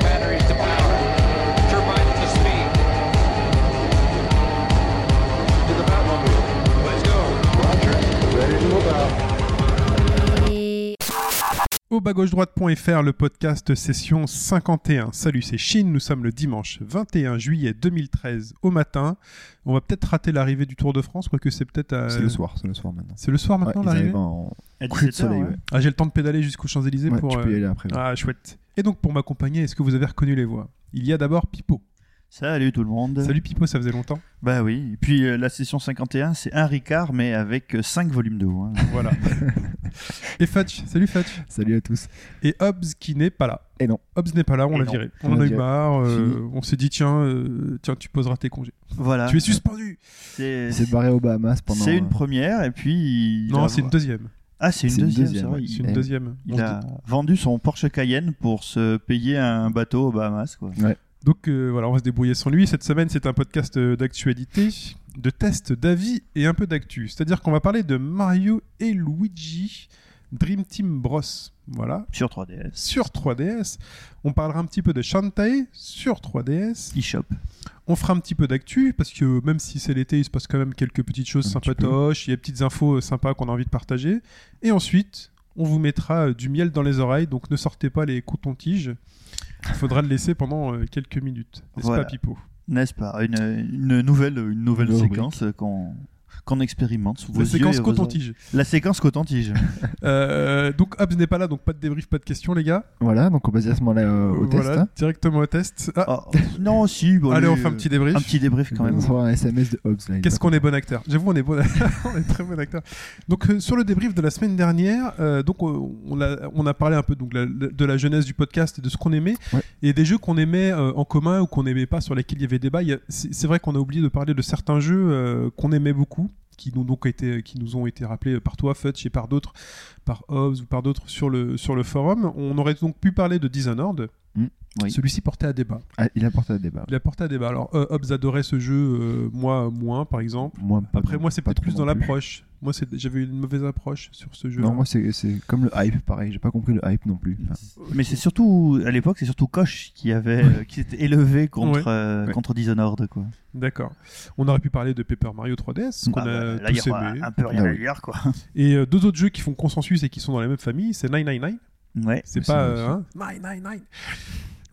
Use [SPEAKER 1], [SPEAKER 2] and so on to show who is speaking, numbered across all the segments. [SPEAKER 1] batteries to power. Turbines to speed. To the Batmobile. Let's go.
[SPEAKER 2] Au bas-gauche-droite.fr, le podcast session 51. Salut, c'est Chine. Nous sommes le dimanche 21 juillet 2013 au matin. On va peut-être rater l'arrivée du Tour de France, quoique c'est peut-être. à-
[SPEAKER 3] C'est le soir, c'est le soir maintenant.
[SPEAKER 2] C'est le soir Euh, Ah, maintenant
[SPEAKER 3] Ouais, ils
[SPEAKER 2] l'arrivée
[SPEAKER 3] arrivent en
[SPEAKER 4] À
[SPEAKER 3] coucher de
[SPEAKER 4] 17 heures,
[SPEAKER 3] soleil.
[SPEAKER 4] ouais.
[SPEAKER 3] ouais.
[SPEAKER 2] Ah, j'ai le temps de pédaler jusqu'aux Champs-Élysées
[SPEAKER 3] Ouais,
[SPEAKER 2] pour.
[SPEAKER 3] tu peux y
[SPEAKER 2] euh,
[SPEAKER 3] aller après. ouais.
[SPEAKER 2] Ah, chouette. Et donc, pour m'accompagner, est-ce que vous avez reconnu les voix Il y a d'abord Pipo.
[SPEAKER 4] Salut tout le monde.
[SPEAKER 2] Salut Pipo, ça faisait longtemps.
[SPEAKER 4] Bah oui. Et puis euh, la session 51, c'est un Ricard, mais avec 5 volumes de hein. voix.
[SPEAKER 2] Voilà. Et Fatch. Salut Fatch.
[SPEAKER 3] Salut à tous.
[SPEAKER 2] Et Hobbs qui n'est pas là.
[SPEAKER 3] Et non.
[SPEAKER 2] Hobbs n'est pas là, on
[SPEAKER 4] Et
[SPEAKER 2] l'a
[SPEAKER 4] non.
[SPEAKER 2] viré.
[SPEAKER 3] On
[SPEAKER 2] On en
[SPEAKER 3] l'a
[SPEAKER 2] a eu
[SPEAKER 3] viré.
[SPEAKER 2] marre. euh,
[SPEAKER 3] Fini. Ah.
[SPEAKER 2] on s'est dit, tiens, euh, tiens, tu poseras tes congés.
[SPEAKER 4] voilà.
[SPEAKER 2] tu es suspendu
[SPEAKER 4] C'est
[SPEAKER 3] Il s'est barré aux Bahamas pendant.
[SPEAKER 4] c'est une
[SPEAKER 3] euh,
[SPEAKER 4] première, et puis. il
[SPEAKER 2] Non,
[SPEAKER 4] a-
[SPEAKER 2] c'est une deuxième.
[SPEAKER 4] Ah, c'est une
[SPEAKER 3] C'est une
[SPEAKER 4] deuxième,
[SPEAKER 3] deuxième,
[SPEAKER 4] c'est vrai.
[SPEAKER 3] ouais.
[SPEAKER 2] C'est
[SPEAKER 4] Il,
[SPEAKER 2] une
[SPEAKER 3] Eh.
[SPEAKER 2] deuxième.
[SPEAKER 4] il
[SPEAKER 2] On se
[SPEAKER 4] a vendu son Porsche Cayenne pour se payer un bateau aux Bahamas, quoi.
[SPEAKER 2] Donc euh, voilà, on va se débrouiller sans lui. Cette semaine, c'est un podcast euh, d'actualité, de tests d'avis et un peu d'actu. C'est-à-dire qu'on va parler de Mario et Luigi Dream Team Bros. Voilà,
[SPEAKER 4] Sur 3DS.
[SPEAKER 2] sur 3DS. On parlera un petit peu de Shantae sur 3DS.
[SPEAKER 4] eShop.
[SPEAKER 2] On fera un petit peu d'actu parce que même si c'est l'été, il se passe quand même quelques petites choses
[SPEAKER 3] Un petit
[SPEAKER 2] sympatoches. Il y a des petites infos euh, sympas qu'on a envie de partager. Et ensuite, on vous mettra euh, du miel dans les oreilles. Donc ne sortez pas les cotons-tiges. Il faudra le laisser pendant euh, quelques minutes. N'est-ce
[SPEAKER 4] Voilà.
[SPEAKER 2] pas, Pipo
[SPEAKER 4] N'est-ce pas une, une nouvelle, une nouvelle
[SPEAKER 3] Une rubrique.
[SPEAKER 4] séquence euh, qu'on qu'on expérimente sous vos
[SPEAKER 2] La
[SPEAKER 4] yeux
[SPEAKER 2] séquence
[SPEAKER 4] et vos
[SPEAKER 2] coton-tige.
[SPEAKER 4] oreilles. La séquence coton-tige.
[SPEAKER 2] Euh, donc Abs n'est pas là, donc pas de débrief, pas de questions, les gars.
[SPEAKER 3] euh, Voilà, donc on passe à ce moment-là euh, au test.
[SPEAKER 2] voilà,
[SPEAKER 3] hein.
[SPEAKER 2] directement au test. Ah,
[SPEAKER 4] Oh, non, si. bon,
[SPEAKER 2] allez,
[SPEAKER 4] lui,
[SPEAKER 2] on fait un petit débrief.
[SPEAKER 4] un petit débrief quand
[SPEAKER 3] On
[SPEAKER 4] même.
[SPEAKER 3] va recevoir un SMS de Hobbs. là, il
[SPEAKER 2] Qu'est-ce
[SPEAKER 3] est
[SPEAKER 2] qu'on est bon acteur J'avoue, on est bon, on est très bon acteur. Donc euh, sur le débrief de la semaine dernière, euh, donc euh, on a, on a parlé un peu donc la- de la jeunesse du podcast et de ce qu'on aimait
[SPEAKER 3] Ouais.
[SPEAKER 2] et des jeux qu'on aimait euh, en commun ou qu'on aimait pas sur lesquels il y avait débat. Il y a- C'est c'est vrai qu'on a oublié de parler de certains jeux euh, qu'on aimait beaucoup, qui nous donc été, qui nous ont été rappelés par toi, Futch, et par d'autres, par Hobbs ou par d'autres sur le sur le forum. On aurait donc pu parler de Dishonored.
[SPEAKER 3] Mm,
[SPEAKER 4] oui.
[SPEAKER 2] Celui-ci portait à débat.
[SPEAKER 3] pas- Ah, il apporte un débat.
[SPEAKER 2] Il a porté à débat. Alors, euh, Hobbs adorait ce jeu, euh, moi euh, moins, par exemple.
[SPEAKER 3] Moi, pas-
[SPEAKER 2] Après, moi, c'est
[SPEAKER 3] pas
[SPEAKER 2] peut-être
[SPEAKER 3] trop
[SPEAKER 2] plus dans
[SPEAKER 3] non
[SPEAKER 2] l'approche. Moi, c'est- j'avais eu une mauvaise approche sur ce jeu.
[SPEAKER 3] Non, moi, c'est c'est comme le hype, pareil. J'ai pas compris le hype non plus. Enfin,
[SPEAKER 4] Mais c'est surtout à l'époque, c'est surtout Koch qui avait euh, qui s'était élevé contre
[SPEAKER 2] Ouais.
[SPEAKER 4] euh,
[SPEAKER 3] Ouais.
[SPEAKER 4] contre Dishonored quoi.
[SPEAKER 2] D'accord. On aurait pu parler de Paper Mario 3DS, qu'on
[SPEAKER 4] Bah,
[SPEAKER 2] a
[SPEAKER 4] bah, là, il y
[SPEAKER 2] tous
[SPEAKER 4] aura
[SPEAKER 2] aimé.
[SPEAKER 4] un peu rien
[SPEAKER 3] Ah
[SPEAKER 4] à
[SPEAKER 3] oui.
[SPEAKER 4] dire quoi.
[SPEAKER 2] Et euh, deux autres jeux qui font consensus et qui sont dans la même famille, c'est 999.
[SPEAKER 4] Ouais.
[SPEAKER 2] C'est
[SPEAKER 3] Oui,
[SPEAKER 2] pas...
[SPEAKER 3] c'est vrai,
[SPEAKER 2] euh, hein, 999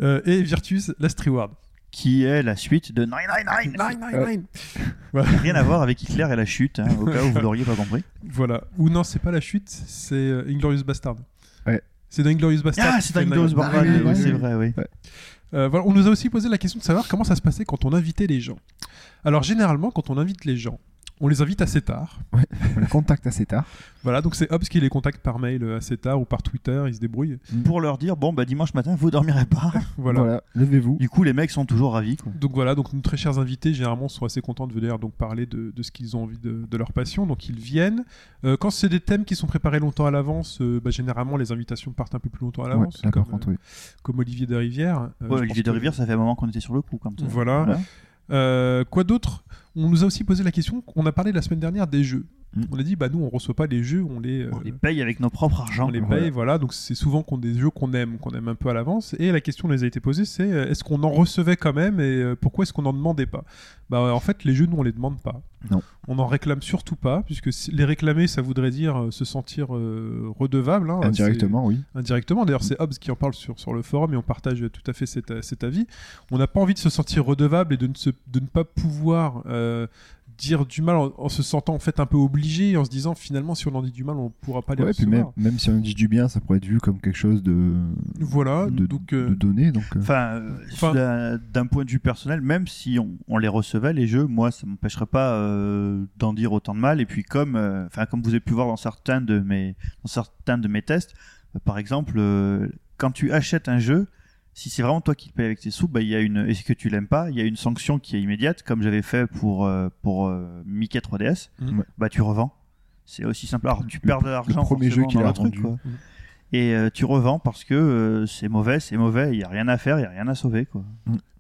[SPEAKER 2] Euh, et Virtus Last Reward.
[SPEAKER 4] Qui est la suite de 999.
[SPEAKER 2] 999
[SPEAKER 4] Rien à voir avec Hitler et la chute, hein, au cas où vous l'auriez pas compris.
[SPEAKER 2] Euh, Voilà. Ou non, c'est pas la chute, c'est euh, Inglorious Bastard.
[SPEAKER 3] Ouais.
[SPEAKER 2] C'est dans Inglorious Bastard.
[SPEAKER 4] Ah, c'est un Windows
[SPEAKER 3] Ah, oui,
[SPEAKER 4] bordel,
[SPEAKER 3] oui,
[SPEAKER 4] oui, c'est
[SPEAKER 3] oui.
[SPEAKER 4] vrai, oui.
[SPEAKER 2] Euh, voilà, on nous a aussi posé la question de savoir comment ça se passait quand on invitait les gens. Alors généralement, quand on invite les gens, on les invite assez tard.
[SPEAKER 3] On le contacte assez tard.
[SPEAKER 2] Voilà, donc c'est Hobbs qui les contacte par mail euh, assez tard ou par Twitter, ils se débrouillent.
[SPEAKER 4] Pour leur dire bon bah dimanche matin vous dormirez pas.
[SPEAKER 2] Voilà.
[SPEAKER 3] Voilà, levez-vous.
[SPEAKER 4] Du coup les mecs sont toujours ravis quoi.
[SPEAKER 2] Donc voilà, donc nos très chers invités généralement sont assez contents de venir donc parler de, de ce qu'ils ont envie de, de leur passion, donc ils viennent. Euh, quand c'est des thèmes qui sont préparés longtemps à l'avance, euh, bah, généralement les invitations partent un peu plus longtemps à
[SPEAKER 3] Ouais,
[SPEAKER 2] l'avance,
[SPEAKER 3] là, par
[SPEAKER 2] comme,
[SPEAKER 3] contre,
[SPEAKER 2] euh,
[SPEAKER 3] oui.
[SPEAKER 2] comme Olivier de Rivière. Euh, je
[SPEAKER 4] Ouais,
[SPEAKER 2] pense
[SPEAKER 4] Olivier de
[SPEAKER 2] que-
[SPEAKER 4] Rivière, ça fait un moment qu'on était sur le coup comme ça.
[SPEAKER 2] Voilà. Euh, quoi d'autre On nous a aussi posé la question, on a parlé la semaine dernière des jeux.
[SPEAKER 3] Mm.
[SPEAKER 2] On a dit, bah nous on reçoit pas les jeux, on les... euh,
[SPEAKER 4] On les paye avec nos propres argents.
[SPEAKER 2] on les paye, voilà. Donc c'est souvent qu'on des jeux qu'on aime, qu'on aime un peu à l'avance. Et la question qui nous a été posée, c'est euh, est-ce qu'on en recevait quand même et euh, pourquoi est-ce qu'on n'en demandait pas Bah euh, en fait, les jeux, nous, on les demande pas.
[SPEAKER 3] Non.
[SPEAKER 2] On en réclame surtout pas, puisque si- les réclamer, ça voudrait dire euh, se sentir euh, redevable. hein.
[SPEAKER 3] Indirectement, oui.
[SPEAKER 2] C'est- Indirectement. D'ailleurs, c'est Hobbes qui en parle sur, sur le forum et on partage tout à fait cet, euh, cet avis. On n'a pas envie de se sentir redevable et de ne, se- de ne pas pouvoir. euh, dire du mal en, en se sentant en fait un peu obligé et en se disant finalement si on en dit du mal on pourra pas les
[SPEAKER 3] Ouais, puis
[SPEAKER 2] recevoir.
[SPEAKER 3] même, même si on dit du bien, ça pourrait être vu comme quelque chose de,
[SPEAKER 2] Voilà,
[SPEAKER 3] de,
[SPEAKER 2] donc
[SPEAKER 3] de
[SPEAKER 2] euh,
[SPEAKER 3] donné. Donc, euh,
[SPEAKER 4] Enfin, euh,
[SPEAKER 2] Enfin-
[SPEAKER 4] d'un- d'un point de vue personnel, même si on, on les recevait, les jeux, moi, ça m'empêcherait pas euh, d'en dire autant de mal. Et puis, comme, euh, enfin, comme vous avez pu voir dans certains de mes, dans certains de mes tests, euh, par exemple, euh, quand tu achètes un jeu, si c'est vraiment toi qui le payes avec tes sous, bah, il y a une, et que tu l'aimes pas, il y a une sanction qui est immédiate, comme j'avais fait pour euh, pour euh, Mickey 3DS.
[SPEAKER 2] Mhm.
[SPEAKER 3] Ouais.
[SPEAKER 4] Bah, tu revends. C'est aussi simple. Alors, tu
[SPEAKER 3] Le-
[SPEAKER 4] perds de
[SPEAKER 3] le
[SPEAKER 4] l'argent
[SPEAKER 3] premier jeu
[SPEAKER 4] forcément
[SPEAKER 3] qu'il
[SPEAKER 4] dans
[SPEAKER 3] a
[SPEAKER 4] le truc,
[SPEAKER 3] vendu.
[SPEAKER 4] quoi.
[SPEAKER 2] Mhm.
[SPEAKER 4] et euh, tu revends parce que euh, c'est mauvais, c'est mauvais, il n'y a rien à faire, il n'y a rien à sauver. Quoi.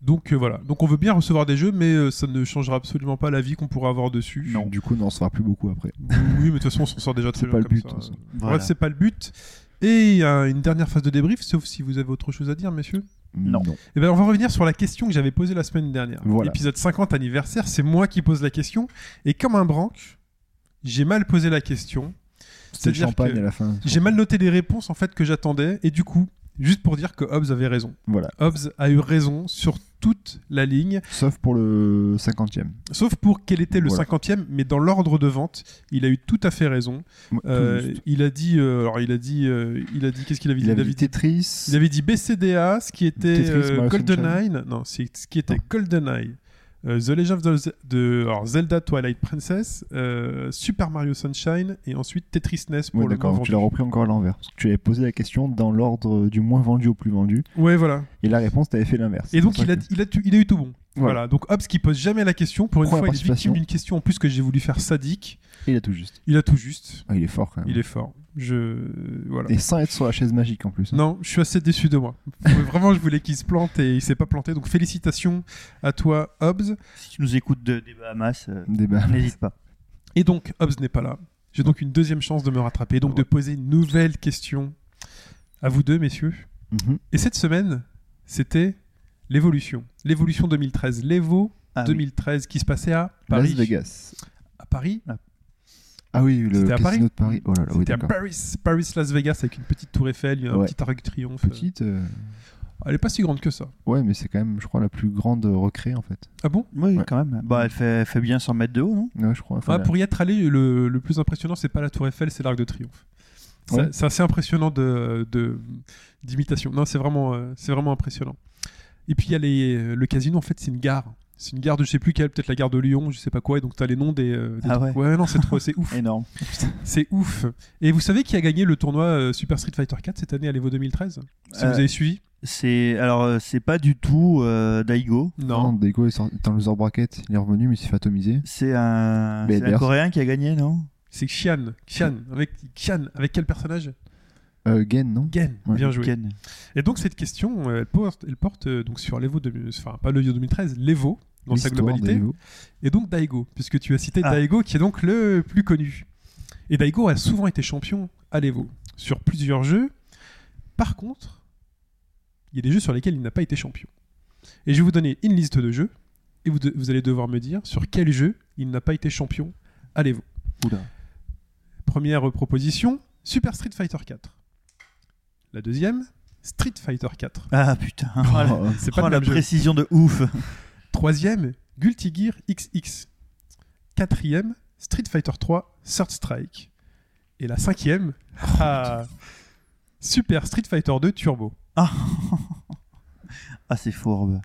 [SPEAKER 2] Donc euh, voilà. Donc on veut bien recevoir des jeux, mais euh, ça ne changera absolument pas la vie qu'on pourra avoir dessus.
[SPEAKER 4] Non.
[SPEAKER 3] Du coup, non, on se fera plus beaucoup après.
[SPEAKER 2] Oui, mais de toute façon, on s'en sort déjà très
[SPEAKER 3] C'est
[SPEAKER 2] bien
[SPEAKER 3] pas le
[SPEAKER 2] comme
[SPEAKER 3] but,
[SPEAKER 2] ça.
[SPEAKER 3] de toute façon.
[SPEAKER 4] Voilà.
[SPEAKER 2] Bref, c'est pas le but. Et il y a une dernière phase de débrief, sauf si vous avez autre chose à dire, messieurs.
[SPEAKER 3] Mm,
[SPEAKER 4] Non.
[SPEAKER 2] Et ben, on va revenir sur la question que j'avais posée la semaine dernière.
[SPEAKER 3] Voilà.
[SPEAKER 2] Épisode 50 anniversaire, c'est moi qui pose la question. Et comme un branque, j'ai mal posé la question.
[SPEAKER 3] C'était le
[SPEAKER 2] C'est-à-dire
[SPEAKER 3] champagne
[SPEAKER 2] que
[SPEAKER 3] à la fin.
[SPEAKER 2] J'ai mal noté les réponses en fait que j'attendais. Et du coup, juste pour dire que Hobbes avait raison.
[SPEAKER 3] Voilà.
[SPEAKER 2] Hobbes a eu raison sur toute la ligne,
[SPEAKER 3] Sauf pour le 50e.
[SPEAKER 2] sauf pour quel était le
[SPEAKER 3] Voilà.
[SPEAKER 2] 50e, mais dans l'ordre de vente, il a eu tout à fait raison.
[SPEAKER 3] Moi,
[SPEAKER 2] Euh,
[SPEAKER 3] tout juste.
[SPEAKER 2] il a dit, euh, alors il a dit, euh, il a dit qu'est-ce qu'il avait dit
[SPEAKER 3] Il avait
[SPEAKER 2] avait
[SPEAKER 3] dit
[SPEAKER 2] dit-
[SPEAKER 3] Tetris.
[SPEAKER 2] il avait dit BCDA, ce qui était
[SPEAKER 3] Tetris,
[SPEAKER 2] euh,
[SPEAKER 3] Mario
[SPEAKER 2] GoldenEye. Non, c'est ce qui était
[SPEAKER 3] Non.
[SPEAKER 2] GoldenEye. euh, The Legend of the- de alors, Zelda Twilight Princess, euh, Super Mario Sunshine et ensuite Tetris NES pour
[SPEAKER 3] Ouais,
[SPEAKER 2] le
[SPEAKER 3] d'accord,
[SPEAKER 2] moment.
[SPEAKER 3] tu l'as repris encore à l'envers. Parce que Tu avais posé la question dans l'ordre du moins vendu au plus vendu.
[SPEAKER 2] Ouais, voilà.
[SPEAKER 3] Et la réponse, t'avais fait l'inverse.
[SPEAKER 2] Et donc
[SPEAKER 3] C'est pour
[SPEAKER 2] il a,
[SPEAKER 3] ça que-
[SPEAKER 2] il, a, tu- il a eu tout bon. Voilà.
[SPEAKER 3] Voilà.
[SPEAKER 2] Donc Hobbes qui pose jamais la question. Pour une
[SPEAKER 3] Croix à
[SPEAKER 2] fois, il est victime
[SPEAKER 3] participation.
[SPEAKER 2] d'une question en plus que j'ai voulu faire sadique.
[SPEAKER 3] Il a tout juste.
[SPEAKER 2] Il a tout juste.
[SPEAKER 3] Ah, il est fort quand même.
[SPEAKER 2] Il est fort. Je voilà.
[SPEAKER 3] Et sans être sur la chaise magique en plus. hein.
[SPEAKER 2] Non, je suis assez déçu de moi. Vraiment, je voulais qu'il se plante et il s'est pas planté. Donc félicitations à toi, Hobbes.
[SPEAKER 4] Si tu nous écoutes de, des Bahamas, euh,
[SPEAKER 3] Débat.
[SPEAKER 2] Mm.
[SPEAKER 4] n'hésite pas.
[SPEAKER 2] Et donc, Hobbes n'est pas là. J'ai donc une deuxième chance de me rattraper, et donc de poser une nouvelle question à vous deux, messieurs.
[SPEAKER 3] Mhm.
[SPEAKER 2] Et cette semaine, c'était l'évolution. L'évolution 2013. L'Evo
[SPEAKER 4] Ah, oui.
[SPEAKER 2] 2013 qui se passait à Paris.
[SPEAKER 3] Las Vegas.
[SPEAKER 2] À Paris.
[SPEAKER 3] Ah oui, le
[SPEAKER 2] C'était à
[SPEAKER 3] casino
[SPEAKER 2] Paris
[SPEAKER 3] de Paris. Oh là là, oui,
[SPEAKER 2] C'était à
[SPEAKER 3] d'accord.
[SPEAKER 2] Paris, Paris, Las Vegas, avec une petite tour Eiffel, un
[SPEAKER 3] Ouais.
[SPEAKER 2] petit arc de triomphe.
[SPEAKER 3] Petite. euh,
[SPEAKER 2] Elle est pas si grande que ça.
[SPEAKER 3] Ouais, mais c'est quand même, je crois, la plus grande recrée en fait.
[SPEAKER 2] Ah bon
[SPEAKER 4] Oui,
[SPEAKER 3] Ouais.
[SPEAKER 4] quand même. Bah, elle fait, elle fait bien 100 mètres de haut, non
[SPEAKER 3] Ouais, je crois. Enfin,
[SPEAKER 2] Ah,
[SPEAKER 3] la-
[SPEAKER 2] Pour y être allé, le, le plus impressionnant, c'est pas la tour Eiffel, c'est l'arc de triomphe. C'est
[SPEAKER 3] Ouais.
[SPEAKER 2] c'est assez impressionnant de de- d'imitation. non, c'est vraiment, euh, c'est vraiment impressionnant. Et puis il y a les- euh, le casino, en fait, c'est une gare. C'est une gare de je sais plus quelle, peut-être la gare de Lyon, je sais pas quoi. Et donc t'as les noms des. euh, des
[SPEAKER 4] Ah
[SPEAKER 2] trucs. non, c'est trop, c'est ouf,
[SPEAKER 4] Énorme.
[SPEAKER 2] c'est ouf. Et vous savez qui a gagné le tournoi euh, Super Street Fighter 4 cette année à l'Evo 2013 Si
[SPEAKER 4] Euh,
[SPEAKER 2] vous avez suivi.
[SPEAKER 4] C'est alors euh, c'est pas du tout euh, Daigo.
[SPEAKER 3] Non,
[SPEAKER 2] Non.
[SPEAKER 3] Daigo est sorti- dans le Loser Bracket, il est revenu, mais il s'est fait atomiser.
[SPEAKER 4] C'est un,
[SPEAKER 3] Mais
[SPEAKER 4] c'est un
[SPEAKER 3] d'ailleurs-
[SPEAKER 4] coréen qui a gagné, non
[SPEAKER 2] C'est Xian. Xian. Avec Xian. Avec quel personnage
[SPEAKER 3] Euh, Gen, non
[SPEAKER 2] Gen.
[SPEAKER 3] Ouais.
[SPEAKER 2] Bien joué.
[SPEAKER 4] Ken.
[SPEAKER 2] Et donc cette question, euh, elle porte, elle porte euh, donc sur l'Evo, 2000 enfin pas l'Evo 2013, l'Evo E dans sa
[SPEAKER 3] L'histoire
[SPEAKER 2] globalité,
[SPEAKER 3] d'Evo.
[SPEAKER 2] et donc Daigo, puisque tu as cité
[SPEAKER 4] E Ah.
[SPEAKER 2] Daigo qui est donc le plus connu. Et Daigo a souvent été champion à l'Evo sur plusieurs jeux. Par contre, il y a des jeux sur lesquels il n'a pas été champion. Et je vais vous donner une liste de jeux, et vous, de- vous allez devoir me dire sur quel jeu il n'a pas été champion à l'Evo.
[SPEAKER 4] Oula.
[SPEAKER 2] Première proposition, Super Street Fighter 4. La deuxième, Street Fighter 4.
[SPEAKER 4] Ah putain. Oh, la-
[SPEAKER 3] Oh,
[SPEAKER 2] C'est pas
[SPEAKER 4] oh,
[SPEAKER 2] le
[SPEAKER 4] la
[SPEAKER 2] même jeu.
[SPEAKER 4] précision de ouf.
[SPEAKER 2] Troisième, Guilty Gear XX. Quatrième, Street Fighter 3, Third Strike. Et la cinquième,
[SPEAKER 3] Oh,
[SPEAKER 2] ah, Super Street Fighter 2 Turbo.
[SPEAKER 4] Ah, ah c'est fourbe.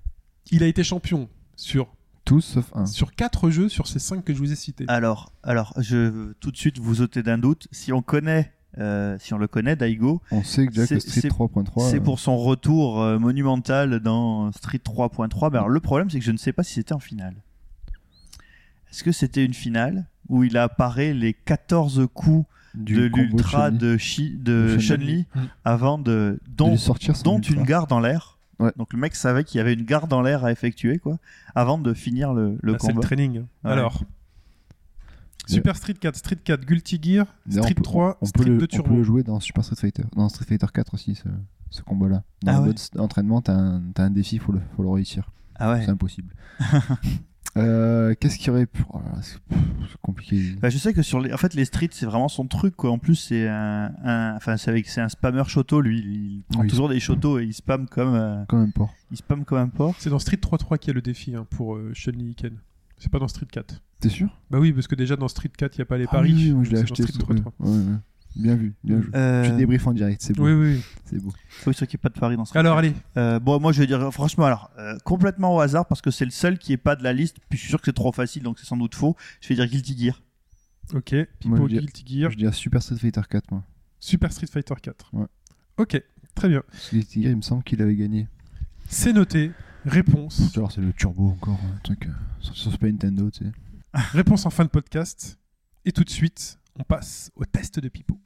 [SPEAKER 2] Il a été champion sur,
[SPEAKER 3] Tous sauf un.
[SPEAKER 2] sur quatre jeux sur ces cinq que je vous ai cités.
[SPEAKER 3] Ah,
[SPEAKER 4] Alors, alors, je veux tout de suite vous ôter d'un doute. Si on connaît, euh, si on le connaît, Daigo,
[SPEAKER 3] On sait que déjà
[SPEAKER 4] C'est-
[SPEAKER 3] que Street
[SPEAKER 4] c'est-
[SPEAKER 3] 3.3.
[SPEAKER 4] c'est
[SPEAKER 3] euh,
[SPEAKER 4] pour son retour euh, monumental dans Street 3.3. Ben alors, le problème, c'est que je ne sais pas si c'était en finale. Est-ce que c'était une finale où il a apparé les 14 coups
[SPEAKER 3] euh, du
[SPEAKER 4] de
[SPEAKER 3] combo
[SPEAKER 4] l'ultra
[SPEAKER 3] Chun-Li.
[SPEAKER 4] de, Chi- de
[SPEAKER 3] De
[SPEAKER 4] Chun-Li
[SPEAKER 3] Chun-Li.
[SPEAKER 2] Mm.
[SPEAKER 4] avant de,
[SPEAKER 3] de
[SPEAKER 4] dont,
[SPEAKER 3] lui sortir son
[SPEAKER 4] dont
[SPEAKER 3] ultra.
[SPEAKER 4] une gare dans l'air.
[SPEAKER 3] Ouais.
[SPEAKER 4] Donc le mec savait qu'il y avait une gare dans l'air à effectuer quoi, avant de finir le, le
[SPEAKER 2] Là, Ah, c'est le
[SPEAKER 4] combat.
[SPEAKER 2] training. Alors, Super Street 4, Street 4, Guilty Gear,
[SPEAKER 3] D'ailleurs, on
[SPEAKER 2] Street
[SPEAKER 3] peut-
[SPEAKER 2] 3,
[SPEAKER 3] on peut
[SPEAKER 2] Street
[SPEAKER 3] le-
[SPEAKER 2] 2
[SPEAKER 3] On peut
[SPEAKER 2] Turbo.
[SPEAKER 3] le jouer dans Super Street Fighter, dans Street Fighter 4 aussi, ce, ce combo-là.
[SPEAKER 4] Ah
[SPEAKER 3] Dans le
[SPEAKER 4] ouais.
[SPEAKER 3] mode s- entraînement, t'as un, t'as un défi, faut le, faut le réussir.
[SPEAKER 4] Ah ouais.
[SPEAKER 3] C'est impossible. Euh, Qu'est-ce qu'il y aurait pu- oh là là, C'est pff, c'est compliqué.
[SPEAKER 4] Bah, je sais que sur les, en fait, les streets, c'est vraiment son truc, quoi. En plus, c'est un, un- enfin, c'est avec, c'est un spammer shoto, lui. Il prend
[SPEAKER 3] Oui.
[SPEAKER 4] toujours des shotos et il spamme comme, euh,
[SPEAKER 3] Quand même pas.
[SPEAKER 4] il spamme comme un porc.
[SPEAKER 2] C'est dans Street 3.3 qu'il y a le défi hein, pour euh, Chun-Li et Ken. C'est pas dans Street 4.
[SPEAKER 3] T'es sûr
[SPEAKER 2] Bah oui, parce que déjà dans Street 4, il n'y a pas les
[SPEAKER 3] Ah
[SPEAKER 2] paris.
[SPEAKER 3] oui, oui, moi, je l'ai
[SPEAKER 2] C'est
[SPEAKER 3] acheté.
[SPEAKER 2] dans Street
[SPEAKER 3] ce truc.
[SPEAKER 2] 3.3.
[SPEAKER 3] Ouais, ouais. Bien vu, bien joué.
[SPEAKER 4] Euh,
[SPEAKER 3] Tu débriefes en direct, c'est beau.
[SPEAKER 2] Oui, oui.
[SPEAKER 3] C'est beau.
[SPEAKER 4] faut qu'il y ait pas de Paris dans ce.
[SPEAKER 2] Alors allez,
[SPEAKER 4] Euh, bon, moi, je vais dire, franchement, alors, euh, complètement au hasard parce que c'est le seul qui est pas de la liste. Puis je suis sûr que c'est trop facile, donc c'est sans doute faux. Je vais dire Guilty Gear.
[SPEAKER 2] Ok,
[SPEAKER 3] Moi,
[SPEAKER 2] Pipo,
[SPEAKER 3] je dis-
[SPEAKER 2] Guilty
[SPEAKER 3] Je
[SPEAKER 2] Gear,
[SPEAKER 3] dirais Super Street Fighter 4, moi.
[SPEAKER 2] Super Street Fighter 4.
[SPEAKER 3] Ouais.
[SPEAKER 2] Ok, très bien.
[SPEAKER 3] Parce que Guilty Gear, il me semble qu'il avait gagné.
[SPEAKER 2] C'est noté. Réponse.
[SPEAKER 3] Alors, c'est le Turbo encore, un truc euh, sur, sur Super Nintendo, tu sais.
[SPEAKER 2] Réponse en fin de podcast. Et tout de suite, on passe au test de Pipo.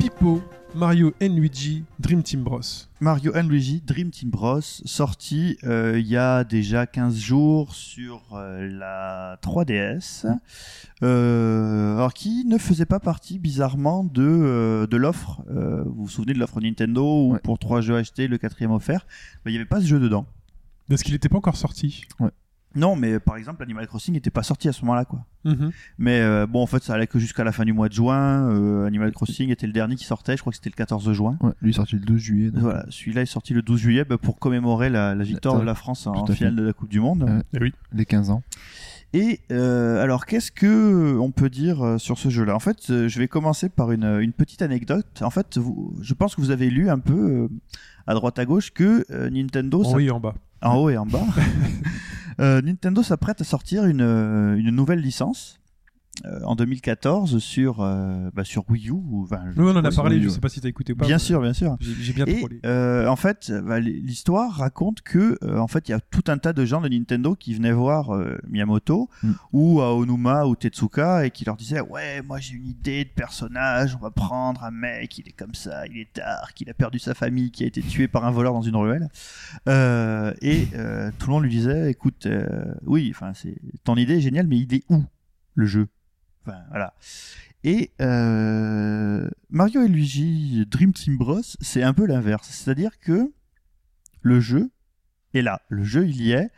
[SPEAKER 2] Meepo, Mario Luigi, Dream Team Bros.
[SPEAKER 4] Mario Luigi Dream Team Bros sorti euh, il y a déjà 15 jours sur euh, la 3DS. Euh, alors qui ne faisait pas partie bizarrement de, euh, de l'offre. Euh, vous vous souvenez de l'offre Nintendo où
[SPEAKER 3] Ouais.
[SPEAKER 4] pour trois jeux achetés le quatrième offert, Ben, il n'y avait pas ce jeu dedans.
[SPEAKER 2] Parce qu'il n'était pas encore sorti.
[SPEAKER 4] Non, mais par exemple Animal Crossing n'était pas sorti à ce moment-là quoi.
[SPEAKER 2] Mhm.
[SPEAKER 4] Mais euh, bon en fait ça allait que jusqu'à la fin du mois de juin. Euh, Animal Crossing était le dernier qui sortait, je crois que c'était le 14 juin.
[SPEAKER 3] Ouais, lui est sorti le 2 juillet. donc.
[SPEAKER 4] Voilà, celui-là est sorti le 12 juillet bah, pour commémorer la, la victoire
[SPEAKER 3] Attends,
[SPEAKER 4] de la France
[SPEAKER 3] tout
[SPEAKER 4] en
[SPEAKER 3] à fait.
[SPEAKER 4] finale de la Coupe du Monde.
[SPEAKER 3] Ouais.
[SPEAKER 2] Eh oui.
[SPEAKER 3] Les 15 ans.
[SPEAKER 4] Et euh, alors, qu'est-ce que euh, on peut dire euh, sur ce jeu-là En fait, euh, je vais commencer par une, une petite anecdote. En fait, vous, je pense que vous avez lu un peu euh, à droite à gauche que euh, Nintendo,
[SPEAKER 2] En
[SPEAKER 4] s'app-
[SPEAKER 2] haut et en bas.
[SPEAKER 4] en haut et en bas, Euh, Nintendo s'apprête à sortir une, euh, une nouvelle licence euh, en 2014 sur euh, bah, sur Wii U. ou- enfin, je-
[SPEAKER 2] Nous, on en a
[SPEAKER 4] oui,
[SPEAKER 2] parlé,
[SPEAKER 4] Wii
[SPEAKER 2] je
[SPEAKER 4] U.
[SPEAKER 2] sais pas si t'as écouté ou pas.
[SPEAKER 4] Bien
[SPEAKER 2] mais
[SPEAKER 4] sûr, bien sûr.
[SPEAKER 2] J'ai j'ai bien
[SPEAKER 4] Et
[SPEAKER 2] trollé.
[SPEAKER 4] euh, en fait, bah, l- l'histoire raconte que euh, en fait, il y a tout un tas de gens de Nintendo qui venaient voir euh, Miyamoto
[SPEAKER 3] Mm.
[SPEAKER 4] ou Aonuma ou Tetsuka et qui leur disaient "Ouais, moi j'ai une idée de personnage, on va prendre un mec, il est comme ça, il est tard, qu'il a perdu sa famille, qui a été tué par un voleur dans une ruelle." Euh, et euh, tout le monde lui disait "Écoute, euh, oui, enfin c'est ton idée est géniale, mais il est où le jeu Enfin, voilà. Et euh, Mario et Luigi Dream Team Bros, c'est un peu l'inverse. C'est-à-dire que le jeu est là. Le jeu, il y est.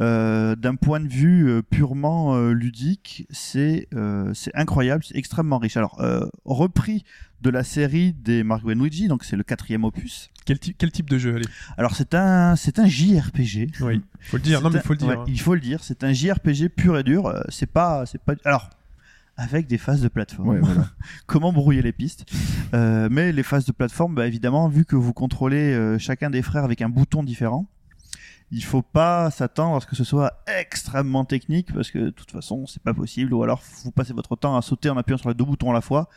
[SPEAKER 4] Euh, D'un point de vue euh, purement euh, ludique, c'est euh, c'est incroyable, c'est extrêmement riche. Alors, euh, repris de la série des Mario et Luigi, donc c'est le quatrième opus.
[SPEAKER 2] Quel, ty- quel type de jeu Allez,
[SPEAKER 4] Alors, c'est un, c'est un JRPG.
[SPEAKER 2] oui. Faut le dire, non,
[SPEAKER 4] C'est
[SPEAKER 2] mais
[SPEAKER 4] un-
[SPEAKER 2] faut le dire.
[SPEAKER 4] ouais,
[SPEAKER 2] hein.
[SPEAKER 4] il faut le dire, c'est un JRPG pur et dur. euh, C'est pas, c'est pas. Alors, avec des phases de plateforme.
[SPEAKER 3] Ouais, voilà.
[SPEAKER 4] Comment brouiller les pistes Euh, Mais les phases de plateforme, bah, évidemment, vu que vous contrôlez euh, chacun des frères avec un bouton différent. Il faut pas s'attendre à ce que ce soit extrêmement technique parce que de toute façon c'est pas possible ou alors vous passez votre temps à sauter en appuyant sur les deux boutons à la fois.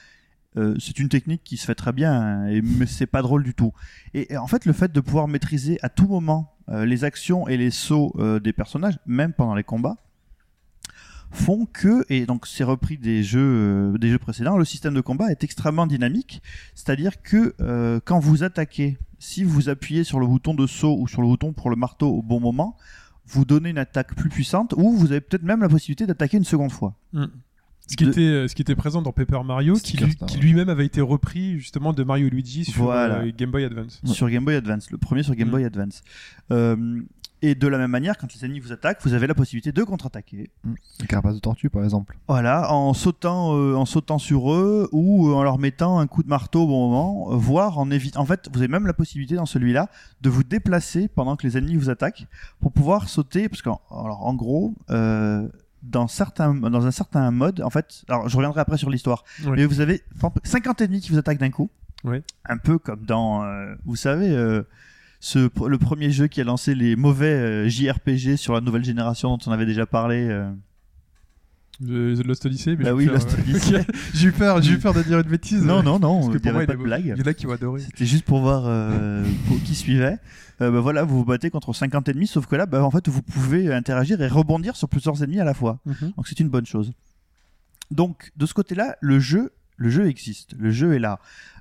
[SPEAKER 4] Euh, c'est une technique qui se fait très bien hein, et, mais c'est pas drôle du tout. Et, et en fait, le fait de pouvoir maîtriser à tout moment euh, les actions et les sauts euh, des personnages, même pendant les combats, font que, et donc c'est repris des jeux, euh, des jeux précédents, le système de combat est extrêmement dynamique. C'est-à-dire que euh, quand vous attaquez, si vous appuyez sur le bouton de saut ou sur le bouton pour le marteau au bon moment, vous donnez une attaque plus puissante ou vous avez peut-être même la possibilité d'attaquer une seconde fois.
[SPEAKER 2] Mm. Ce, qui
[SPEAKER 4] de-
[SPEAKER 2] était, euh, ce qui était présent dans Paper Mario, qui,
[SPEAKER 3] Sticker
[SPEAKER 2] lui-
[SPEAKER 3] Star,
[SPEAKER 2] qui
[SPEAKER 3] ouais.
[SPEAKER 2] lui-même avait été repris justement de Mario et Luigi sur
[SPEAKER 4] Voilà.
[SPEAKER 2] euh, Game Boy Advance.
[SPEAKER 4] sur Game Boy Advance, le premier sur Game
[SPEAKER 2] Mm.
[SPEAKER 4] Boy Advance. Euh, et de la même manière, quand les ennemis vous attaquent, vous avez la possibilité de contre-attaquer.
[SPEAKER 3] Le carapace de tortue, par exemple.
[SPEAKER 4] Voilà, en sautant, euh, en sautant sur eux ou euh, en leur mettant un coup de marteau au bon moment, euh, voire en évitant. En fait, vous avez même la possibilité dans celui-là de vous déplacer pendant que les ennemis vous attaquent pour pouvoir sauter, parce qu'en alors, en gros. euh, dans, certains, dans un certain mode, en fait, alors je reviendrai après sur l'histoire,
[SPEAKER 2] Ouais.
[SPEAKER 4] mais vous avez 50 ennemis qui vous attaquent d'un coup,
[SPEAKER 2] Ouais.
[SPEAKER 4] un peu comme dans, euh, vous savez, euh, ce, le premier jeu qui a lancé les mauvais euh, JRPG sur la nouvelle génération dont on avait déjà parlé. euh,
[SPEAKER 2] Euh, The Lost Odyssey, mais
[SPEAKER 4] Bah
[SPEAKER 2] j'ai
[SPEAKER 4] oui,
[SPEAKER 2] peur,
[SPEAKER 4] Lost
[SPEAKER 2] ouais.
[SPEAKER 4] Odyssey.
[SPEAKER 2] Ok. j'ai eu peur, j'ai eu peur de dire une bêtise.
[SPEAKER 4] Non, non, non,
[SPEAKER 2] Parce que
[SPEAKER 4] il n'y
[SPEAKER 2] pour
[SPEAKER 4] avait
[SPEAKER 2] moi,
[SPEAKER 4] pas
[SPEAKER 2] il
[SPEAKER 4] de
[SPEAKER 2] est-
[SPEAKER 4] blague.
[SPEAKER 2] Il y en a qui vont adorer.
[SPEAKER 4] C'était juste pour voir euh, pour qui suivait. Euh, bah voilà, vous vous battez contre 50 ennemis, sauf que là, bah, en fait, vous pouvez interagir et rebondir sur plusieurs ennemis à la fois.
[SPEAKER 2] Mhm.
[SPEAKER 4] Donc c'est une bonne chose. Donc de ce côté-là, le jeu, le jeu existe, le jeu est là.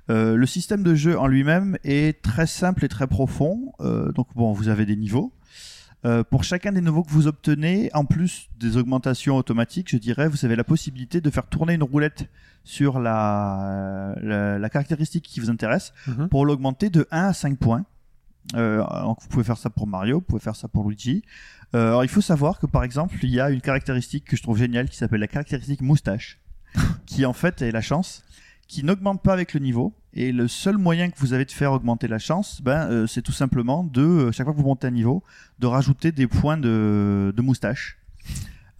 [SPEAKER 4] Euh, le système de jeu en lui-même est très simple et très profond. Euh, donc bon, vous avez des niveaux. Euh, pour chacun des niveaux que vous obtenez, en plus des augmentations automatiques, je dirais, vous avez la possibilité de faire tourner une roulette sur la, euh, la, la caractéristique qui vous intéresse
[SPEAKER 2] Mhm.
[SPEAKER 4] pour l'augmenter de 1 à 5 points. Euh, donc vous pouvez faire ça pour Mario, vous pouvez faire ça pour Luigi. Euh, alors il faut savoir que par exemple, il y a une caractéristique que je trouve géniale qui s'appelle la caractéristique moustache, qui en fait est la chance, qui n'augmente pas avec le niveau. Et le seul moyen que vous avez de faire augmenter la chance, ben, euh, c'est tout simplement de, euh, chaque fois que vous montez un niveau, de rajouter des points de, de moustache.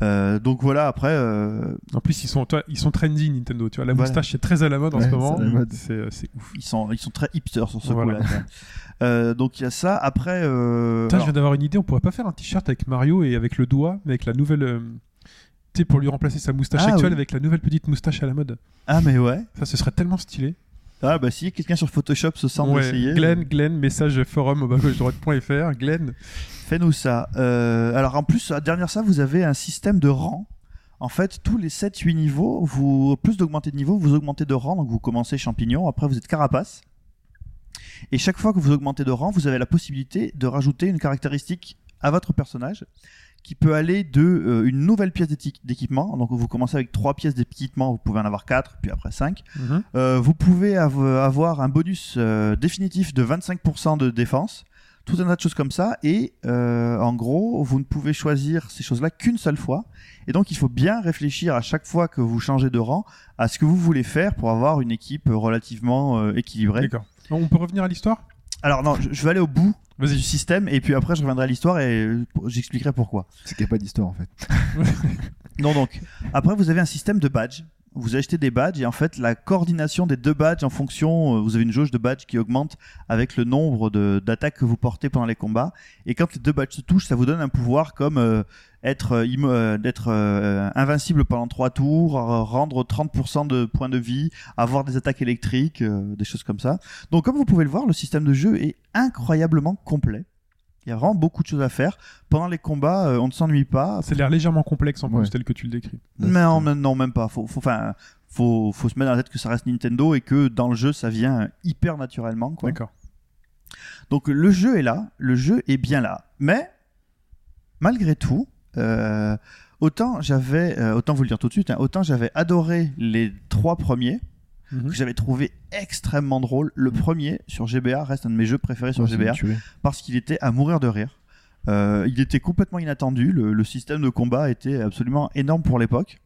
[SPEAKER 4] Euh, donc voilà, après, euh,
[SPEAKER 2] En plus, ils sont, toi, ils sont trendy Nintendo. Tu vois, la
[SPEAKER 4] Voilà.
[SPEAKER 2] moustache c'est très à la mode en
[SPEAKER 3] Ouais,
[SPEAKER 2] ce
[SPEAKER 3] c'est
[SPEAKER 2] moment.
[SPEAKER 3] à la mode.
[SPEAKER 2] C'est euh, c'est ouf.
[SPEAKER 4] ils sont, ils sont très hipsters sur ce
[SPEAKER 2] Voilà.
[SPEAKER 4] coup-là. quoi. Euh, donc il y a ça. Après, euh,
[SPEAKER 2] Putain, je
[SPEAKER 4] alors-
[SPEAKER 2] viens d'avoir une idée. On pourrait pas faire un t-shirt avec Mario et avec le doigt, mais avec la nouvelle. euh, Tu sais, pour lui remplacer sa moustache
[SPEAKER 4] Ah,
[SPEAKER 2] actuelle
[SPEAKER 4] oui.
[SPEAKER 2] avec la nouvelle petite moustache à la mode.
[SPEAKER 4] ah mais ouais.
[SPEAKER 2] Ça, ce serait tellement stylé.
[SPEAKER 4] Ah bah si quelqu'un sur Photoshop se sent
[SPEAKER 2] Ouais.
[SPEAKER 4] essayer.
[SPEAKER 2] Glenn, Glenn, message forum au bas gauche droite.fr. Glenn.
[SPEAKER 4] Fais-nous ça. Euh, alors en plus, à dernière ça, vous avez un système de rang. En fait, tous les 7-8 niveaux, vous, plus d'augmenter de niveau, vous augmentez de rang. Donc vous commencez champignon, après vous êtes carapace. Et chaque fois que vous augmentez de rang, vous avez la possibilité de rajouter une caractéristique à votre personnage qui peut aller de euh, une nouvelle pièce d'éti- d'équipement. Donc vous commencez avec trois pièces d'équipement, vous pouvez en avoir quatre, puis après 5.
[SPEAKER 2] Mhm.
[SPEAKER 4] Euh, vous pouvez av- avoir un bonus euh, définitif de 25% de défense, tout un tas de choses comme ça. Et euh, en gros, vous ne pouvez choisir ces choses-là qu'une seule fois. Et donc, il faut bien réfléchir à chaque fois que vous changez de rang à ce que vous voulez faire pour avoir une équipe relativement euh, équilibrée.
[SPEAKER 2] D'accord. On peut revenir à l'histoire
[SPEAKER 4] Alors non, je, je vais aller au bout du
[SPEAKER 2] Vas-y.
[SPEAKER 4] système et puis après, je reviendrai à l'histoire et euh, j'expliquerai pourquoi.
[SPEAKER 3] C'est qu'il n'y a pas d'histoire en fait.
[SPEAKER 4] Non, donc, après, vous avez un système de badges. Vous achetez des badges et en fait, la coordination des deux badges en fonction, euh, vous avez une jauge de badges qui augmente avec le nombre de- d'attaques que vous portez pendant les combats. Et quand les deux badges se touchent, ça vous donne un pouvoir comme euh, être, euh, immo- euh, d'être, euh, invincible pendant trois tours, euh, rendre 30% de points de vie, avoir des attaques électriques, euh, des choses comme ça. Donc, comme vous pouvez le voir, le système de jeu est incroyablement complet. Il y a vraiment beaucoup de choses à faire. Pendant les combats, euh, on ne s'ennuie pas.
[SPEAKER 2] C'est l'air légèrement complexe en plus,
[SPEAKER 3] Ouais.
[SPEAKER 2] tel que tu le décris.
[SPEAKER 3] Là,
[SPEAKER 4] Mais
[SPEAKER 3] c'est-
[SPEAKER 4] non, mais non, même pas. Faut, faut, enfin, faut, faut se mettre dans la tête que ça reste Nintendo et que dans le jeu, ça vient hyper naturellement. Quoi.
[SPEAKER 2] D'accord.
[SPEAKER 4] Donc le jeu est là, le jeu est bien là. Mais malgré tout, euh, autant j'avais, euh, autant vous le dire tout de suite, hein, autant j'avais adoré les trois premiers
[SPEAKER 2] Mhm.
[SPEAKER 4] que j'avais trouvé extrêmement drôle. Le premier sur GBA reste un de mes jeux préférés sur
[SPEAKER 3] Ouais, c'est
[SPEAKER 4] GBA
[SPEAKER 3] tué.
[SPEAKER 4] parce qu'il était à mourir de rire. Euh, il était complètement inattendu, le, le système de combat était absolument énorme pour l'époque.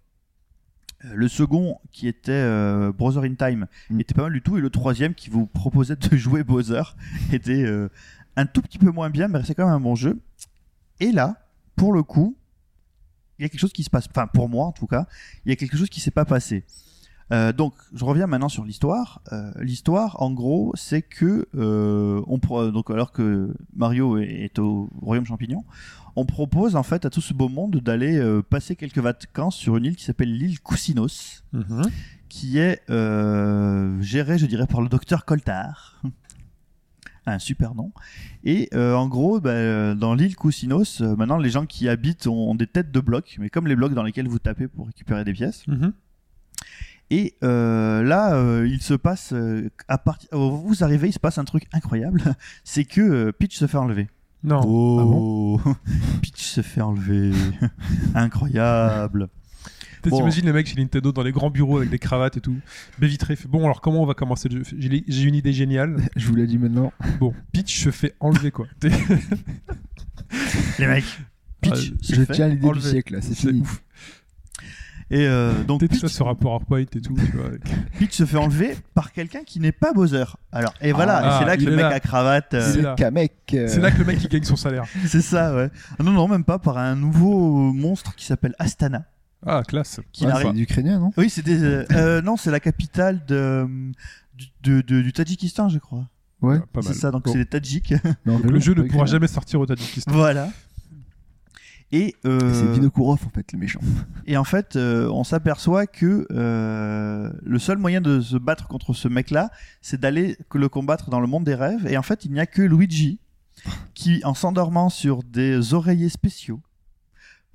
[SPEAKER 4] Euh, Le second, qui était euh, Brother in Time,
[SPEAKER 3] Mm.
[SPEAKER 4] était pas mal du tout. Et le troisième, qui vous proposait de jouer Bowser, était euh, un tout petit peu moins bien, mais c'est quand même un bon jeu. Et là, pour le coup, il y a quelque chose qui se passe. Enfin, pour moi, en tout cas, il y a quelque chose qui s'est pas passé. Euh, donc, je reviens maintenant sur l'histoire. Euh, l'histoire, en gros, c'est que euh, on pro- donc alors que Mario est, est au Royaume Champignon, on propose en fait à tout ce beau monde d'aller euh, passer quelques vacances sur une île qui s'appelle l'île Cousinos,
[SPEAKER 2] Mhm.
[SPEAKER 4] qui est euh, gérée, je dirais, par le docteur Coltard. Un super nom. Et euh, en gros, bah, euh, dans l'île Cousinos, euh, maintenant les gens qui y habitent ont, ont des têtes de blocs, mais comme les blocs dans lesquels vous tapez pour récupérer des pièces.
[SPEAKER 2] Mhm.
[SPEAKER 4] Et euh, là, euh, il se passe, euh, à partir, oh, vous arrivez, il se passe un truc incroyable, c'est que euh, Peach se fait enlever.
[SPEAKER 2] Non.
[SPEAKER 4] Oh, Peach se fait enlever, incroyable.
[SPEAKER 2] Peut-être
[SPEAKER 4] Bon.
[SPEAKER 2] T'imagines les mecs chez Nintendo dans les grands bureaux avec des cravates et tout. Baie vitrée fait bon alors comment on va commencer le jeu J'ai les- J'ai une idée géniale.
[SPEAKER 3] Je vous l'ai dit maintenant.
[SPEAKER 2] Bon, Peach se fait enlever quoi. T'es-
[SPEAKER 4] Les mecs, Peach
[SPEAKER 2] Euh,
[SPEAKER 4] se
[SPEAKER 3] Ah, Je
[SPEAKER 4] fait
[SPEAKER 3] tiens l'idée du
[SPEAKER 4] enlever.
[SPEAKER 3] siècle, là, c'est
[SPEAKER 2] C'est
[SPEAKER 3] fini.
[SPEAKER 2] ouf.
[SPEAKER 4] Et euh, donc
[SPEAKER 2] Peut-être
[SPEAKER 4] Peach, Euh.
[SPEAKER 2] ça sera PowerPoint et tout. Tu vois.
[SPEAKER 4] Peach se fait enlever par quelqu'un qui n'est pas Bowser. Alors, et voilà,
[SPEAKER 2] Ah,
[SPEAKER 4] et c'est là que
[SPEAKER 2] il
[SPEAKER 4] le
[SPEAKER 2] est
[SPEAKER 4] mec
[SPEAKER 2] là.
[SPEAKER 4] à cravate, euh,
[SPEAKER 2] C'est
[SPEAKER 3] C'est
[SPEAKER 2] là.
[SPEAKER 3] Kamek.
[SPEAKER 2] C'est là que le mec il gagne son salaire.
[SPEAKER 4] c'est ça, ouais. Non, non, même pas, par un nouveau monstre qui s'appelle Astana.
[SPEAKER 2] Ah classe.
[SPEAKER 4] Qui n'arrive-
[SPEAKER 3] c'est ukrainien, non
[SPEAKER 4] Oui, c'est des. euh, euh, non, c'est la capitale de, du, de- de- du Tadjikistan, je crois.
[SPEAKER 3] Ouais.
[SPEAKER 2] Ah, pas
[SPEAKER 4] C'est
[SPEAKER 2] mal.
[SPEAKER 4] ça, donc
[SPEAKER 2] Bon.
[SPEAKER 4] c'est des Tadjiks.
[SPEAKER 3] Mais en
[SPEAKER 2] Donc, le
[SPEAKER 3] vélo,
[SPEAKER 2] jeu
[SPEAKER 3] pas
[SPEAKER 2] ne pourra
[SPEAKER 3] ukrainien.
[SPEAKER 2] jamais sortir au Tadjikistan.
[SPEAKER 4] voilà. Et, euh,
[SPEAKER 3] C'est Vinokourov en fait, le méchant.
[SPEAKER 4] et en fait, euh, on s'aperçoit que euh, le seul moyen de se battre contre ce mec-là, c'est d'aller que le combattre dans le monde des rêves. Et en fait, il n'y a que Luigi qui, en s'endormant sur des oreillers spéciaux,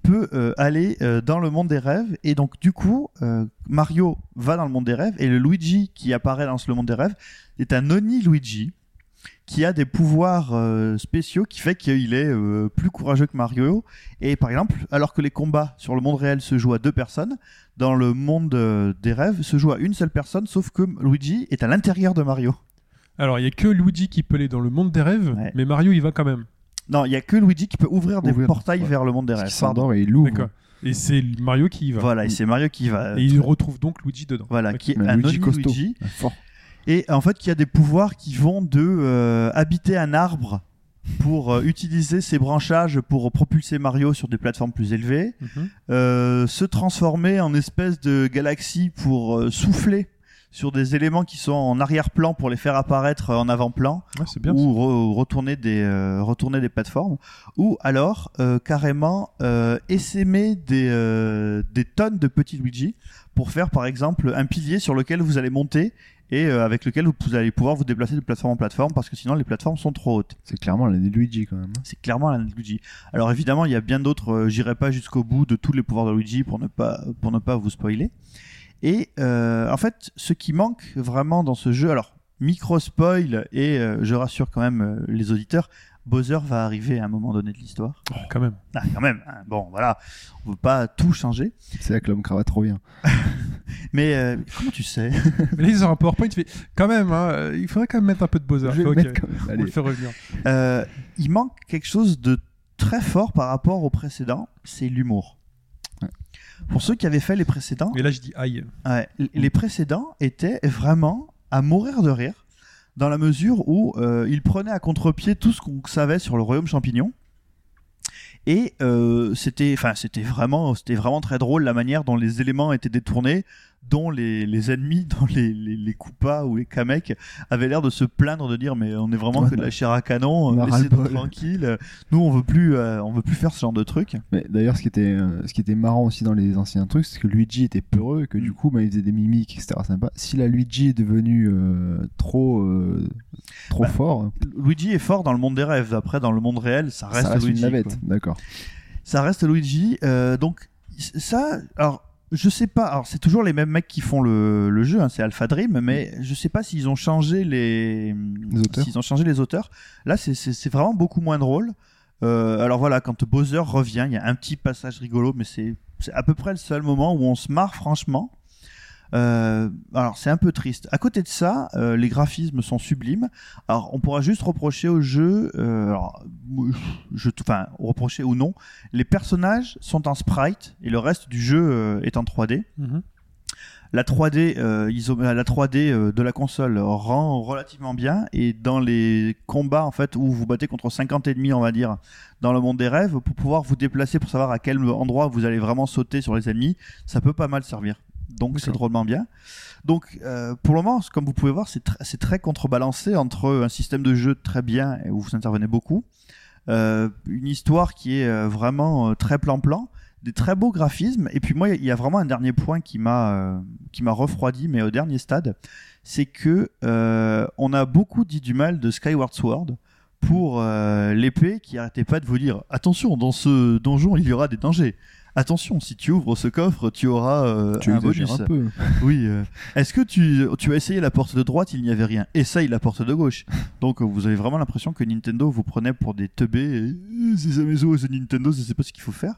[SPEAKER 4] peut euh, aller euh, dans le monde des rêves. Et donc, du coup, euh, Mario va dans le monde des rêves et le Luigi qui apparaît dans ce- le monde des rêves est un Oni Luigi qui a des pouvoirs euh, spéciaux qui fait qu'il est euh, plus courageux que Mario. Et par exemple, alors que les combats sur le monde réel se jouent à deux personnes, dans le monde euh, des rêves se joue à une seule personne, sauf que Luigi est à l'intérieur de Mario.
[SPEAKER 2] Alors il y a que Luigi qui peut aller dans le monde des rêves,
[SPEAKER 4] Ouais.
[SPEAKER 2] mais Mario il va quand même.
[SPEAKER 4] Non, il y a que Luigi qui peut ouvrir des
[SPEAKER 3] Ouvrir,
[SPEAKER 4] portails
[SPEAKER 3] ouais.
[SPEAKER 4] vers le monde des
[SPEAKER 3] Parce
[SPEAKER 4] rêves.
[SPEAKER 3] qu'il
[SPEAKER 4] Pardon.
[SPEAKER 3] s'endort et il l'ouvre.
[SPEAKER 2] D'accord. Et c'est Mario qui y va.
[SPEAKER 4] Voilà, et c'est Mario qui va.
[SPEAKER 2] Et il retrouve donc Luigi dedans.
[SPEAKER 4] Voilà,
[SPEAKER 2] Ok.
[SPEAKER 4] qui est
[SPEAKER 3] Mais
[SPEAKER 4] un
[SPEAKER 3] Luigi
[SPEAKER 4] Oni
[SPEAKER 3] costaud.
[SPEAKER 4] Luigi.
[SPEAKER 3] Ah, Fort.
[SPEAKER 4] Et en fait, qui a des pouvoirs qui vont de euh, habiter un arbre pour euh, utiliser ses branchages pour propulser Mario sur des plateformes plus élevées.
[SPEAKER 2] Mhm.
[SPEAKER 4] euh, se transformer en espèce de galaxie pour euh, souffler sur des éléments qui sont en arrière-plan pour les faire apparaître euh, en avant-plan
[SPEAKER 2] Ouais, c'est bien.
[SPEAKER 4] ou re- retourner des euh, retourner des plateformes ou alors euh, carrément euh, essaimer des euh, des tonnes de petits Luigi pour faire par exemple un pilier sur lequel vous allez monter et euh, avec lequel vous, vous allez pouvoir vous déplacer de plateforme en plateforme parce que sinon les plateformes sont trop hautes.
[SPEAKER 3] C'est clairement l'année de Luigi quand même.
[SPEAKER 4] C'est clairement la Luigi. Alors évidemment, il y a bien d'autres. euh, J'irai pas jusqu'au bout de tous les pouvoirs de Luigi pour ne pas pour ne pas vous spoiler. Et euh, en fait, ce qui manque vraiment dans ce jeu, alors micro spoil et euh, je rassure quand même euh, les auditeurs, Bowser va arriver à un moment donné de l'histoire.
[SPEAKER 2] Quand même.
[SPEAKER 4] Ah, quand même. hein, Bon, voilà, on peut pas tout changer.
[SPEAKER 3] C'est là que l'homme cravate revient.
[SPEAKER 4] Mais euh, comment tu sais
[SPEAKER 2] Mais là, ils ont un PowerPoint, il fait quand même, hein, euh, il faudrait quand même mettre un peu de Beaux-Arts.
[SPEAKER 3] Je vais
[SPEAKER 2] Ah, Ok,
[SPEAKER 3] mettre quand même.
[SPEAKER 2] on
[SPEAKER 3] Allez.
[SPEAKER 2] le fait revenir.
[SPEAKER 4] Euh, il manque quelque chose de très fort par rapport au précédent, c'est l'humour.
[SPEAKER 3] Ouais.
[SPEAKER 4] Pour ceux qui avaient fait les précédents,
[SPEAKER 2] Et là, je dis aïe.
[SPEAKER 4] Ouais, l-
[SPEAKER 3] Mm.
[SPEAKER 4] les précédents étaient vraiment à mourir de rire, dans la mesure où euh, ils prenaient à contre-pied tout ce qu'on savait sur le royaume champignon. Et euh, c'était, enfin, c'était vraiment, c'était vraiment très drôle la manière dont les éléments étaient détournés, dont les, les ennemis, dont les, les, les Koopas ou les Kamek avaient l'air de se plaindre, de dire mais on est vraiment que de la chair à canon,
[SPEAKER 3] On a
[SPEAKER 4] euh, laissez-nous
[SPEAKER 3] ras-le-bol.
[SPEAKER 4] tranquille, nous on veut plus, euh, on veut plus faire ce genre de truc.
[SPEAKER 3] Mais d'ailleurs, ce qui était, euh, ce qui était marrant aussi dans les anciens trucs, c'est que Luigi était peureux, et que du
[SPEAKER 4] Mm.
[SPEAKER 3] coup, bah, il faisait des mimiques, etc. Sympa. Si la Luigi est devenue euh, trop, euh, trop
[SPEAKER 4] Bah,
[SPEAKER 3] fort,
[SPEAKER 4] Luigi est fort dans le monde des rêves, après dans le monde réel ça reste,
[SPEAKER 3] ça reste
[SPEAKER 4] Luigi.
[SPEAKER 3] une
[SPEAKER 4] quoi.
[SPEAKER 3] navette, d'accord.
[SPEAKER 4] ça reste Luigi. euh, donc ça, alors je sais pas. Alors c'est toujours les mêmes mecs qui font le, le jeu, hein, c'est Alpha Dream, mais je sais pas s'ils ont changé les,
[SPEAKER 3] Mm. Les auteurs.
[SPEAKER 4] s'ils ont changé les auteurs. Là, c'est- c'est c'est vraiment beaucoup moins drôle. Euh, alors voilà, quand Bowser revient, il y a un petit passage rigolo, mais c'est c'est à peu près le seul moment où on se marre franchement. Euh, alors c'est un peu triste. À côté de ça, euh, les graphismes sont sublimes. Alors on pourra juste reprocher au jeu, euh, alors, je, enfin reprocher ou non, les personnages sont en sprite et le reste du jeu euh, est en 3D.
[SPEAKER 2] Mhm.
[SPEAKER 4] La 3D, euh, iso- la 3D euh, de la console rend relativement bien et dans les combats en fait où vous battez contre 50 ennemis on va dire dans le monde des rêves pour pouvoir vous déplacer pour savoir à quel endroit vous allez vraiment sauter sur les ennemis, ça peut pas mal servir. Donc c'est
[SPEAKER 2] D'accord.
[SPEAKER 4] drôlement bien. Donc euh, pour le moment, c- comme vous pouvez voir, c'est tr- c'est très contrebalancé entre un système de jeu très bien et où vous intervenez beaucoup, euh, une histoire qui est euh, vraiment euh, très plan-plan, des très beaux graphismes. Et puis moi, il y a vraiment un dernier point qui m'a euh, qui m'a refroidi, mais au dernier stade, c'est que euh, on a beaucoup dit du mal de Skyward Sword pour euh, l'épée qui arrêtait pas de vous dire attention dans ce donjon il y aura des dangers. Attention, si tu ouvres ce coffre, tu auras euh,
[SPEAKER 3] Tu
[SPEAKER 4] un
[SPEAKER 3] exagères
[SPEAKER 4] bonus.
[SPEAKER 3] un peu.
[SPEAKER 4] Oui. euh, Est-ce que tu, tu as essayé la porte de droite, il n'y avait rien. Essaye la porte de gauche. Donc euh, vous avez vraiment l'impression que Nintendo vous prenait pour des teubés. et, Euh, C'est Zamezo, c'est Nintendo, je sais pas ce qu'il faut faire.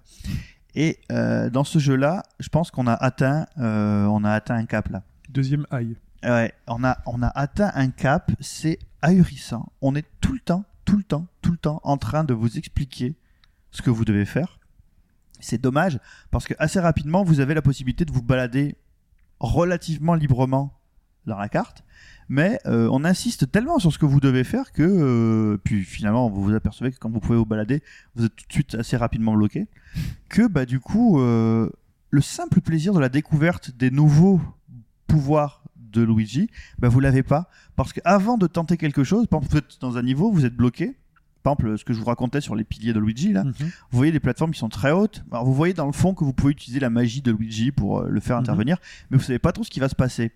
[SPEAKER 4] Et euh, dans ce jeu-là, je pense qu'on a atteint, euh, on a atteint un cap là.
[SPEAKER 2] Deuxième aïe.
[SPEAKER 4] Ouais, on a, on a atteint un cap, c'est ahurissant. On est tout le temps, tout le temps, tout le temps en train de vous expliquer ce que vous devez faire. C'est dommage parce que assez rapidement, vous avez la possibilité de vous balader relativement librement dans la carte, mais euh, on insiste tellement sur ce que vous devez faire que euh, puis finalement vous vous apercevez que quand vous pouvez vous balader, vous êtes tout de suite assez rapidement bloqué, que bah du coup euh, le simple plaisir de la découverte des nouveaux pouvoir de Luigi, bah vous l'avez pas. Parce qu'avant de tenter quelque chose, par exemple, vous êtes dans un niveau, vous êtes bloqué. Par exemple, ce que je vous racontais sur les piliers de Luigi, là,
[SPEAKER 3] Ah.
[SPEAKER 2] Mhm.
[SPEAKER 4] vous voyez des plateformes qui sont très hautes. Alors, vous voyez dans le fond que vous pouvez utiliser la magie de Luigi pour euh, le faire
[SPEAKER 2] Mhm.
[SPEAKER 4] intervenir, mais vous savez pas trop ce qui va se passer.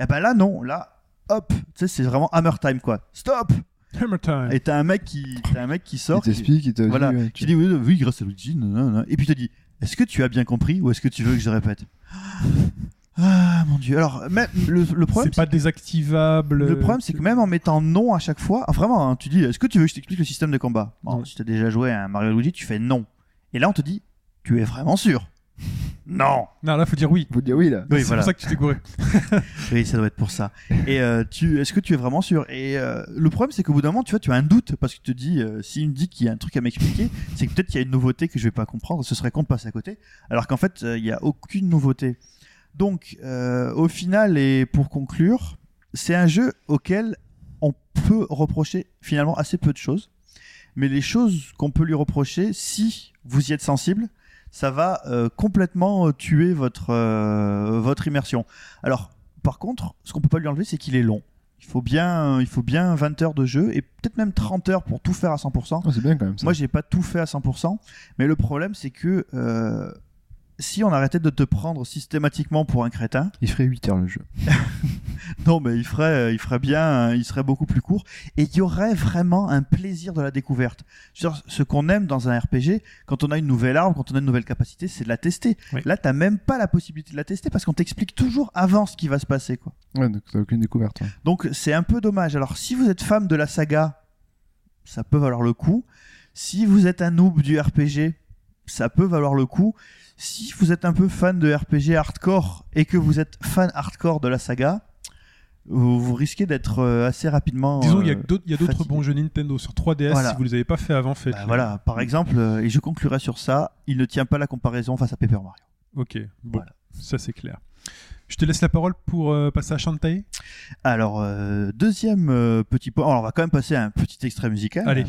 [SPEAKER 4] Et ben là, non, là, hop, tu sais, c'est vraiment hammer time, quoi. Stop
[SPEAKER 2] Hammer time.
[SPEAKER 4] Et t'as un mec qui, t'as un mec qui
[SPEAKER 3] Il
[SPEAKER 4] sort. qui-
[SPEAKER 3] t'explique, il te
[SPEAKER 4] voilà.
[SPEAKER 3] dit, ouais,
[SPEAKER 4] tu
[SPEAKER 3] tu-
[SPEAKER 4] dis oui, oui, grâce à Luigi, nanana. et puis tu dis est-ce que tu as bien compris ou est-ce que tu veux que je répète Ah mon dieu. Alors, même le, le problème,
[SPEAKER 2] C'est pas désactivable.
[SPEAKER 4] le problème, c'est que même en mettant non à chaque fois, ah, vraiment, hein, tu dis, est-ce que tu veux que je t'explique le système de combat Bon,
[SPEAKER 2] Non.
[SPEAKER 4] Si t'as déjà joué à un Mario Luigi, tu fais non. Et là, on te dit, tu es vraiment sûr Non.
[SPEAKER 2] Non, là, faut dire oui.
[SPEAKER 3] Faut dire oui là.
[SPEAKER 4] Oui,
[SPEAKER 2] c'est
[SPEAKER 4] voilà.
[SPEAKER 2] pour ça que tu t'es gouré.
[SPEAKER 4] Oui, ça doit être pour ça. Et euh, tu, est-ce que tu es vraiment sûr Et euh, le problème, c'est qu'au bout d'un moment, tu vois, tu as un doute parce que tu te dis, euh, s'il me dit qu'il y a un truc à m'expliquer, c'est que peut-être qu'il y a une nouveauté que je vais pas comprendre. Ce serait qu'on passe à côté, alors qu'en fait, euh, il y a aucune nouveauté. Donc, euh, au final et pour conclure, c'est un jeu auquel on peut reprocher finalement assez peu de choses, mais les choses qu'on peut lui reprocher, si vous y êtes sensible, ça va euh, complètement euh, tuer votre euh, votre immersion. Alors Par contre, ce qu'on peut pas lui enlever, c'est qu'il est long. Il faut bien, il faut bien 20 heures de jeu et peut-être même 30 heures pour tout faire à 100%.
[SPEAKER 3] Oh, c'est bien quand même ça.
[SPEAKER 4] Moi, j'ai pas tout fait à 100%, mais le problème, c'est que euh, si on arrêtait de te prendre systématiquement pour un crétin,
[SPEAKER 3] Il ferait 8 heures le jeu.
[SPEAKER 4] non, mais il ferait, euh, il ferait bien, euh, il serait beaucoup plus court et il y aurait vraiment un plaisir de la découverte. Sur ce qu'on aime dans un RPG, quand on a une nouvelle arme, quand on a une nouvelle capacité, c'est de la tester.
[SPEAKER 2] Oui.
[SPEAKER 4] Là, t'as même pas la possibilité de la tester parce qu'on t'explique toujours avant ce qui va se passer, quoi.
[SPEAKER 3] Ouais, donc t'as aucune découverte. hein. ouais.
[SPEAKER 4] Donc c'est un peu dommage. Alors si vous êtes fan de la saga, ça peut valoir le coup. Si vous êtes un noob du RPG, ça peut valoir le coup. Si vous êtes un peu fan de RPG hardcore et que vous êtes fan hardcore de la saga, vous, vous risquez d'être euh, assez rapidement.
[SPEAKER 2] Disons, il y a
[SPEAKER 4] euh,
[SPEAKER 2] d'autres- il y a d'autres
[SPEAKER 4] fatigué.
[SPEAKER 2] bons jeux Nintendo sur 3DS
[SPEAKER 4] Voilà.
[SPEAKER 2] si vous les avez pas fait avant, faites.
[SPEAKER 4] bah, voilà, par exemple, euh, et je conclurai sur ça, il ne tient pas la comparaison face à Paper Mario.
[SPEAKER 2] Ok, bon,
[SPEAKER 4] Voilà.
[SPEAKER 2] ça c'est clair. Je te laisse la parole pour euh, passer à Shantae.
[SPEAKER 4] Alors, euh, deuxième euh, petit point, alors on va quand même passer à un petit extrait musical.
[SPEAKER 2] Allez.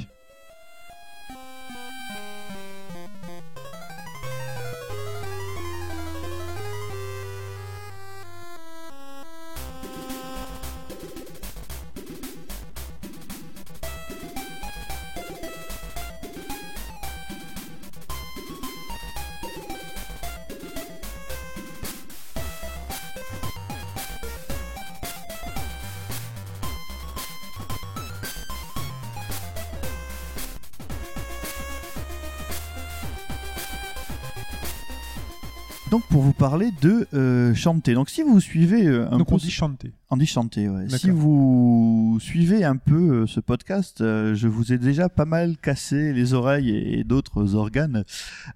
[SPEAKER 4] Donc pour vous parler de euh, Shantae. Donc si vous suivez euh, un
[SPEAKER 2] Donc on
[SPEAKER 4] peu-
[SPEAKER 2] dit Shantae.
[SPEAKER 4] on dit Shantae, ouais.
[SPEAKER 2] D'accord.
[SPEAKER 4] Si vous suivez un peu euh, ce podcast, euh, je vous ai déjà pas mal cassé les oreilles et, et d'autres organes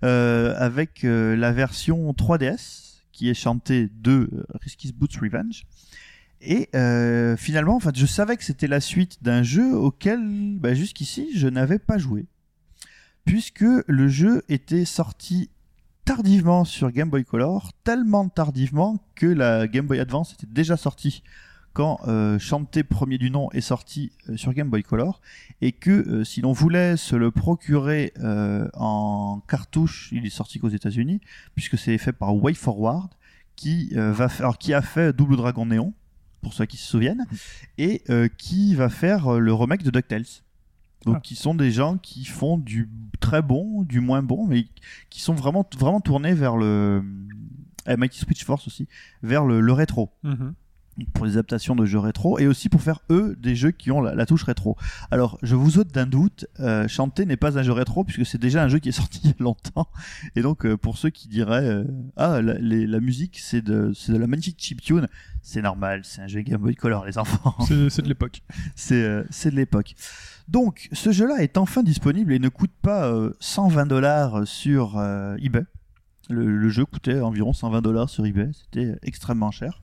[SPEAKER 4] euh, avec euh, la version 3DS qui est chantée de euh, Risky's Boots Revenge. Et euh, finalement, en fait, je savais que c'était la suite d'un jeu auquel bah, jusqu'ici je n'avais pas joué, puisque le jeu était sorti tardivement sur Game Boy Color, tellement tardivement que la Game Boy Advance était déjà sortie quand euh, Shantae premier du nom est sorti euh, sur Game Boy Color et que euh, si l'on voulait se le procurer euh, en cartouche, il est sorti qu'aux États-Unis puisque c'est fait par Way Forward qui euh, va faire, alors, qui a fait Double Dragon Néon pour ceux qui se souviennent et euh, qui va faire euh, le remake de DuckTales. Donc
[SPEAKER 2] Ah.
[SPEAKER 4] qui sont des gens qui font du très bon, du moins bon mais qui sont vraiment vraiment tournés vers le eh, Mighty Switch Force aussi, vers le- le rétro
[SPEAKER 2] Mhm.
[SPEAKER 4] pour les adaptations de jeux rétro et aussi pour faire eux des jeux qui ont la, la touche rétro. Alors je vous ôte d'un doute, euh, Shantae n'est pas un jeu rétro puisque c'est déjà un jeu qui est sorti il y a longtemps. Et donc euh, pour ceux qui diraient euh, ah la, les- la musique c'est de c'est de la magnifique chiptune, c'est normal, c'est un jeu Game Boy Color les enfants
[SPEAKER 2] C'est c'est de l'époque.
[SPEAKER 4] c'est euh, c'est de l'époque. Donc, ce jeu-là est enfin disponible et ne coûte pas euh, 120 dollars sur euh, eBay. Le, le jeu coûtait environ 120 dollars sur eBay, c'était extrêmement cher.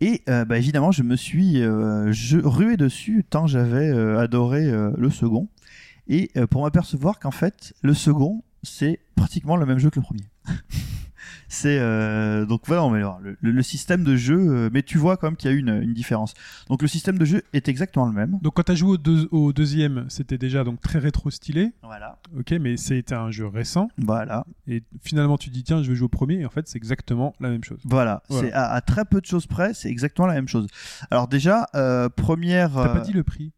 [SPEAKER 4] Et euh, bah, évidemment, je me suis euh, je- rué dessus tant j'avais euh, adoré euh, le second. Et euh, pour m'apercevoir qu'en fait, le second, c'est pratiquement le même jeu que le premier. c'est euh, donc voilà, on va voir, le, le- le système de jeu, euh, mais tu vois quand même qu'il y a eu une- une différence. Donc le système de jeu est exactement le même.
[SPEAKER 2] Donc quand t'as joué au, deux- au deuxième, c'était déjà donc très rétro stylé,
[SPEAKER 4] Voilà.
[SPEAKER 2] ok, mais c'était un jeu récent.
[SPEAKER 4] Voilà.
[SPEAKER 2] Et finalement tu dis tiens, je vais jouer au premier, et en fait c'est exactement la même chose.
[SPEAKER 4] Voilà.
[SPEAKER 2] Voilà.
[SPEAKER 4] C'est à, à très peu de choses près, c'est exactement la même chose. Alors déjà, euh, première.
[SPEAKER 2] T'as pas dit le prix.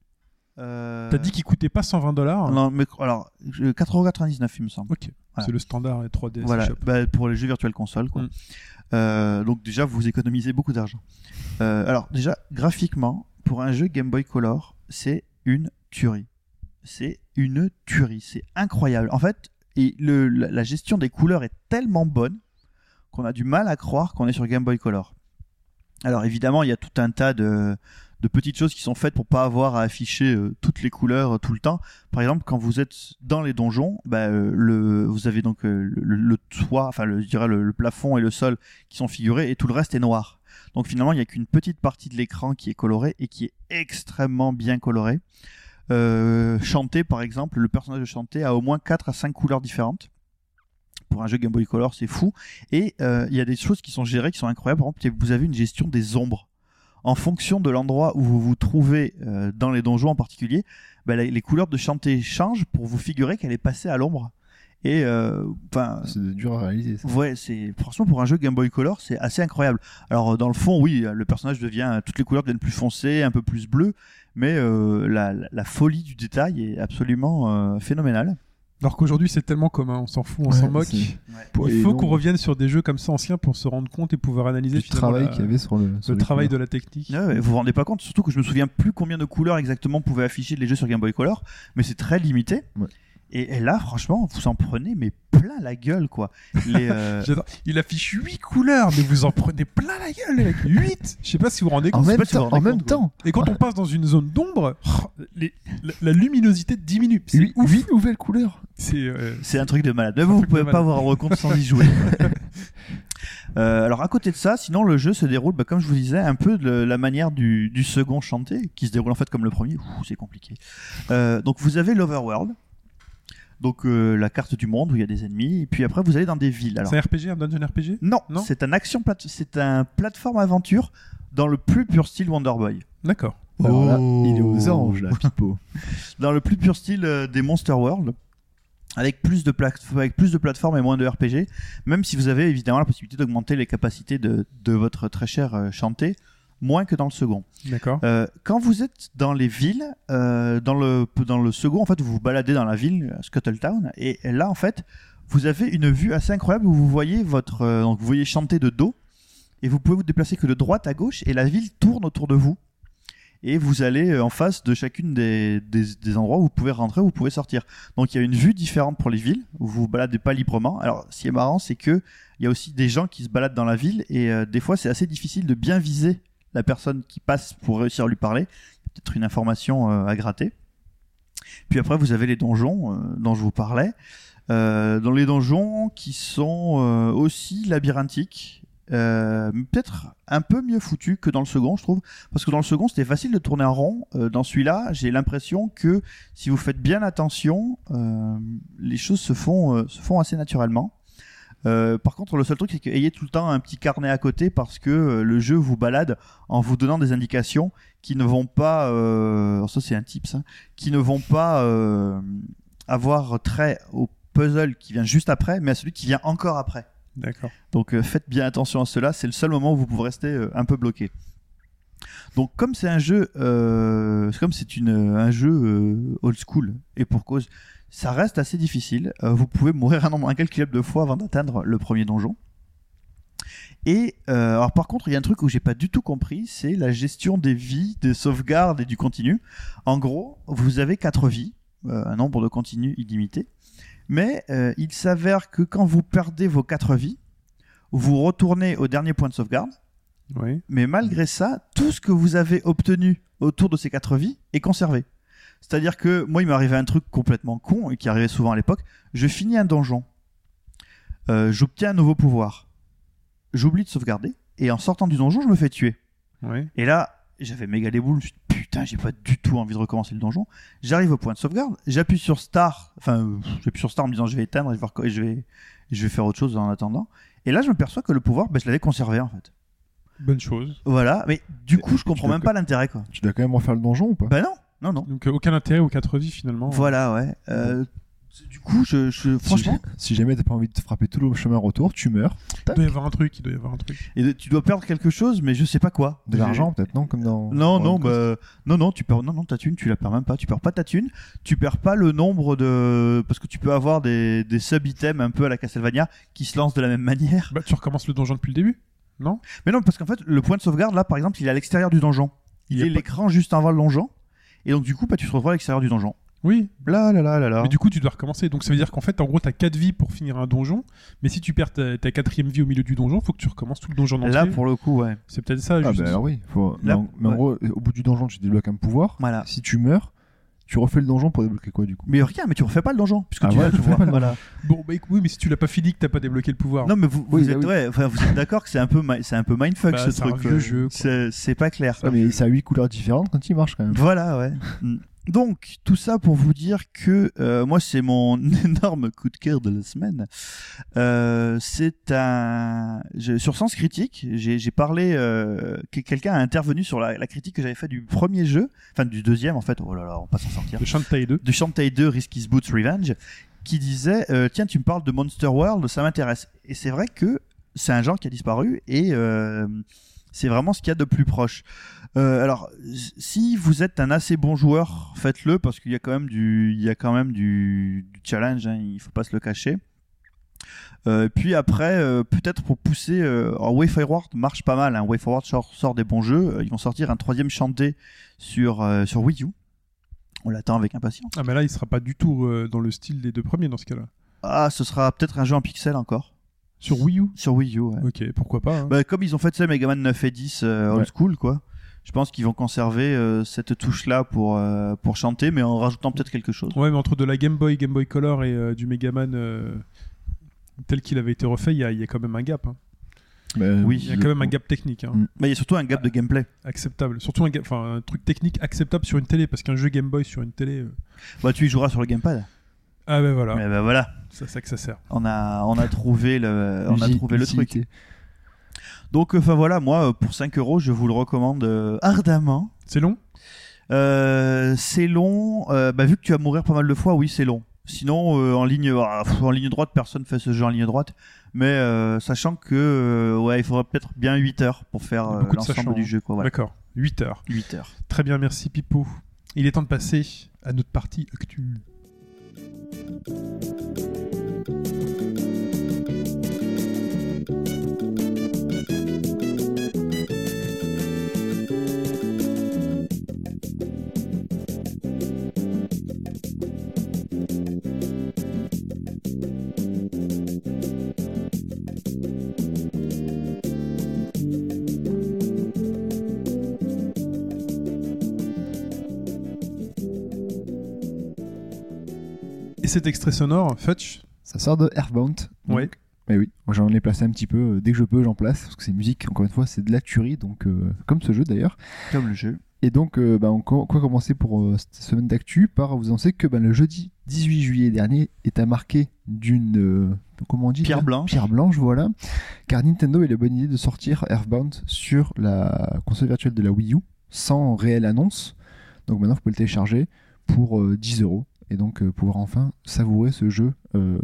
[SPEAKER 4] euh,
[SPEAKER 2] T'as dit qu'il coûtait pas 120 dollars.
[SPEAKER 4] Non, mais alors je- 4,99 il me semble.
[SPEAKER 2] Ok.
[SPEAKER 4] Voilà.
[SPEAKER 2] C'est le standard et 3DS
[SPEAKER 4] Voilà,
[SPEAKER 2] eShop.
[SPEAKER 4] bah, pour les jeux virtual console. Quoi.
[SPEAKER 2] Mm.
[SPEAKER 4] Euh, donc déjà, vous économisez beaucoup d'argent. Euh, alors déjà, graphiquement, pour un jeu Game Boy Color, c'est une tuerie. C'est une tuerie, c'est incroyable. En fait, et le, la, la gestion des couleurs est tellement bonne qu'on a du mal à croire qu'on est sur Game Boy Color. Alors évidemment, il y a tout un tas de, de petites choses qui sont faites pour pas avoir à afficher euh, toutes les couleurs euh, tout le temps. Par exemple, quand vous êtes dans les donjons, bah, euh, le, vous avez donc euh, le, le toit, enfin le, je dirais le, le plafond et le sol qui sont figurés et tout le reste est noir. Donc finalement, il n'y a qu'une petite partie de l'écran qui est colorée et qui est extrêmement bien colorée. Euh, Shantae, par exemple, le personnage de Shantae a au moins 4 à 5 couleurs différentes. Pour un jeu Game Boy Color, c'est fou. Et euh, il y a des choses qui sont gérées qui sont incroyables. Par exemple, vous avez une gestion des ombres. En fonction de l'endroit où vous vous trouvez euh, dans ben, les donjons en particulier, bah, les, les couleurs de Shantae changent pour vous figurer qu'elle est passée à l'ombre. Et euh, enfin,
[SPEAKER 3] C'est dur à réaliser. Ça.
[SPEAKER 4] Ouais, c'est franchement pour un jeu Game Boy Color, c'est assez incroyable. Alors euh, dans le fond, oui, le personnage devient euh, toutes les couleurs deviennent plus foncées, un peu plus bleues, mais euh, la, la- la folie du détail est absolument euh, phénoménale.
[SPEAKER 2] Alors qu'aujourd'hui, c'est tellement commun, on s'en fout, on s'en
[SPEAKER 3] Ouais,
[SPEAKER 2] moque.
[SPEAKER 3] c'est-
[SPEAKER 2] Pour-
[SPEAKER 3] Et
[SPEAKER 2] Il faut
[SPEAKER 3] non.
[SPEAKER 2] qu'on revienne sur des jeux comme ça anciens pour se rendre compte et pouvoir analyser
[SPEAKER 3] Du
[SPEAKER 2] finalement
[SPEAKER 3] travail
[SPEAKER 2] la-
[SPEAKER 3] qu'il y avait sur le. sur
[SPEAKER 2] le
[SPEAKER 3] les
[SPEAKER 2] travail de
[SPEAKER 3] couleurs.
[SPEAKER 2] la technique.
[SPEAKER 4] Ah Ouais, ouais, vous vous rendez pas compte, surtout que je me souviens plus combien de couleurs exactement pouvaient afficher les jeux sur Game Boy Color, mais c'est très limité.
[SPEAKER 3] Ouais.
[SPEAKER 4] Et, et là, franchement, vous en prenez mais plein la gueule, quoi. Les, euh,
[SPEAKER 2] J'adore. Il affiche 8 couleurs, mais vous en prenez plein la gueule, les mecs. 8 Je sais pas si vous vous rendez
[SPEAKER 3] En
[SPEAKER 2] compte.
[SPEAKER 4] sait
[SPEAKER 3] même
[SPEAKER 4] pas si vous vous
[SPEAKER 3] temps, en
[SPEAKER 4] rendez
[SPEAKER 3] même
[SPEAKER 4] compte,
[SPEAKER 3] temps,
[SPEAKER 2] Et quand on passe dans une zone d'ombre, oh, les- la, la luminosité diminue. C'est
[SPEAKER 3] huit
[SPEAKER 2] ouf.
[SPEAKER 3] huit nouvelles couleurs.
[SPEAKER 2] C'est, euh,
[SPEAKER 4] C'est un truc de malade. Vous ne
[SPEAKER 2] truc de
[SPEAKER 4] pouvez pas
[SPEAKER 2] malade.
[SPEAKER 4] vous rendre compte sans y jouer. Euh, alors à côté de ça, sinon le jeu se déroule, bah, comme je vous disais, un peu de la manière du, du second chanté, qui se déroule en fait comme le premier. Ouh, c'est compliqué. Euh, donc vous avez l'Overworld, donc euh, la carte du monde où il y a des ennemis, et puis après vous allez dans des villes. Alors
[SPEAKER 2] c'est un RPG, un dungeon RPG
[SPEAKER 4] non,
[SPEAKER 2] Non.
[SPEAKER 4] c'est un action plate- c'est un plateforme aventure dans le plus pur style Wonderboy.
[SPEAKER 2] D'accord.
[SPEAKER 3] Alors là, il est
[SPEAKER 2] Oh.
[SPEAKER 3] aux anges,
[SPEAKER 4] Oh,
[SPEAKER 3] là, Pipo.
[SPEAKER 4] dans le plus pur style euh, des Monster World, avec plus, de plate- avec plus de plateformes et moins de RPG, même si vous avez évidemment la possibilité d'augmenter les capacités de, de votre très cher euh, Shantae, moins que dans le second.
[SPEAKER 2] D'accord.
[SPEAKER 4] Euh, quand vous êtes dans les villes, euh, dans, le, dans le second, en fait, vous vous baladez dans la ville, euh, Scuttletown, et là, en fait, vous avez une vue assez incroyable où vous voyez votre, euh, donc vous voyez chanter de dos, et vous pouvez vous déplacer que de droite à gauche, et la ville tourne autour de vous. Et vous allez euh, en face de chacune des, des, des endroits où vous pouvez rentrer, où vous pouvez sortir. Donc il y a une vue différente pour les villes, où vous vous baladez pas librement. Alors ce qui est marrant, c'est que il y a aussi des gens qui se baladent dans la ville, et euh, des fois c'est assez difficile de bien viser la personne qui passe pour réussir à lui parler. Il y a Peut-être une information euh, à gratter. Puis après, vous avez les donjons euh, dont je vous parlais. Euh, dans les donjons qui sont euh, aussi labyrinthiques, euh, mais peut-être un peu mieux foutus que dans le second, je trouve. Parce que dans le second, c'était facile de tourner en rond. Euh, dans celui-là, j'ai l'impression que si vous faites bien attention, euh, les choses se font, euh, se font assez naturellement. Euh, par contre, le seul truc, c'est que ayez tout le temps un petit carnet à côté parce que euh, le jeu vous balade en vous donnant des indications qui ne vont pas, euh, alors ça c'est un tips, hein, qui ne vont pas euh, avoir trait au puzzle qui vient juste après, mais à celui qui vient encore après.
[SPEAKER 2] D'accord.
[SPEAKER 4] Donc euh, faites bien attention à cela, c'est le seul moment où vous pouvez rester euh, un peu bloqué. Donc comme c'est un jeu, euh, c'est comme c'est une euh, un jeu euh, old school et pour cause, ça reste assez difficile. Euh, vous pouvez mourir un nombre incalculable de fois avant d'atteindre le premier donjon. Et euh, alors par contre, il y a un truc où j'ai pas du tout compris, c'est la gestion des vies, des sauvegardes et du continu. En gros, vous avez quatre vies, euh, un nombre de continus illimité, mais euh, il s'avère que quand vous perdez vos quatre vies, vous retournez au dernier point de sauvegarde,
[SPEAKER 2] Oui.
[SPEAKER 4] mais malgré ça, tout ce que vous avez obtenu autour de ces quatre vies est conservé. C'est-à-dire que moi, il m'est arrivé un truc complètement con et qui arrivait souvent à l'époque. Je finis un donjon, Euh, j'obtiens un nouveau pouvoir, j'oublie de sauvegarder et en sortant du donjon, je me fais tuer.
[SPEAKER 2] Oui.
[SPEAKER 4] Et là, j'avais méga les boules. Je me suis dit, putain, j'ai pas du tout envie de recommencer le donjon. J'arrive au point de sauvegarde. J'appuie sur Star. Enfin, euh, j'appuie sur Star en me disant, je vais éteindre et je vais, reco- et je vais, je vais faire autre chose en attendant. Et là, je me perçois que le pouvoir, ben, je l'avais conservé en fait.
[SPEAKER 2] Bonne chose.
[SPEAKER 4] Voilà. Mais du coup, je comprends
[SPEAKER 3] te-
[SPEAKER 4] même pas l'intérêt quoi.
[SPEAKER 3] Tu dois quand même refaire le donjon ou pas
[SPEAKER 4] Bah non, non, non.
[SPEAKER 2] Donc euh, aucun intérêt aux quatre vies finalement.
[SPEAKER 4] Voilà, ouais. Euh, c'est- du coup, je, je-
[SPEAKER 3] Si
[SPEAKER 4] franchement,
[SPEAKER 3] ja- Si jamais t'as pas envie de te frapper tout le chemin retour, tu meurs.
[SPEAKER 2] Il doit y avoir un truc, il doit y avoir un truc.
[SPEAKER 4] et de- tu dois perdre quelque chose, mais je sais pas quoi.
[SPEAKER 3] De
[SPEAKER 4] J'ai-
[SPEAKER 3] l'argent peut-être, non Comme dans.
[SPEAKER 4] Non,
[SPEAKER 3] dans
[SPEAKER 4] non,
[SPEAKER 3] le cost-
[SPEAKER 4] bah, non, non, tu perds, non, non, ta thune, tu la perds même pas. Tu perds pas ta thune, tu perds pas le nombre de, parce que tu peux avoir des, des sub-items un peu à la Castlevania qui se lancent de la même manière.
[SPEAKER 2] Bah, tu recommences le donjon depuis le début Non
[SPEAKER 4] Mais non, parce qu'en fait, le point de sauvegarde, là, par exemple, il est à l'extérieur du donjon. Il,
[SPEAKER 2] y a
[SPEAKER 4] est
[SPEAKER 2] pas-
[SPEAKER 4] l'écran juste avant le donjon. Et donc, du coup, bah, tu te retrouves à l'extérieur du donjon.
[SPEAKER 2] Oui.
[SPEAKER 4] Là, là, là, là, là.
[SPEAKER 2] Mais du coup, tu dois recommencer. Donc ça veut dire qu'en fait, en gros, t'as quatre vies pour finir un donjon. Mais si tu perds ta, ta quatrième vie au milieu du donjon, faut que tu recommences tout le donjon entier.
[SPEAKER 4] Là, pour ben le coup, ouais.
[SPEAKER 2] C'est peut-être ça.
[SPEAKER 3] Ah
[SPEAKER 2] juste.
[SPEAKER 3] bah alors oui. Faut...
[SPEAKER 4] Là,
[SPEAKER 3] mais en- mais en
[SPEAKER 4] ouais.
[SPEAKER 3] gros, au bout du donjon, tu débloques un pouvoir.
[SPEAKER 4] Voilà.
[SPEAKER 3] Si tu meurs, tu refais le donjon pour débloquer quoi du coup
[SPEAKER 4] Mais rien, mais tu refais pas le donjon, puisque
[SPEAKER 3] Ah
[SPEAKER 4] tu
[SPEAKER 3] ouais,
[SPEAKER 4] l'as,
[SPEAKER 3] tu
[SPEAKER 4] tu
[SPEAKER 3] refais
[SPEAKER 4] vois.
[SPEAKER 3] pas le
[SPEAKER 4] Voilà.
[SPEAKER 2] Bon, bah, écoute, oui, mais si tu l'as pas fini, que t'as pas débloqué le pouvoir.
[SPEAKER 4] Non, mais vous, vous
[SPEAKER 3] Oui,
[SPEAKER 4] êtes,
[SPEAKER 3] bah oui.
[SPEAKER 4] ouais, enfin, vous êtes d'accord que c'est un peu, mi- c'est un peu mindfuck
[SPEAKER 2] Bah,
[SPEAKER 4] ce
[SPEAKER 2] c'est un
[SPEAKER 4] truc.
[SPEAKER 2] vieux
[SPEAKER 4] euh,
[SPEAKER 2] jeu, quoi.
[SPEAKER 4] c'est- c'est pas clair.
[SPEAKER 3] Ouais, mais c'est à huit couleurs différentes quand il marche quand même.
[SPEAKER 4] Voilà, ouais. Mm. Donc, tout ça pour vous dire que euh, moi, c'est mon énorme coup de cœur de la semaine. Euh, c'est un. je- sur Sens Critique, j'ai j'ai parlé. euh, que- Quelqu'un a intervenu sur la, la critique que j'avais fait du premier jeu, enfin du deuxième en fait. Oh là là, on va pas s'en sortir.
[SPEAKER 2] Le Shantae 2.
[SPEAKER 4] Du Shantae 2 Risky's Boots Revenge, qui disait euh, Tiens, tu me parles de Monster World, ça m'intéresse. Et c'est vrai que c'est un genre qui a disparu et euh, c'est vraiment ce qu'il y a de plus proche. Euh, alors, si vous êtes un assez bon joueur, faites-le parce qu'il y a quand même du, il y a quand même du, du challenge, hein, il faut pas se le cacher. Euh, puis après, euh, peut-être pour pousser, euh, alors Way Forward marche pas mal. Hein. Way Forward sort, sort des bons jeux. Ils vont sortir un troisième chanté sur euh, sur Wii U. On l'attend avec impatience.
[SPEAKER 2] Ah, mais là, il sera pas du tout euh, dans le style des deux premiers dans ce cas-là.
[SPEAKER 4] Ah, ce sera peut-être un jeu en pixel encore
[SPEAKER 2] Sur Wii U
[SPEAKER 4] sur Wii U. ouais.
[SPEAKER 2] Ok, pourquoi pas. hein.
[SPEAKER 4] Bah, comme ils ont fait ça, Megaman 9 et 10 euh, old
[SPEAKER 3] Ouais.
[SPEAKER 4] school, quoi. Je pense qu'ils vont conserver euh, cette touche-là pour euh, pour chanter, mais en rajoutant peut-être quelque chose.
[SPEAKER 2] Ouais, mais entre de la Game Boy, Game Boy Color et euh, du Megaman euh, tel qu'il avait été refait, il y, a- il y a quand même un gap. hein.
[SPEAKER 3] Bah,
[SPEAKER 4] Oui,
[SPEAKER 2] Il y a quand même un gap technique hein,
[SPEAKER 3] Mm.
[SPEAKER 4] Mais il y a surtout un gap de gameplay.
[SPEAKER 2] acceptable. Surtout un, gap- enfin, un truc technique acceptable sur une télé, parce qu'un jeu Game Boy sur une télé. euh,
[SPEAKER 4] Bah, tu y joueras sur le gamepad.
[SPEAKER 2] Ah, ben voilà,
[SPEAKER 4] Mais bah voilà,
[SPEAKER 2] ça, ça que ça sert.
[SPEAKER 4] on a on a trouvé le on a
[SPEAKER 3] usi-
[SPEAKER 4] trouvé le truc.
[SPEAKER 3] utilité.
[SPEAKER 4] Donc enfin voilà, moi euh, pour 5 euros, je vous le recommande euh, ardemment.
[SPEAKER 2] C'est long
[SPEAKER 4] Euh, c'est long, euh, bah, vu que tu vas mourir pas mal de fois, oui c'est long. Sinon euh, en ligne ah, pff, en ligne droite, personne fait ce jeu en ligne droite, mais euh, sachant que euh, ouais, il faudra peut-être bien 8 heures pour faire euh,
[SPEAKER 2] Beaucoup de sachant,
[SPEAKER 4] l'ensemble du
[SPEAKER 2] hein.
[SPEAKER 4] jeu quoi, voilà.
[SPEAKER 2] D'accord, 8 heures.
[SPEAKER 4] 8 heures.
[SPEAKER 2] Très bien, merci Pipo. Il est temps de passer à notre partie actu. Et cet extrait sonore, Fetch
[SPEAKER 3] Ça sort de Earthbound. donc-
[SPEAKER 2] Ouais.
[SPEAKER 3] Mais oui, moi, j'en ai placé un petit peu. euh, Dès que je peux, j'en place. Parce que c'est musique, encore une fois, c'est de la tuerie. Donc, euh, comme ce jeu d'ailleurs.
[SPEAKER 4] Comme le jeu.
[SPEAKER 3] Et donc, euh, bah, on co- quoi commencer pour euh, cette semaine d'actu par vous annoncer que bah, le jeudi 18 juillet dernier est à marquer d'une. euh, comment on dit
[SPEAKER 4] Pierre
[SPEAKER 3] là
[SPEAKER 4] blanche.
[SPEAKER 3] Pierre Blanche, voilà. Car Nintendo a eu la bonne idée de sortir Earthbound sur la console virtuelle de la Wii U sans réelle annonce. Donc maintenant, vous pouvez le télécharger pour euh, 10 euros et donc euh, pouvoir enfin savourer ce jeu euh,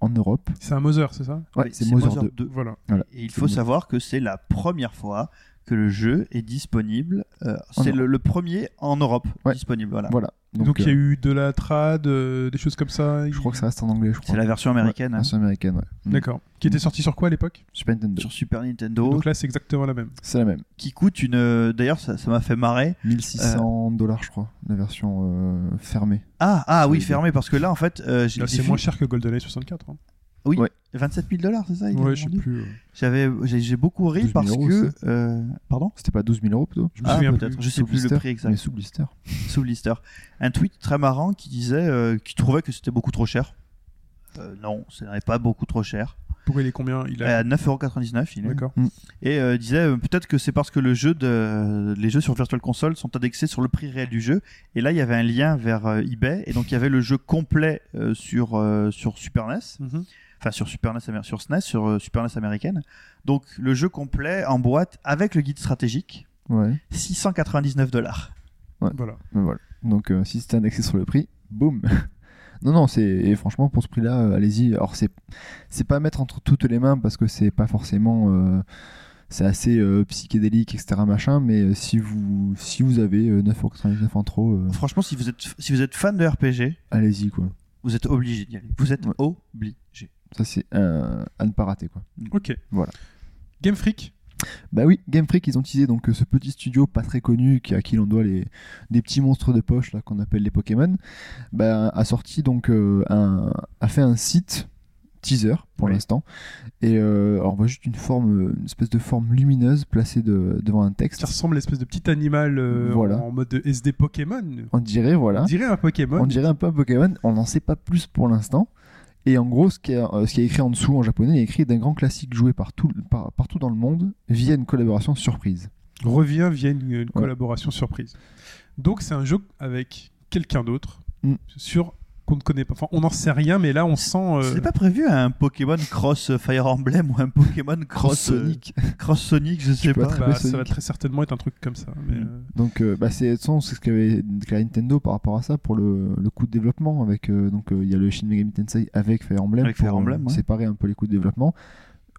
[SPEAKER 3] en Europe.
[SPEAKER 2] C'est un Mother, c'est ça
[SPEAKER 3] Ouais,
[SPEAKER 4] Oui,
[SPEAKER 3] c'est Mother 2.
[SPEAKER 4] 2.
[SPEAKER 2] Voilà.
[SPEAKER 4] Et il faut savoir que c'est la première fois que le jeu est disponible. euh,
[SPEAKER 3] En
[SPEAKER 4] c'est le, le premier en Europe
[SPEAKER 3] Ouais.
[SPEAKER 4] disponible. Voilà.
[SPEAKER 3] Voilà.
[SPEAKER 2] Donc,
[SPEAKER 3] Donc,
[SPEAKER 2] il y
[SPEAKER 3] euh,
[SPEAKER 2] a eu de la trad, euh, des choses comme ça.
[SPEAKER 3] je crois que ça reste en anglais, je crois.
[SPEAKER 4] C'est la version américaine
[SPEAKER 3] Ouais,
[SPEAKER 4] hein,
[SPEAKER 3] version américaine, ouais. Mm.
[SPEAKER 2] D'accord. Qui était sorti sur quoi à l'époque
[SPEAKER 3] Super Nintendo.
[SPEAKER 4] sur Super Nintendo,
[SPEAKER 2] Donc là, c'est exactement la même.
[SPEAKER 3] C'est la même.
[SPEAKER 4] qui coûte une. euh, D'ailleurs, ça ça m'a fait marrer.
[SPEAKER 3] 1600 dollars, je crois, la version euh, fermée.
[SPEAKER 4] Ah ah oui,
[SPEAKER 3] Oui.
[SPEAKER 4] fermé parce que là en fait, euh, j'ai
[SPEAKER 2] Là,
[SPEAKER 4] j'ai
[SPEAKER 2] c'est
[SPEAKER 4] vu-
[SPEAKER 2] moins cher que GoldenEye 64. hein.
[SPEAKER 4] Oui,
[SPEAKER 3] Ouais.
[SPEAKER 4] 27 000 dollars, c'est ça il a
[SPEAKER 2] Ouais, je sais
[SPEAKER 4] vendu
[SPEAKER 2] plus. euh,
[SPEAKER 4] J'avais, j'ai j'ai beaucoup ri
[SPEAKER 3] 12 000
[SPEAKER 4] parce
[SPEAKER 3] euros,
[SPEAKER 4] que. euh, pardon.
[SPEAKER 3] C'était pas 12 000 euros plutôt
[SPEAKER 2] Je me
[SPEAKER 4] Ah,
[SPEAKER 2] souviens
[SPEAKER 4] peut-être,
[SPEAKER 2] plus.
[SPEAKER 4] je sais
[SPEAKER 3] Sous
[SPEAKER 4] plus le
[SPEAKER 3] blister,
[SPEAKER 4] prix exact.
[SPEAKER 3] Mais sous blister.
[SPEAKER 4] sous blister. Un tweet très marrant qui disait euh, qu'il trouvait que c'était beaucoup trop cher. Euh, non, ce n'est pas beaucoup trop cher.
[SPEAKER 2] Pourquoi il est combien Il a.
[SPEAKER 4] À 9,99€, il est.
[SPEAKER 2] D'accord.
[SPEAKER 4] Et euh, disait euh, peut-être que c'est parce que le jeu de... les jeux sur Virtual Console sont indexés sur le prix réel du jeu. Et là, il y avait un lien vers euh, eBay. Et donc, il y avait le jeu complet euh, sur, euh, sur Super NES.
[SPEAKER 2] Mhm.
[SPEAKER 4] Enfin, sur Super NES, améri- sur SNES, sur euh, Super NES américaine. Donc, le jeu complet en boîte avec le guide stratégique,
[SPEAKER 3] Ouais.
[SPEAKER 4] 699 dollars.
[SPEAKER 2] Voilà.
[SPEAKER 3] Ben voilà. Donc euh, si c'était indexé sur le prix, boum. non non, c'est et franchement pour ce prix-là, euh, allez-y. Alors c'est c'est pas à mettre entre toutes les mains parce que c'est pas forcément euh, c'est assez euh, psychédélique etc machin. Mais euh, si vous si vous avez euh, 9,99 en trop, euh,
[SPEAKER 4] Franchement, si vous êtes, si vous êtes fan de RPG,
[SPEAKER 3] allez-y quoi.
[SPEAKER 4] vous êtes obligé d'y aller. Vous êtes
[SPEAKER 3] Ouais.
[SPEAKER 4] obligé.
[SPEAKER 3] Ça c'est euh, à ne pas rater quoi.
[SPEAKER 2] Ok.
[SPEAKER 3] Voilà.
[SPEAKER 2] Game Freak
[SPEAKER 3] Bah oui, Game Freak, ils ont utilisé donc euh, ce petit studio pas très connu qui, à qui l'on doit les des petits monstres de poche là qu'on appelle les Pokémon. Bah, a sorti donc euh, un a fait un site teaser pour
[SPEAKER 4] Oui.
[SPEAKER 3] l'instant et euh, alors on voit juste une forme euh, une espèce de forme lumineuse placée de- devant un
[SPEAKER 2] qui
[SPEAKER 3] texte.
[SPEAKER 2] ressemble à l'espèce de petit animal euh,
[SPEAKER 3] Voilà.
[SPEAKER 2] en mode SD Pokémon.
[SPEAKER 3] On dirait voilà.
[SPEAKER 2] On dirait un Pokémon.
[SPEAKER 3] On dirait un peu un Pokémon, on n'en sait pas plus pour l'instant. Et en gros, ce qui, est, euh, ce qui est écrit en dessous en japonais, il est écrit d'un grand classique joué partout, par- partout dans le monde via une collaboration surprise.
[SPEAKER 2] revient via une, une collaboration surprise. Donc c'est un jeu avec quelqu'un d'autre
[SPEAKER 3] Mm.
[SPEAKER 2] sur qu'on ne connaît pas. Enfin, on n'en sait rien, mais là, on sent. euh,
[SPEAKER 4] C'est pas prévu hein, un Pokémon Cross euh, Fire Emblem ou un Pokémon Cross
[SPEAKER 3] Sonic.
[SPEAKER 4] euh, Cross Sonic, je sais
[SPEAKER 3] peux
[SPEAKER 4] pas.
[SPEAKER 3] attraper
[SPEAKER 2] bah, ça
[SPEAKER 3] Sonic.
[SPEAKER 2] va très certainement être un truc comme ça. Mais,
[SPEAKER 4] Mm.
[SPEAKER 2] euh,
[SPEAKER 3] Donc, euh, bah, c'est de toute façon, c'est ce qu'avait déclaré Nintendo par rapport à ça pour le, le coût de développement. Avec, euh, donc, euh, il y a le Shin Megami Tensei avec Fire Emblem
[SPEAKER 4] Avec
[SPEAKER 3] pour
[SPEAKER 4] Fire Emblem,
[SPEAKER 3] euh,
[SPEAKER 4] ouais.
[SPEAKER 3] séparer un peu les coûts de développement.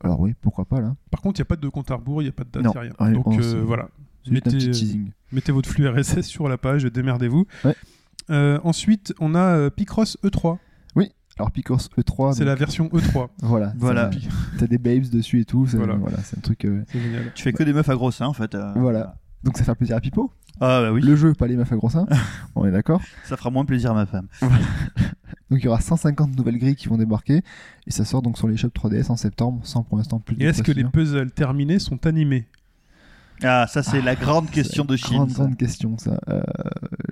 [SPEAKER 3] Alors, oui, pourquoi pas là
[SPEAKER 2] Par contre, il n'y a pas de compte à rebours, il n'y a pas de date,
[SPEAKER 3] Non.
[SPEAKER 2] il n'y a rien.
[SPEAKER 3] Ouais,
[SPEAKER 2] Donc
[SPEAKER 3] on
[SPEAKER 2] euh,
[SPEAKER 3] sait.
[SPEAKER 2] voilà,
[SPEAKER 3] C'est juste un
[SPEAKER 2] Mettez-
[SPEAKER 4] euh,
[SPEAKER 2] euh,
[SPEAKER 3] petit teasing.
[SPEAKER 2] mettez votre flux RSS sur la page, démerdez-vous.
[SPEAKER 3] Ouais.
[SPEAKER 2] Euh, ensuite, on a euh, Picross E3.
[SPEAKER 3] Alors, Picross E3,
[SPEAKER 2] C'est
[SPEAKER 3] Ah, donc,
[SPEAKER 2] la version E E3.
[SPEAKER 3] voilà,
[SPEAKER 4] Voilà.
[SPEAKER 3] ça- t'as des babes dessus et tout. c'est-
[SPEAKER 2] Voilà.
[SPEAKER 3] Voilà, c'est un truc. euh,
[SPEAKER 2] C'est génial.
[SPEAKER 4] Tu fais que des meufs à gros seins en fait. euh,
[SPEAKER 3] Voilà. Donc, ça fait plaisir à Pipo.
[SPEAKER 4] Ah bah oui,
[SPEAKER 3] Le jeu, pas les meufs à gros seins. on est d'accord.
[SPEAKER 4] ça fera moins plaisir à ma femme.
[SPEAKER 3] Donc il y aura 150 nouvelles grilles qui vont débarquer et ça sort donc sur les shops 3DS en septembre sans pour l'instant plus de
[SPEAKER 2] Et est-ce que les
[SPEAKER 3] précision.
[SPEAKER 2] puzzles terminés sont animés
[SPEAKER 4] Ah, ça c'est la grande question de Chine.
[SPEAKER 3] Grande,
[SPEAKER 4] ça.
[SPEAKER 3] grande question ça. Euh,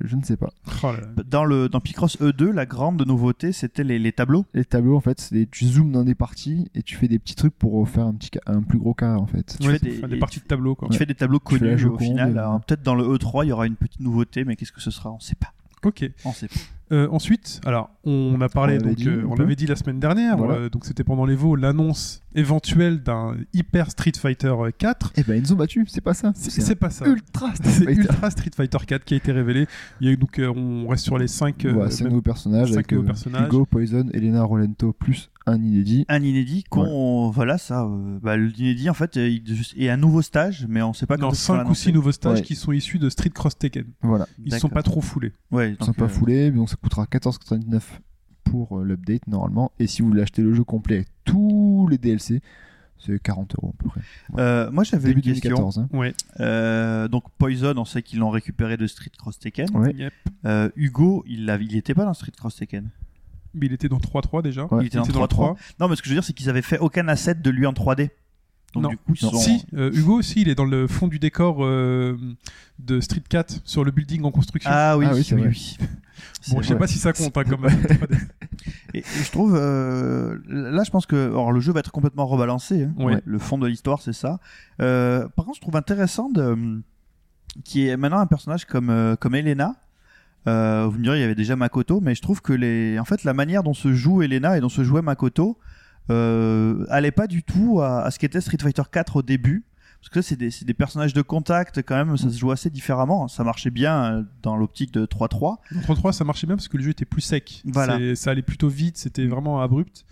[SPEAKER 3] je ne sais pas.
[SPEAKER 2] Oh là là.
[SPEAKER 3] Bah,
[SPEAKER 4] Dans, le, dans Picross E2, la grande nouveauté c'était les, les tableaux.
[SPEAKER 3] Les tableaux en fait, c'est des- tu zoomes dans des parties et tu fais des petits trucs pour faire un petit ca- un plus gros carré en fait.
[SPEAKER 4] Tu
[SPEAKER 2] Ouais,
[SPEAKER 4] fais
[SPEAKER 2] c'est-
[SPEAKER 4] des-
[SPEAKER 2] enfin, des parties de tableau. Quoi.
[SPEAKER 4] Tu fais des tableaux
[SPEAKER 3] Tu fais la
[SPEAKER 4] connus au
[SPEAKER 3] Joconde,
[SPEAKER 4] final.
[SPEAKER 3] euh.
[SPEAKER 4] Alors, Peut-être dans le E3 il y aura une petite nouveauté, mais qu'est-ce que ce sera On sait pas.
[SPEAKER 2] Ok.
[SPEAKER 4] On sait pas.
[SPEAKER 2] Euh, ensuite, alors on a parlé,
[SPEAKER 3] On avait
[SPEAKER 2] donc
[SPEAKER 3] dit,
[SPEAKER 2] euh,
[SPEAKER 3] un
[SPEAKER 2] on
[SPEAKER 3] peu.
[SPEAKER 2] l'avait dit la semaine dernière,
[SPEAKER 3] Voilà.
[SPEAKER 2] euh, donc c'était pendant les veaux l'annonce éventuelle d'un hyper Street Fighter 4.
[SPEAKER 3] Et ben ils nous ont battus, c'est pas ça.
[SPEAKER 2] C'est
[SPEAKER 3] un
[SPEAKER 2] c'est pas ça.
[SPEAKER 3] ultra
[SPEAKER 2] C'est
[SPEAKER 3] Street Fighter.
[SPEAKER 2] Ultra Street Fighter 4 qui a été révélé. Il y a eu donc euh, on reste sur les 5
[SPEAKER 3] Voilà, c'est un nouveau personnage
[SPEAKER 2] cinq
[SPEAKER 3] avec
[SPEAKER 2] nouveaux
[SPEAKER 3] euh,
[SPEAKER 2] personnages.
[SPEAKER 3] Hugo, Poison, Elena, Rolento plus un inédit.
[SPEAKER 4] Un inédit qu'on. Voilà, ça. euh, bah, L'inédit en fait est, juste- est un nouveau stage, mais on sait pas quand
[SPEAKER 2] dans
[SPEAKER 4] est-ce qu'ils vont
[SPEAKER 2] 5 ou 6
[SPEAKER 4] l'annoncer.
[SPEAKER 2] nouveaux stages
[SPEAKER 3] Ouais.
[SPEAKER 2] qui sont issus de Street Cross Tekken.
[SPEAKER 3] Voilà,
[SPEAKER 2] Ils sont pas
[SPEAKER 4] D'accord.
[SPEAKER 2] trop foulés.
[SPEAKER 4] Ouais,
[SPEAKER 3] ils
[SPEAKER 4] donc,
[SPEAKER 3] sont pas
[SPEAKER 4] euh,
[SPEAKER 3] foulés, donc ça coûtera 14,99 pour euh, l'update normalement et si vous voulez acheter le jeu complet avec tous les DLC, c'est 40 euros à peu près.
[SPEAKER 4] euh, moi j'avais une
[SPEAKER 3] Début
[SPEAKER 4] question.
[SPEAKER 3] 2014. Hein.
[SPEAKER 2] Ouais.
[SPEAKER 4] Euh, donc Poison, on sait qu'ils l'ont récupéré de Street Cross Tekken.
[SPEAKER 3] Ouais.
[SPEAKER 2] Yep.
[SPEAKER 4] Euh, Hugo, il l'avait- il était pas dans Street Cross Tekken.
[SPEAKER 2] Mais il était dans 3-3 déjà.
[SPEAKER 3] Ouais.
[SPEAKER 4] il était dans 3-3. Non, mais ce que je veux dire, c'est qu'ils avaient fait aucun asset de lui en 3D. Donc
[SPEAKER 2] Non.
[SPEAKER 4] du coup, ils
[SPEAKER 3] Non.
[SPEAKER 4] sont.
[SPEAKER 2] Si, euh, Hugo aussi, il est dans le fond du décor euh, de Street 4 sur le building en construction.
[SPEAKER 4] Ah oui,
[SPEAKER 3] Ah oui,
[SPEAKER 4] oui,
[SPEAKER 3] c'est vrai.
[SPEAKER 4] oui. C'est
[SPEAKER 2] bon, je sais
[SPEAKER 4] vrai.
[SPEAKER 2] pas si ça compte hein, quand même. 3D.
[SPEAKER 4] Et, et je trouve, euh, là, je pense que alors, le jeu va être complètement rebalancé. hein.
[SPEAKER 2] Ouais.
[SPEAKER 4] Le fond de l'histoire, c'est ça. Euh, par contre, je trouve intéressant de, qui est maintenant un personnage comme euh, comme Elena. Euh, vous me direz, il y avait déjà Makoto, mais je trouve que les, en fait, la manière dont se joue Elena et dont se jouait Makoto euh, allait pas du tout à, à ce qu'était Street Fighter 4 au début. Parce que ça, c'est des, c'est des personnages de contact quand même, ça se joue assez différemment. Ça marchait bien euh, dans l'optique de 3-3.
[SPEAKER 2] Dans 3-3, ça marchait bien parce que le jeu était plus sec.
[SPEAKER 4] Voilà.
[SPEAKER 2] C'est- Ça allait plutôt vite, c'était vraiment abrupt.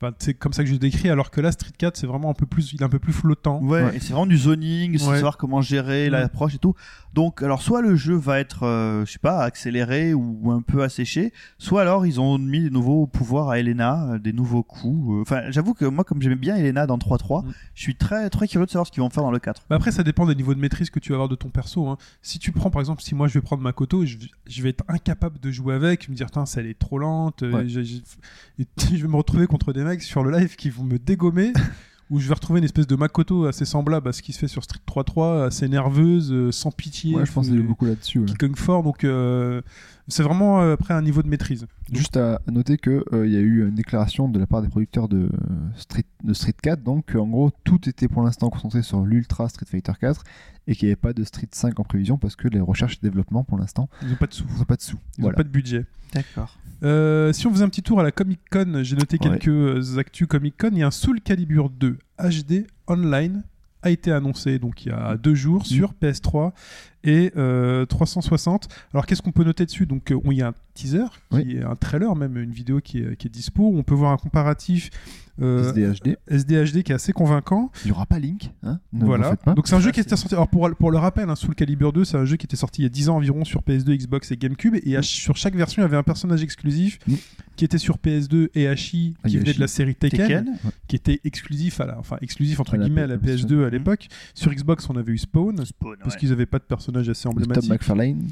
[SPEAKER 2] Enfin, c'est comme ça que je le décris, alors que là, Street 4, c'est vraiment un peu plus, il est un peu plus flottant.
[SPEAKER 4] Ouais,
[SPEAKER 3] Ouais.
[SPEAKER 4] et c'est vraiment du zoning, c'est
[SPEAKER 2] Ouais. Mm.
[SPEAKER 4] savoir comment gérer
[SPEAKER 2] Ouais.
[SPEAKER 4] l'approche et tout. Donc, alors, soit le jeu va être, euh, je sais pas, accéléré ou un peu asséché, soit alors ils ont mis des nouveaux pouvoirs à Elena, euh, des nouveaux coups. euh. Enfin, j'avoue que moi, comme j'aimais bien Elena dans 3-3,
[SPEAKER 2] Mm.
[SPEAKER 4] je suis très, très curieux de savoir ce qu'ils vont faire dans le 4.
[SPEAKER 2] Bah après, ça dépend des niveaux de maîtrise que tu vas avoir de ton perso. hein. Si tu prends, par exemple, si moi je vais prendre Makoto, je, vais- je vais être incapable de jouer avec, me dire, tiens, ça elle est trop lente, euh,
[SPEAKER 3] Ouais.
[SPEAKER 2] j'ai- j'ai- et je vais me retrouver contre des mecs sur le live qui vont me dégommer, ou je vais retrouver une espèce de Makoto assez semblable à ce qui se fait sur Street 3-3, assez nerveuse, euh, sans pitié.
[SPEAKER 3] Ouais, je pense
[SPEAKER 2] qui-
[SPEAKER 3] qu'il y a eu beaucoup là-dessus. ouais.
[SPEAKER 2] qui cogne fort, donc euh, c'est vraiment euh, après un niveau de maîtrise.
[SPEAKER 3] Juste à à noter que euh, il y a eu une déclaration de la part des producteurs de euh, Street de Street 4, donc en gros tout était pour l'instant concentré sur l'Ultra Street Fighter 4 et qu'il n'y avait pas de Street 5 en prévision parce que les recherches et développement pour l'instant
[SPEAKER 2] Ils n'ont pas de sous,
[SPEAKER 3] n'ont pas de sous.
[SPEAKER 2] ils n'ont
[SPEAKER 3] voilà.
[SPEAKER 2] pas de budget.
[SPEAKER 4] D'accord.
[SPEAKER 2] Euh, si on faisait un petit tour à la Comic Con, j'ai noté
[SPEAKER 3] Ouais.
[SPEAKER 2] quelques euh, actus Comic Con. Il y a un Soul Calibur 2 HD Online a été annoncé donc il y
[SPEAKER 3] Mm.
[SPEAKER 2] a deux jours sur PS3 et euh, 360. Alors qu'est-ce qu'on peut noter dessus Donc euh, on- il y a un teaser, qui
[SPEAKER 3] Oui.
[SPEAKER 2] est un trailer même, une vidéo qui est, qui est dispo. On peut voir un comparatif euh,
[SPEAKER 3] SDHD.
[SPEAKER 2] SDHD qui est assez convaincant.
[SPEAKER 3] Il n'y aura pas Link, hein Ne vous en
[SPEAKER 2] voilà.
[SPEAKER 3] faites pas.
[SPEAKER 2] Donc c'est un jeu qui
[SPEAKER 4] c'est-
[SPEAKER 2] était sorti. Alors pour, pour le rappel, hein, Soul Calibur 2, c'est un jeu qui était sorti il y a 10 ans environ sur PS2, Xbox et GameCube. Et à- sur chaque version, il y avait un personnage exclusif
[SPEAKER 3] Mm.
[SPEAKER 2] qui était sur PS2 et Hachi,
[SPEAKER 3] Ah, il y
[SPEAKER 2] qui
[SPEAKER 3] a
[SPEAKER 2] venait
[SPEAKER 3] Hachi.
[SPEAKER 2] de la série Tekken,
[SPEAKER 4] Tekken
[SPEAKER 2] qui était exclusif à la, enfin exclusif entre
[SPEAKER 3] À la
[SPEAKER 2] guillemets à la
[SPEAKER 3] PS2.
[SPEAKER 2] PS2 à l'époque. Sur Xbox, on avait eu Spawn
[SPEAKER 4] Spawn,
[SPEAKER 2] parce
[SPEAKER 4] ouais.
[SPEAKER 2] qu'ils n'avaient pas de personnage assez
[SPEAKER 3] Le Tom
[SPEAKER 2] emblématique.
[SPEAKER 3] McFarlane.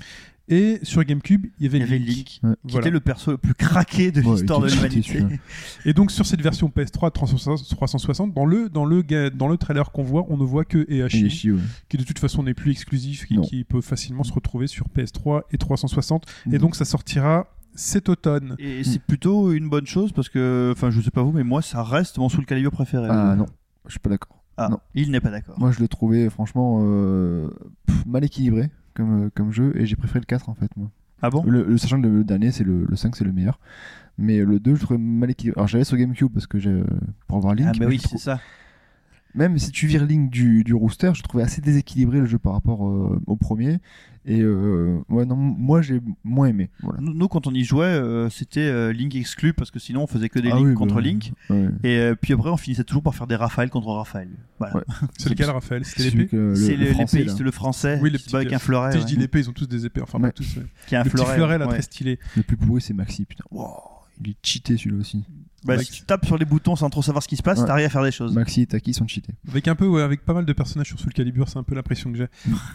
[SPEAKER 2] Et sur GameCube, il y avait,
[SPEAKER 4] Il y avait Link,
[SPEAKER 3] Ouais.
[SPEAKER 4] qui
[SPEAKER 2] Voilà.
[SPEAKER 4] était le perso le plus craqué de
[SPEAKER 3] Ouais,
[SPEAKER 4] l'histoire
[SPEAKER 3] il
[SPEAKER 4] de
[SPEAKER 3] était cheaté,
[SPEAKER 4] l'humanité.
[SPEAKER 3] celui-là.
[SPEAKER 2] Et donc sur cette version PS3 360, dans le dans le ga- dans le trailer qu'on voit, on ne voit que
[SPEAKER 3] Il est
[SPEAKER 2] Eashi.
[SPEAKER 3] chiant, ouais.
[SPEAKER 2] qui de toute façon n'est plus exclusif et
[SPEAKER 3] Non.
[SPEAKER 2] qui peut facilement se retrouver sur PS3 et 360. Et
[SPEAKER 3] Mhm.
[SPEAKER 2] donc ça sortira cet automne.
[SPEAKER 4] Et c'est plutôt une bonne chose parce que, enfin, je sais pas vous, mais moi, ça reste mon Soul Calibur préféré.
[SPEAKER 3] Ah non, je suis pas d'accord.
[SPEAKER 4] Ah,
[SPEAKER 3] non.
[SPEAKER 4] il n'est pas d'accord.
[SPEAKER 3] Moi, je le trouvais franchement euh, pff, mal équilibré comme, euh, comme jeu et j'ai préféré le 4 en fait. Moi.
[SPEAKER 4] Ah bon
[SPEAKER 3] Le, le- sachant que le, le dernier, c'est le, le 5, c'est le meilleur. Mais le 2, je trouvais mal équilibré. Alors j'avais sur GameCube parce que j'ai- pour avoir Link.
[SPEAKER 4] Ah, bah
[SPEAKER 3] mais
[SPEAKER 4] oui,
[SPEAKER 3] je trou-
[SPEAKER 4] c'est ça.
[SPEAKER 3] Même si tu vires Link du, du Rooster, je trouvais assez déséquilibré le jeu par rapport euh, au premier. Et euh, ouais, non, moi, j'ai moins aimé. Ah Voilà.
[SPEAKER 4] Nous, nous, quand on y jouait, euh, c'était euh, Link exclu parce que sinon on faisait que des
[SPEAKER 3] Ah
[SPEAKER 4] Link
[SPEAKER 3] oui,
[SPEAKER 4] contre
[SPEAKER 3] bah,
[SPEAKER 4] Link.
[SPEAKER 3] ouais.
[SPEAKER 4] Et euh, puis après, on finissait toujours par faire des Raphaël contre Raphaël. Voilà.
[SPEAKER 3] Ouais.
[SPEAKER 2] C'est lequel, Raphaël C'était
[SPEAKER 3] Celui
[SPEAKER 2] l'épée
[SPEAKER 3] que le-
[SPEAKER 4] C'est
[SPEAKER 3] le
[SPEAKER 4] le-
[SPEAKER 3] français,
[SPEAKER 4] l'épéiste,
[SPEAKER 3] là.
[SPEAKER 4] le français,
[SPEAKER 2] Oui, le
[SPEAKER 4] qui se bat
[SPEAKER 2] petit-
[SPEAKER 4] avec un fleuret.
[SPEAKER 2] Si je
[SPEAKER 4] ouais.
[SPEAKER 2] dis l'épée, ils ont tous des épées. Enfin, pas
[SPEAKER 3] Ouais.
[SPEAKER 2] tous. ouais.
[SPEAKER 4] qui a un
[SPEAKER 2] Le petit fleuret, là,
[SPEAKER 4] ouais.
[SPEAKER 2] très stylé.
[SPEAKER 3] Le plus pourri, c'est Maxi. Putain, Wow, il est cheaté celui-là aussi.
[SPEAKER 4] Bah,
[SPEAKER 2] Max.
[SPEAKER 4] si tu tapes sur les boutons sans trop savoir ce qui se passe,
[SPEAKER 3] Ouais.
[SPEAKER 4] t'arrives à faire des choses.
[SPEAKER 3] Maxi et Taki sont cheatés.
[SPEAKER 2] Avec un peu, ouais, avec pas mal de personnages sur Soul Calibur, c'est un peu l'impression que j'ai.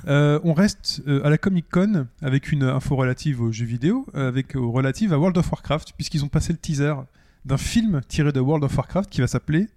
[SPEAKER 2] Euh, on reste euh, à la Comic Con avec une info relative aux jeux vidéo, euh, avec euh, relative à World of Warcraft, puisqu'ils ont passé le teaser d'un film tiré de World of Warcraft qui va s'appeler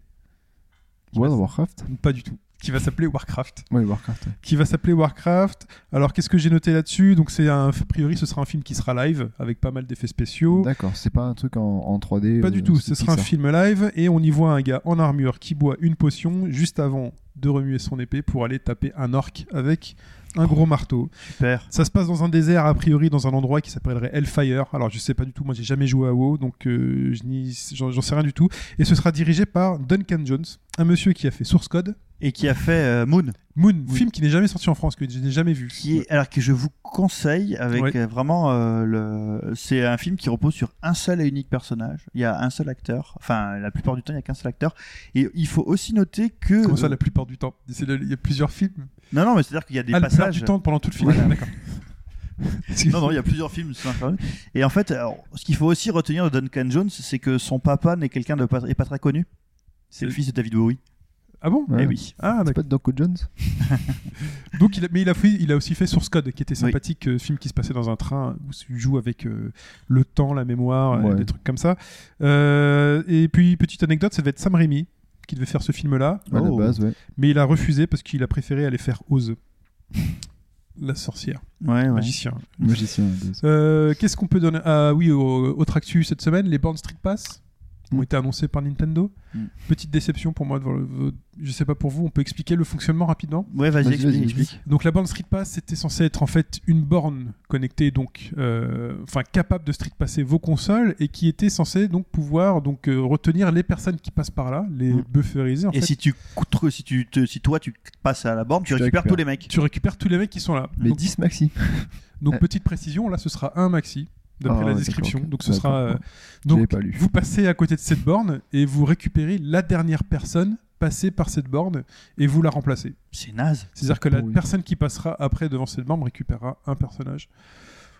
[SPEAKER 3] World of Warcraft
[SPEAKER 2] pas du tout, qui va s'appeler Warcraft,
[SPEAKER 3] Ouais, Warcraft. ouais.
[SPEAKER 2] qui va s'appeler Warcraft. Alors qu'est-ce que j'ai noté là-dessus Donc c'est un, a priori, ce sera un film qui sera live avec pas mal d'effets spéciaux.
[SPEAKER 3] D'accord, c'est pas un truc en, en 3D.
[SPEAKER 2] Pas
[SPEAKER 3] euh,
[SPEAKER 2] du tout, ce
[SPEAKER 3] c'est
[SPEAKER 2] sera un
[SPEAKER 3] Pixar.
[SPEAKER 2] film live et on y voit un gars en armure qui boit une potion juste avant de remuer son épée pour aller taper un orc avec un gros marteau.
[SPEAKER 4] Super.
[SPEAKER 2] Ça se passe dans un désert, a priori dans un endroit qui s'appellerait Hellfire. Alors je sais pas du tout, moi j'ai jamais joué à WoW, donc euh, je n'y- j'en j'en sais rien du tout. Et ce sera dirigé par Duncan Jones, un monsieur qui a fait Source Code,
[SPEAKER 4] Et qui a fait euh, Moon,
[SPEAKER 2] Moon, film qui n'est jamais sorti en France, que je n'ai jamais vu.
[SPEAKER 4] qui est, alors que je vous conseille avec
[SPEAKER 2] Ouais.
[SPEAKER 4] euh, vraiment euh, le. C'est un film qui repose sur un seul et unique personnage. Il y a un seul acteur. Enfin, la plupart du temps, il y a qu'un seul acteur. Et il faut aussi noter que. euh,
[SPEAKER 2] Comme ça la plupart du temps. C'est le- Il y a plusieurs films.
[SPEAKER 4] Non, non, mais c'est-à-dire qu'il y a des
[SPEAKER 2] Ah, la plupart
[SPEAKER 4] passages.
[SPEAKER 2] du temps pendant tout le film.
[SPEAKER 4] Voilà.
[SPEAKER 2] D'accord.
[SPEAKER 4] Non, non, il y a plusieurs films. c'est infernal. Et en fait, alors, ce qu'il faut aussi retenir de Duncan Jones, c'est que son papa n'est quelqu'un de pas, est pas très connu. C'est le fils de David Bowie.
[SPEAKER 2] Ah bon
[SPEAKER 3] Ouais.
[SPEAKER 4] Eh oui.
[SPEAKER 2] Ah d'accord.
[SPEAKER 3] C'est pas de Doc Jones
[SPEAKER 2] Donc, il a- mais il a, fait- il a aussi fait Source Code, qui était sympathique, euh, film qui se passait dans un train où tu joues avec euh, le temps, la mémoire, euh,
[SPEAKER 3] Ouais.
[SPEAKER 2] des trucs comme ça. Euh, et puis, petite anecdote, ça devait être Sam Raimi qui devait faire ce film-là,
[SPEAKER 3] à la
[SPEAKER 4] Oh.
[SPEAKER 3] base, ouais.
[SPEAKER 2] mais il a refusé parce qu'il a préféré aller faire Oz. La sorcière,
[SPEAKER 4] Ouais, ouais.
[SPEAKER 2] magicien.
[SPEAKER 3] Magicien. de-
[SPEAKER 2] Euh, Qu'est-ce qu'on peut donner Ah oui, au- autre actu cette semaine, les bornes Street Pass ont
[SPEAKER 3] Mm.
[SPEAKER 2] été annoncées par Nintendo.
[SPEAKER 4] Mm.
[SPEAKER 2] Petite déception pour moi. de voir le- Je sais pas pour vous, on peut expliquer le fonctionnement rapidement
[SPEAKER 4] Ouais, vas-y,
[SPEAKER 3] Vas-y,
[SPEAKER 4] explique.
[SPEAKER 3] vas-y,
[SPEAKER 4] explique.
[SPEAKER 2] Donc la borne Street Pass, c'était censé être en fait une borne connectée, donc euh, enfin capable de street passer vos consoles et qui était censée donc pouvoir donc euh, retenir les personnes qui passent par là, les
[SPEAKER 4] Mm.
[SPEAKER 2] bufferiser. En
[SPEAKER 4] Et
[SPEAKER 2] fait.
[SPEAKER 4] si tu, coûtres- si tu te- si toi tu passes à la borne, tu,
[SPEAKER 3] Tu
[SPEAKER 4] récupères
[SPEAKER 3] récupères.
[SPEAKER 4] tous les mecs.
[SPEAKER 2] tu récupères tous les mecs qui sont là.
[SPEAKER 3] Mais
[SPEAKER 2] donc,
[SPEAKER 3] 10 maxi.
[SPEAKER 2] donc,
[SPEAKER 3] Ouais.
[SPEAKER 2] petite précision, là ce sera un maxi
[SPEAKER 3] Ah,
[SPEAKER 2] d'après
[SPEAKER 3] ouais,
[SPEAKER 2] la
[SPEAKER 3] d'accord,
[SPEAKER 2] description.
[SPEAKER 3] ok.
[SPEAKER 2] Donc ce
[SPEAKER 3] D'accord,
[SPEAKER 2] sera euh,
[SPEAKER 3] ouais. Je l'ai
[SPEAKER 2] donc
[SPEAKER 3] pas lu.
[SPEAKER 2] vous passez à côté de cette borne et vous récupérez la dernière personne passée par cette borne et vous la remplacez.
[SPEAKER 4] C'est naze.
[SPEAKER 2] C'est-à-dire que la
[SPEAKER 3] Oui.
[SPEAKER 2] personne qui passera après devant cette borne récupérera un personnage.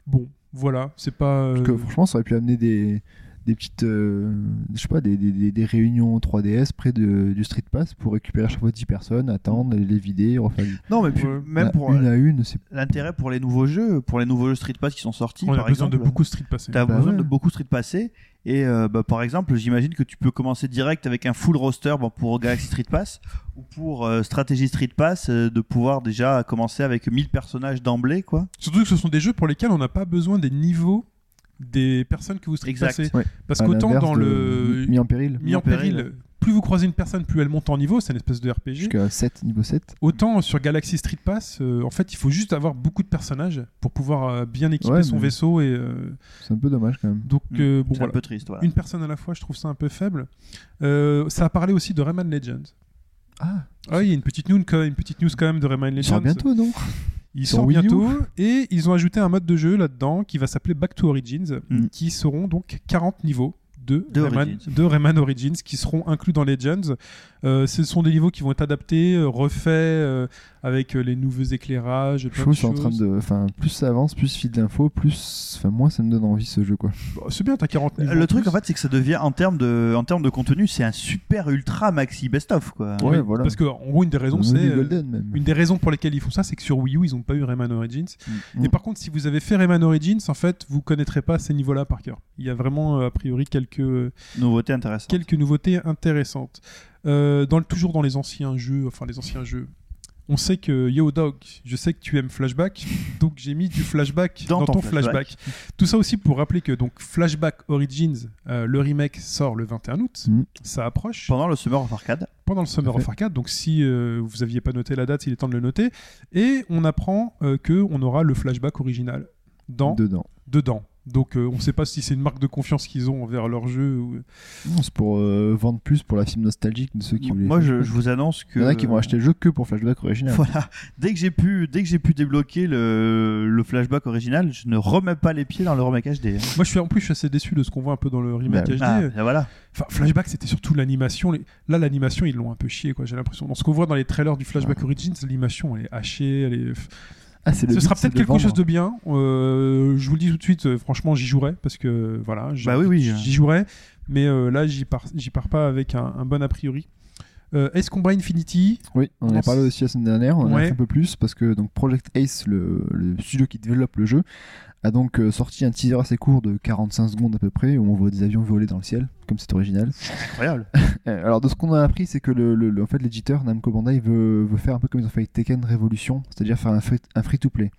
[SPEAKER 2] Bon, voilà, c'est pas. euh,
[SPEAKER 3] Parce que franchement, ça aurait pu amener des, des petites. euh, je sais pas, des, des, des, des réunions 3DS près de, du Street Pass pour récupérer à chaque fois 10 personnes, attendre,
[SPEAKER 2] Mm.
[SPEAKER 3] les vider, refaire une-
[SPEAKER 4] Non, mais puis,
[SPEAKER 2] Ouais.
[SPEAKER 4] même
[SPEAKER 3] la-
[SPEAKER 4] pour
[SPEAKER 3] Bah,
[SPEAKER 4] euh,
[SPEAKER 2] euh,
[SPEAKER 3] une à une. C'est
[SPEAKER 4] l'intérêt pour les nouveaux jeux, pour les nouveaux jeux Street Pass qui sont sortis,
[SPEAKER 2] On a
[SPEAKER 4] par
[SPEAKER 2] besoin
[SPEAKER 4] exemple,
[SPEAKER 2] de beaucoup de street passés.
[SPEAKER 4] T'as
[SPEAKER 3] Bah
[SPEAKER 4] besoin
[SPEAKER 3] ouais.
[SPEAKER 4] de beaucoup de street passés. Et euh, bah, par exemple, j'imagine que tu peux commencer direct avec un full roster bon, pour Galaxy Street Pass ou pour euh, Stratégie Street Pass, euh, de pouvoir déjà commencer avec 1000 personnages d'emblée, quoi.
[SPEAKER 2] Surtout que ce sont des jeux pour lesquels on n'a pas besoin des niveaux des personnes que vous street
[SPEAKER 4] Exact.
[SPEAKER 2] passez.
[SPEAKER 3] Ouais.
[SPEAKER 2] Parce
[SPEAKER 3] à
[SPEAKER 2] qu'autant
[SPEAKER 3] l'inverse
[SPEAKER 2] dans
[SPEAKER 3] de
[SPEAKER 2] le
[SPEAKER 3] Mi- Mis en péril.
[SPEAKER 2] mis en péril, plus vous croisez une personne, plus elle monte en niveau, c'est une espèce de RPG.
[SPEAKER 3] Jusqu'à 7, niveau 7.
[SPEAKER 2] Autant sur Galaxy Street Pass, euh, en fait, il faut juste avoir beaucoup de personnages pour pouvoir euh, bien équiper
[SPEAKER 3] Ouais,
[SPEAKER 2] son
[SPEAKER 3] mais-
[SPEAKER 2] vaisseau. Et, euh,
[SPEAKER 3] C'est un peu dommage quand même.
[SPEAKER 2] donc,
[SPEAKER 4] Mm.
[SPEAKER 2] euh, bon,
[SPEAKER 4] C'est
[SPEAKER 2] voilà.
[SPEAKER 4] un peu triste, voilà.
[SPEAKER 2] Une personne à la fois, je trouve ça un peu faible. Euh, ça a parlé aussi de Rayman Legends.
[SPEAKER 3] Ah,
[SPEAKER 2] Ah, il y a une petite news quand même, une petite news quand même de Rayman Legends.
[SPEAKER 3] il sort bientôt, non
[SPEAKER 2] Il
[SPEAKER 3] Sur
[SPEAKER 2] sort
[SPEAKER 3] Wii U.
[SPEAKER 2] bientôt et ils ont ajouté un mode de jeu là-dedans qui va s'appeler Back to Origins,
[SPEAKER 4] Mm.
[SPEAKER 2] qui seront donc 40 niveaux de,
[SPEAKER 4] De
[SPEAKER 2] Rayman,
[SPEAKER 4] Origins.
[SPEAKER 2] de Rayman Origins qui seront inclus dans Legends. Euh, ce sont des niveaux qui vont être adaptés, euh, refaits euh, avec euh, les nouveaux éclairages.
[SPEAKER 3] Je
[SPEAKER 2] plein de
[SPEAKER 3] trouve que c'est en train
[SPEAKER 2] choses.
[SPEAKER 3] de. Enfin, plus ça avance, plus fil d'infos, plus. Enfin, moins ça me donne envie ce jeu, quoi.
[SPEAKER 2] Bah, c'est bien, t'as 40 niveaux.
[SPEAKER 4] Le truc,
[SPEAKER 2] plus.
[SPEAKER 4] en fait, c'est que ça devient, en termes de, en termes de contenu, c'est un super ultra maxi best-of, quoi.
[SPEAKER 3] Ouais,
[SPEAKER 2] Mais-
[SPEAKER 3] voilà.
[SPEAKER 2] Parce que, en gros, une des raisons,
[SPEAKER 3] Même
[SPEAKER 2] c'est.
[SPEAKER 3] du
[SPEAKER 2] euh,
[SPEAKER 3] Golden, même.
[SPEAKER 2] Une des raisons pour lesquelles ils font ça, c'est que sur Wii U, ils n'ont pas eu Rayman Origins.
[SPEAKER 3] Mm.
[SPEAKER 2] Et par contre, si vous avez fait Rayman Origins, en fait, vous connaîtrez pas ces niveaux-là par cœur. Il y a vraiment, euh, a priori, quelques,
[SPEAKER 4] Nouveauté intéressante.
[SPEAKER 2] quelques nouveautés intéressantes. Euh, dans le- toujours dans les anciens jeux, enfin les anciens jeux, on sait que Yo Dog, je sais que tu aimes Flashback, donc j'ai mis du Flashback dans,
[SPEAKER 4] Dans
[SPEAKER 2] ton,
[SPEAKER 4] ton
[SPEAKER 2] flashback. Tout ça aussi pour rappeler que donc Flashback Origins, euh, le remake sort le 21 août,
[SPEAKER 3] Mhm.
[SPEAKER 2] ça approche
[SPEAKER 4] Pendant le Summer of Arcade,
[SPEAKER 2] pendant le Summer
[SPEAKER 3] Tout à
[SPEAKER 2] of Arcade. Donc si euh, vous aviez pas noté la date, il est temps de le noter. Et on apprend euh, que on aura le flashback original. dans,
[SPEAKER 3] dedans.
[SPEAKER 2] dedans. Donc euh, on ne sait pas si c'est une marque de confiance qu'ils ont envers leur jeu. ou-
[SPEAKER 3] Non, C'est pour euh, vendre plus pour la film nostalgique de ceux qui voulaient.
[SPEAKER 4] Moi, je, je vous annonce que.
[SPEAKER 3] Il y en a qui vont acheter le jeu que pour Flashback original.
[SPEAKER 4] Voilà. Dès que j'ai pu, dès que j'ai pu débloquer le, le flashback original, je ne remets pas les pieds dans le remake HD. hein.
[SPEAKER 2] Moi je suis en plus je suis assez déçu de ce qu'on voit un peu dans le remake
[SPEAKER 3] Bah,
[SPEAKER 2] HD.
[SPEAKER 4] Ah, ben voilà.
[SPEAKER 2] Enfin, flashback, c'était surtout l'animation. Les- Là, l'animation, ils l'ont un peu chié, quoi. J'ai l'impression. Dans ce qu'on voit dans les trailers du Flashback Origins, l'animation, elle est hachée. Elle est...
[SPEAKER 3] Ah, c'est le
[SPEAKER 2] Ce
[SPEAKER 3] but,
[SPEAKER 2] sera
[SPEAKER 3] c'est
[SPEAKER 2] peut-être quelque
[SPEAKER 3] vendre.
[SPEAKER 2] chose de bien. Euh, je vous le dis tout de suite, euh, franchement, j'y jouerai parce que voilà, j'y
[SPEAKER 4] Bah oui, oui.
[SPEAKER 2] j'y jouerai. Mais euh, là, j'y pars, j'y pars pas avec un, un bon a priori. Euh, Ace Combat Infinity,
[SPEAKER 3] Oui, on en
[SPEAKER 2] Non,
[SPEAKER 3] a parlé
[SPEAKER 2] c'est-
[SPEAKER 3] aussi la semaine dernière, on en a
[SPEAKER 2] Ouais.
[SPEAKER 3] fait un peu plus parce que donc Project Ace, le, le studio qui développe le jeu, a donc euh, sorti un teaser assez court de 45 secondes à peu près où on voit des avions voler dans le ciel, comme c'est original.
[SPEAKER 4] Incroyable.
[SPEAKER 3] Euh, Alors de ce qu'on a appris, c'est que le, le- le- en fait l'éditeur Namco Bandai veut, veut faire un peu comme ils ont fait avec Tekken Revolution, c'est-à-dire faire un free, un free to play,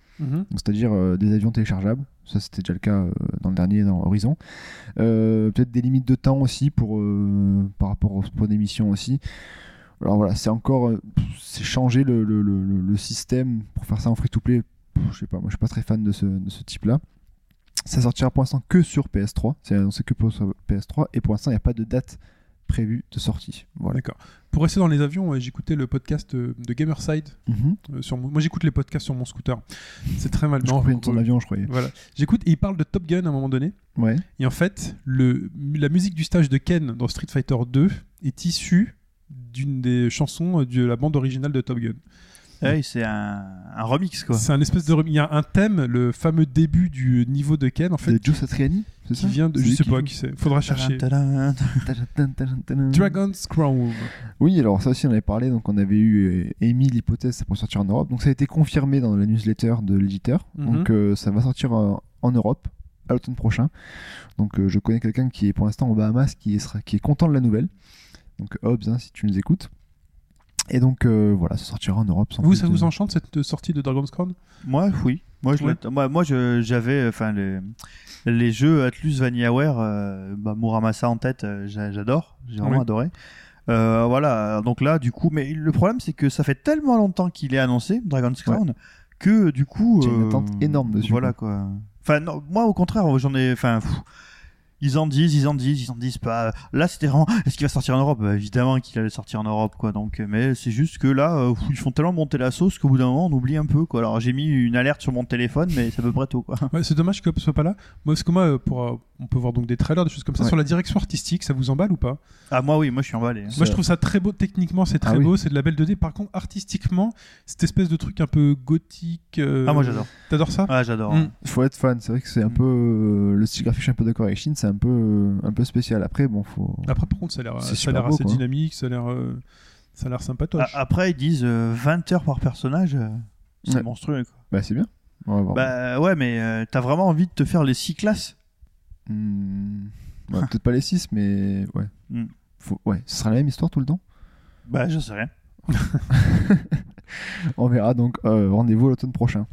[SPEAKER 3] c'est-à-dire euh, des avions téléchargeables. Ça c'était déjà le cas euh, dans le dernier dans Horizon. Euh, Peut-être des limites de temps aussi pour euh, par rapport au point d'émission aussi. Alors voilà, c'est encore euh, pff, c'est changer le, le- le- le- le système pour faire ça en free to play. Pff, Je sais pas, moi je suis pas très fan de ce, de ce type là. Ça sortira pour l'instant que sur PS3, c'est annoncé que pour sur PS3 et pour l'instant il n'y a pas de date prévue de sortie. Voilà.
[SPEAKER 2] d'accord. Pour rester dans les avions, ouais, j'écoutais le podcast euh, de Gamerside.
[SPEAKER 3] Mhm.
[SPEAKER 2] euh, sur mon- Moi, j'écoute les podcasts sur mon scooter. C'est très mal.
[SPEAKER 3] Je
[SPEAKER 2] Non,
[SPEAKER 3] comprenais
[SPEAKER 2] euh,
[SPEAKER 3] ton avion, je croyais.
[SPEAKER 2] Voilà. J'écoute et il parle de Top Gun à un moment donné.
[SPEAKER 3] Ouais.
[SPEAKER 2] Et en fait, le, la musique du stage de Ken dans Street Fighter 2 est issue d'une des chansons de la bande originale de Top Gun.
[SPEAKER 4] Ouais, c'est un, un remix quoi.
[SPEAKER 2] C'est un espèce de rem- il y a un thème, le fameux début du niveau de Ken en fait,
[SPEAKER 3] de Joe Satriani, c'est
[SPEAKER 2] qui
[SPEAKER 3] ça
[SPEAKER 2] vient de
[SPEAKER 3] C'est
[SPEAKER 2] je
[SPEAKER 3] lui
[SPEAKER 2] sais
[SPEAKER 3] qui
[SPEAKER 2] pas
[SPEAKER 3] joue.
[SPEAKER 2] qui c'est. Faudra chercher.
[SPEAKER 4] Tadam, tadam.
[SPEAKER 3] Tadam, tadam, tadam.
[SPEAKER 2] Dragon's Crown.
[SPEAKER 3] Oui, alors ça aussi on avait parlé, donc on avait eu euh, émis l'hypothèse pour sortir en Europe, donc ça a été confirmé dans la newsletter de l'éditeur,
[SPEAKER 2] Mhm.
[SPEAKER 3] donc euh, ça va sortir euh, en Europe à l'automne prochain. Donc euh, je connais quelqu'un qui est pour l'instant aux Bahamas, qui, sera, qui est content de la nouvelle, donc Hobbs, hein, si tu nous écoutes. Et donc euh, voilà, ça sortira en Europe. Sans
[SPEAKER 2] Vous
[SPEAKER 3] plus
[SPEAKER 2] ça
[SPEAKER 3] de-
[SPEAKER 2] vous enchante cette euh, sortie de Dragon's Crown
[SPEAKER 4] Moi, oui. Moi, je
[SPEAKER 2] Ouais.
[SPEAKER 4] l'attends- moi, moi, je- j'avais, enfin, les, les jeux Atlus, Vanillaware, euh, bah, Muramasa en tête, euh, j'a- j'adore, j'ai vraiment
[SPEAKER 2] Ouais.
[SPEAKER 4] adoré. Euh, voilà, donc là, du coup, mais le problème, c'est que ça fait tellement longtemps qu'il est annoncé, Dragon's Crown, que du coup,
[SPEAKER 3] J'ai une
[SPEAKER 4] euh,
[SPEAKER 3] attente énorme dessus.
[SPEAKER 4] Voilà quoi. Enfin, non, moi, au contraire, j'en ai, enfin. pff, Ils en disent, ils en disent, ils en disent pas. Là, c'était vraiment. Est-ce qu'il va sortir en Europe Bah, Évidemment qu'il allait sortir en Europe, quoi. Donc, mais c'est juste que là, euh, ils font tellement monter la sauce qu'au bout d'un moment, on oublie un peu, quoi. Alors, j'ai mis une alerte sur mon téléphone, mais c'est à peu près tout,
[SPEAKER 3] Ah.
[SPEAKER 4] quoi.
[SPEAKER 2] Ouais, c'est dommage que Hop soit pas là. Moi parce que moi euh, pour euh, on peut voir donc des trailers des choses comme ça
[SPEAKER 3] Ouais.
[SPEAKER 2] sur la direction artistique, ça vous emballe ou pas
[SPEAKER 4] Ah, moi, oui, moi, je suis emballé.
[SPEAKER 3] Ça-
[SPEAKER 2] Moi je trouve ça très beau techniquement, c'est
[SPEAKER 3] Ah
[SPEAKER 2] très
[SPEAKER 3] oui.
[SPEAKER 2] beau, c'est de la belle 2D. Par contre artistiquement, cette espèce de truc un peu gothique euh,
[SPEAKER 4] Ah, moi, j'adore.
[SPEAKER 2] T'adores ça
[SPEAKER 4] Ah, j'adore.
[SPEAKER 2] Mm.
[SPEAKER 3] faut être fan. C'est vrai que c'est un
[SPEAKER 4] Mm.
[SPEAKER 3] peu euh, le style graphique, je suis un peu d'accord avec Shin, c'est un peu euh, un peu spécial. Après, bon, faut.
[SPEAKER 2] Après, par contre, ça a l'air,
[SPEAKER 3] C'est
[SPEAKER 2] ça a
[SPEAKER 3] super
[SPEAKER 2] l'air
[SPEAKER 3] beau,
[SPEAKER 2] assez
[SPEAKER 3] quoi. Ah,
[SPEAKER 2] dynamique, ça a l'air, euh, ça a l'air sympatoche.
[SPEAKER 4] A- Après, ils disent euh, 20 heures par personnage. euh, C'est
[SPEAKER 3] Ouais.
[SPEAKER 4] monstrueux, quoi.
[SPEAKER 3] Bah c'est bien. On va voir.
[SPEAKER 4] Bah, ouais, mais euh, t'as vraiment envie de te faire les 6 classes
[SPEAKER 3] Hmm. Ouais, Peut-être pas les 6 mais ouais.
[SPEAKER 4] Mm.
[SPEAKER 3] Faut... Ouais, ce sera la même histoire tout le temps.
[SPEAKER 4] Bah, je sais rien.
[SPEAKER 3] On verra donc euh, rendez-vous l'automne prochain.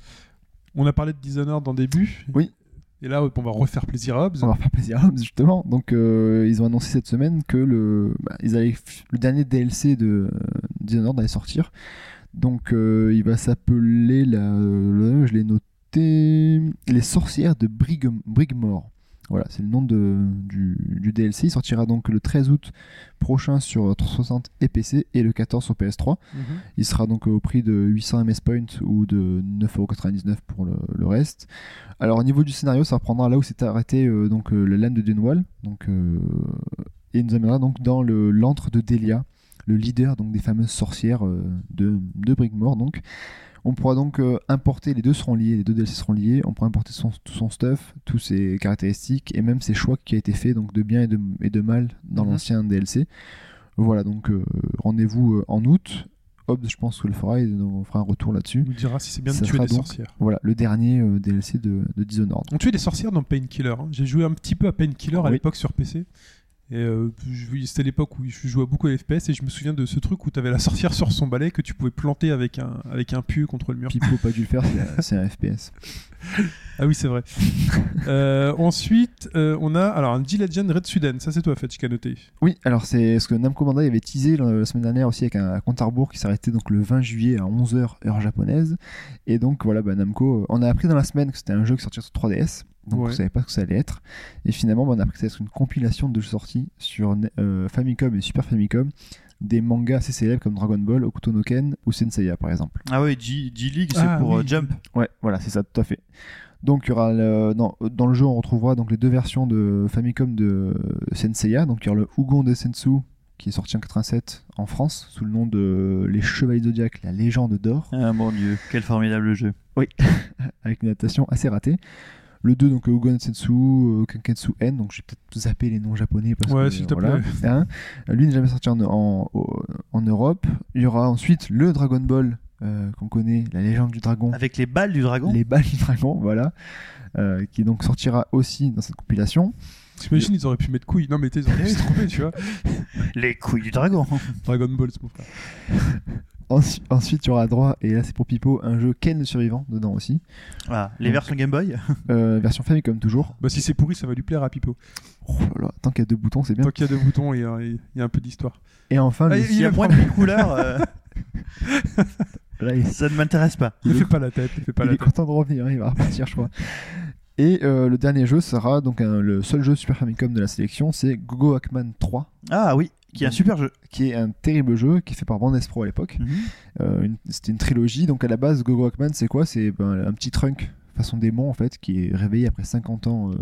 [SPEAKER 2] On a parlé de Dishonored en début.
[SPEAKER 3] Oui.
[SPEAKER 2] Et là, on va refaire plaisir à Hobbs.
[SPEAKER 3] On va faire plaisir à Hobbs justement. Donc euh, ils ont annoncé cette semaine que le bah, ils allaient f- le dernier DLC de euh, Dishonored allait sortir. Donc euh, il va s'appeler la le- je l'ai noté les sorcières de Brigham- Brigmore. Voilà, c'est le nom de, du, du DLC. Il sortira donc le 13 août prochain sur 360 et PC et le 14 sur PS3.
[SPEAKER 2] Mhm.
[SPEAKER 3] Il sera donc au prix de 800 MS Points ou de 9,99€ pour le, le reste. Alors au niveau du scénario, ça reprendra là où s'est arrêté euh, donc, euh, la lame de Dunwall. Donc, euh, et nous amènera donc dans le- l'antre de Delia, le leader donc, des fameuses sorcières euh, de, de Brigmore. Donc. On pourra donc euh, importer, les deux seront liés, les deux DLC seront liés, on pourra importer son, tout son stuff, tous ses caractéristiques et même ses choix qui a été fait donc de bien et de, et de mal dans
[SPEAKER 2] Mhm.
[SPEAKER 3] l'ancien DLC. Voilà donc euh, rendez-vous euh, en août. Hobbs, je pense que le fera et donc on fera un retour là-dessus.
[SPEAKER 2] On nous dira si c'est bien de
[SPEAKER 3] Ça
[SPEAKER 2] tuer
[SPEAKER 3] sera
[SPEAKER 2] des
[SPEAKER 3] donc-
[SPEAKER 2] sorcières.
[SPEAKER 3] Voilà, le dernier euh, DLC de, de Dishonored.
[SPEAKER 2] On tuait des sorcières dans Painkiller. hein. J'ai joué un petit peu à Painkiller à
[SPEAKER 3] Oui.
[SPEAKER 2] l'époque sur PC. Et euh, je- c'était l'époque où je jouais beaucoup à FPS et je me souviens de ce truc où t'avais la sorcière sur son balai que tu pouvais planter avec un, avec un pieu contre le mur.
[SPEAKER 3] Pipo, pas dû le faire, c'est- euh, c'est un FPS.
[SPEAKER 2] Ah oui, c'est vrai. Euh, ensuite, euh, on a alors un G-Legend Red Sudan. Ça, c'est toi, Fetch, E qui a noté.
[SPEAKER 3] Oui, alors c'est ce que Namco Bandai avait teasé le- la semaine dernière aussi avec un compte à rebours qui s'arrêtait donc le 20 juillet à 11h heure japonaise. Et donc voilà, bah, Namco, euh, on a appris dans la semaine que c'était un jeu qui sortirait sur 3DS. Donc
[SPEAKER 2] Ouais.
[SPEAKER 3] on savait pas ce que ça allait être. Et finalement, bah, on a appris que ça allait être une compilation de jeux sortis sur euh, Famicom et Super Famicom des mangas assez célèbres comme Dragon Ball, Okuto no Ken ou Senseiya par exemple.
[SPEAKER 4] Ah ouais, G, G League, c'est
[SPEAKER 2] Ah,
[SPEAKER 4] pour
[SPEAKER 2] oui.
[SPEAKER 4] euh, Jump.
[SPEAKER 3] Ouais, voilà, c'est ça, tout à fait. Donc, il y aura le- dans, dans le jeu, on retrouvera donc les deux versions de Famicom de Senseiya. Donc, il y aura le Hugon de Sensu qui est sorti en 87 en France sous le nom de Les Chevaliers Zodiac, la légende d'or,
[SPEAKER 4] Ah mon dieu, quel formidable jeu.
[SPEAKER 3] avec une adaptation assez ratée. Le 2, donc Hugon de Sensu, euh, Kenketsu N, donc j'ai peut-être zappé les noms japonais parce
[SPEAKER 2] Ouais,
[SPEAKER 3] que,
[SPEAKER 2] s'il te
[SPEAKER 3] voilà. Hein. Lui n'est jamais sorti en, en- au- en Europe. Il y aura ensuite le Dragon Ball euh, qu'on connaît, la légende du dragon.
[SPEAKER 4] Avec les balles du dragon
[SPEAKER 3] Les balles du dragon, voilà. Euh, qui donc sortira aussi dans cette compilation.
[SPEAKER 2] T'imagines, ils auraient pu mettre couilles. Non, mais t'es- ils
[SPEAKER 3] Ah
[SPEAKER 2] auraient pu se tromper, tu vois.
[SPEAKER 4] Les couilles du dragon.
[SPEAKER 2] Dragon Ball, c'est mon frère.
[SPEAKER 3] Ensu- ensuite, il y aura droit, et là c'est pour Pipo, un jeu Ken le survivant dedans aussi.
[SPEAKER 4] Ah, les
[SPEAKER 3] Donc-
[SPEAKER 4] versions Game Boy.
[SPEAKER 3] Euh, version Famicom toujours.
[SPEAKER 2] Bah, si c'est pourri, ça va lui plaire à Pipo.
[SPEAKER 3] Oh là là, tant qu'il y a deux boutons, c'est bien.
[SPEAKER 2] Tant qu'il y a deux boutons, il y a, il y a un peu d'histoire.
[SPEAKER 3] Et enfin,
[SPEAKER 2] Ah,
[SPEAKER 3] le-
[SPEAKER 4] S'il y a
[SPEAKER 2] le
[SPEAKER 4] moins de
[SPEAKER 2] prend.
[SPEAKER 4] 1000 couleurs, euh,
[SPEAKER 3] là, il,
[SPEAKER 4] ça ne m'intéresse pas.
[SPEAKER 2] Ne fais pas la tête, ne fais pas
[SPEAKER 3] il
[SPEAKER 2] la
[SPEAKER 3] est
[SPEAKER 2] tête.
[SPEAKER 3] content de revenir, hein, il va repartir, je crois. Et euh, le dernier jeu sera donc un- le seul jeu Super Famicom de la sélection, c'est Gogo Hackman 3,
[SPEAKER 4] Ah oui, qui est un super jeu.
[SPEAKER 3] qui est un terrible jeu qui est fait par Bandes Pro à l'époque. Euh, une- c'était une trilogie. Donc à la base, Gogo Hackman, c'est quoi C'est ben, un petit trunk façon démon en fait qui est réveillé après 50 ans. euh, de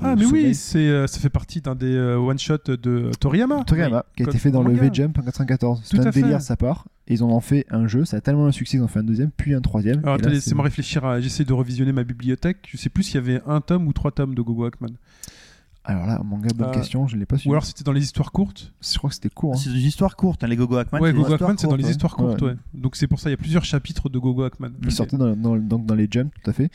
[SPEAKER 2] Ah, mais
[SPEAKER 3] sommeil.
[SPEAKER 2] oui, c'est, euh, ça fait partie d'un des one-shots de Toriyama.
[SPEAKER 3] Toriyama, qui a
[SPEAKER 2] comme
[SPEAKER 3] été fait dans le
[SPEAKER 2] manga.
[SPEAKER 3] V-Jump en 94. C'est
[SPEAKER 2] Tout
[SPEAKER 3] un
[SPEAKER 2] à fait.
[SPEAKER 3] délire de sa part. Et ils en ont fait un jeu. Ça a tellement un succès qu'ils en ont fait un deuxième, puis un troisième.
[SPEAKER 2] Alors,
[SPEAKER 3] Et là,
[SPEAKER 2] attendez,
[SPEAKER 3] c'est-
[SPEAKER 2] laissez-moi réfléchir à. J'essaie de revisionner ma bibliothèque. Je sais plus s'il y avait un tome ou trois tomes de Gogo Hackman.
[SPEAKER 3] Alors là, manga, bonne
[SPEAKER 2] Euh,
[SPEAKER 3] question. Je l'ai pas
[SPEAKER 2] Ou
[SPEAKER 3] suivi.
[SPEAKER 2] alors c'était dans les histoires courtes.
[SPEAKER 3] Je crois que c'était court. hein.
[SPEAKER 4] C'est une histoire courte, hein, les Gogo Hackman.
[SPEAKER 2] ouais,
[SPEAKER 4] c'est des
[SPEAKER 2] Gogo
[SPEAKER 4] histoires
[SPEAKER 2] Hackman, c'est dans
[SPEAKER 4] courtes,
[SPEAKER 2] les
[SPEAKER 4] hein.
[SPEAKER 2] histoires courtes,
[SPEAKER 3] Ouais.
[SPEAKER 2] ouais. Donc c'est pour ça, il y a plusieurs chapitres de Gogo Hackman.
[SPEAKER 3] Qui
[SPEAKER 2] Ok.
[SPEAKER 3] sortait dans, dans- donc dans les Jump, tout à fait.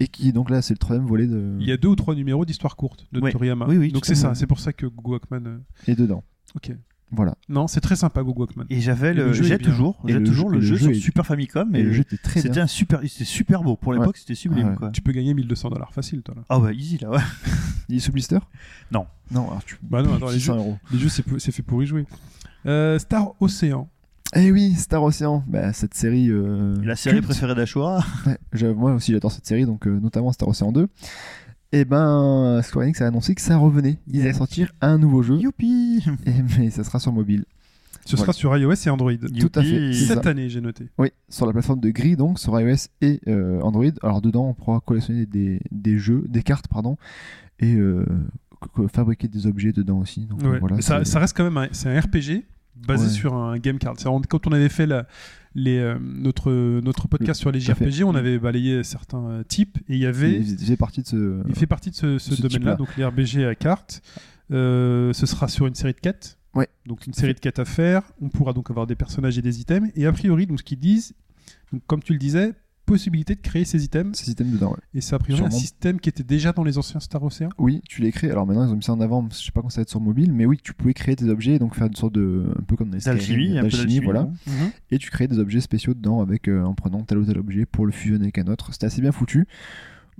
[SPEAKER 3] Et qui, donc là, c'est le troisième volet de.
[SPEAKER 2] Il y a deux ou trois numéros d'histoires courtes de
[SPEAKER 4] Oui.
[SPEAKER 2] Toriyama.
[SPEAKER 4] Oui, oui,
[SPEAKER 2] Donc
[SPEAKER 4] tout à
[SPEAKER 2] c'est ça,
[SPEAKER 3] euh,
[SPEAKER 4] fait.
[SPEAKER 2] c'est pour ça que Gogo Hackman. euh,
[SPEAKER 3] Et dedans.
[SPEAKER 2] Ok.
[SPEAKER 3] Voilà.
[SPEAKER 2] Non, c'est très sympa Gogo Hackman.
[SPEAKER 4] Et j'avais
[SPEAKER 2] Et
[SPEAKER 4] le,
[SPEAKER 2] le jeu est
[SPEAKER 4] j'ai
[SPEAKER 2] bien.
[SPEAKER 4] toujours,
[SPEAKER 3] Et
[SPEAKER 4] j'ai
[SPEAKER 3] le
[SPEAKER 4] toujours
[SPEAKER 3] jeu-
[SPEAKER 4] le
[SPEAKER 3] le
[SPEAKER 4] jeu
[SPEAKER 3] jeu
[SPEAKER 4] sur
[SPEAKER 3] est-
[SPEAKER 4] Super Famicom,
[SPEAKER 3] Et
[SPEAKER 4] mais
[SPEAKER 3] le jeu était très bien.
[SPEAKER 4] c'était un super, c'était super beau pour l'époque, c'était sublime
[SPEAKER 3] Ouais.
[SPEAKER 4] quoi.
[SPEAKER 2] Tu peux gagner 1200 dollars facile, toi là.
[SPEAKER 4] Ah ouais, easy là. Ouais.
[SPEAKER 3] Il est sous blister
[SPEAKER 4] Non.
[SPEAKER 3] Non, alors tu.
[SPEAKER 2] Bah non, attends, les
[SPEAKER 3] 600
[SPEAKER 2] jeux,
[SPEAKER 3] euros.
[SPEAKER 2] les jeux, c'est pou- c'est fait pour y jouer. Euh, Star Ocean.
[SPEAKER 3] Eh oui, Star Ocean. Bah, cette série. euh,
[SPEAKER 4] La série
[SPEAKER 3] culte.
[SPEAKER 4] préférée d'Ashura.
[SPEAKER 3] Ouais, je- moi aussi j'adore cette série, donc euh, notamment Star Ocean 2. Et ben, Square Enix a annoncé que ça revenait. Ils allaient sortir un nouveau jeu,
[SPEAKER 4] Youpi.
[SPEAKER 3] et- mais ça sera sur mobile.
[SPEAKER 2] Ce sera sur iOS et Android.
[SPEAKER 3] Tout à fait.
[SPEAKER 4] Youpi.
[SPEAKER 3] C'est
[SPEAKER 2] Cette
[SPEAKER 3] ça.
[SPEAKER 2] année, j'ai noté.
[SPEAKER 3] Oui, sur la plateforme de Gris, donc sur iOS et euh, Android. Alors dedans, on pourra collectionner des, des jeux, des cartes, pardon, et euh, co- co- fabriquer des objets dedans aussi. Donc, euh,
[SPEAKER 2] Ouais.
[SPEAKER 3] voilà,
[SPEAKER 2] Mais ça,
[SPEAKER 3] c'est-
[SPEAKER 2] ça reste quand même un, c'est un RPG basé
[SPEAKER 3] Ouais.
[SPEAKER 2] sur un game card. C'est-à-dire, on- Quand on avait fait la- les, euh, notre, notre podcast sur les
[SPEAKER 3] tout à fait.
[SPEAKER 2] JRPG, on avait balayé certains euh, types et il y avait.
[SPEAKER 3] il faisait partie de ce. euh,
[SPEAKER 2] Il fait partie de ce, ce
[SPEAKER 3] Ce
[SPEAKER 2] domaine-là,
[SPEAKER 3] type-là.
[SPEAKER 2] donc les RBG à cartes. Euh, ce sera sur une série de quêtes.
[SPEAKER 3] Ouais.
[SPEAKER 2] Donc une série de quêtes à faire. On pourra donc avoir des personnages et des items. Et a priori, donc ce qu'ils disent, donc, comme tu le disais, possibilité de créer ces items.
[SPEAKER 3] ce système dedans. ouais.
[SPEAKER 2] Et c'est a priori un
[SPEAKER 3] Sûrement.
[SPEAKER 2] système qui était déjà dans les anciens Star Ocean.
[SPEAKER 3] Oui, tu les crées. Alors maintenant, ils ont mis ça en avant. parce que Je sais pas quand ça va être sur mobile, mais oui, tu pouvais créer tes objets et donc faire une sorte de, un peu comme dans les Skyrim,
[SPEAKER 4] D'alchimie, un peu d'alchimie,
[SPEAKER 3] voilà.
[SPEAKER 4] ouais.
[SPEAKER 3] et tu crées des objets spéciaux dedans avec euh, en prenant tel ou tel objet pour le fusionner avec un autre. C'était assez bien foutu.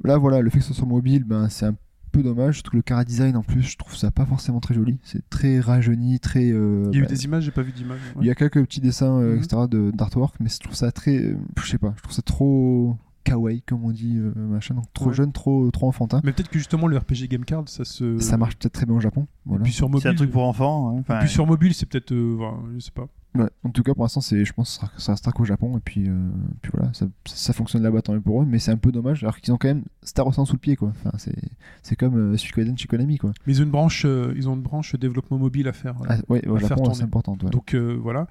[SPEAKER 3] Là, voilà, le fait que ce soit sur mobile, ben, c'est un peu dommage. Surtout que le cara design en plus, je trouve ça pas forcément très joli. C'est très rajeuni, très. euh,
[SPEAKER 2] Il y a eu
[SPEAKER 3] bah,
[SPEAKER 2] des images, j'ai pas vu d'image.
[SPEAKER 3] il y a quelques petits dessins, euh,
[SPEAKER 2] Mhm.
[SPEAKER 3] etc., de- d'artwork, mais je trouve ça très. euh, je sais pas, je trouve ça trop kawaii, comme on dit, euh, machin. Donc trop
[SPEAKER 2] Ouais.
[SPEAKER 3] jeune, trop, trop enfantin.
[SPEAKER 2] Mais peut-être que justement le RPG Game Card, ça se.
[SPEAKER 3] Ça marche peut-être très bien au Japon. Voilà.
[SPEAKER 2] Puis sur
[SPEAKER 4] C'est
[SPEAKER 2] mobile. euh,
[SPEAKER 4] un truc pour enfants. hein. Enfin,
[SPEAKER 2] Puis sur mobile, c'est peut-être. euh, voilà, je sais pas.
[SPEAKER 3] Ouais, en tout cas, pour l'instant, c'est, je pense que ça sera- ça restera qu'au Japon. Et puis, euh, puis voilà, ça, ça fonctionne là-bas, tant mieux pour eux. Mais c'est un peu dommage, alors qu'ils ont quand même Star Ocean sous le pied, quoi. Enfin, c'est, c'est comme euh, Suikoden chez Konami, quoi.
[SPEAKER 2] Mais ils ont une branche, euh, ils ont une branche développement mobile à faire. voilà.
[SPEAKER 3] Ah, ouais, au
[SPEAKER 2] à faire
[SPEAKER 3] Japon,
[SPEAKER 2] tourner.
[SPEAKER 3] c'est important. ouais.
[SPEAKER 2] Donc euh, voilà.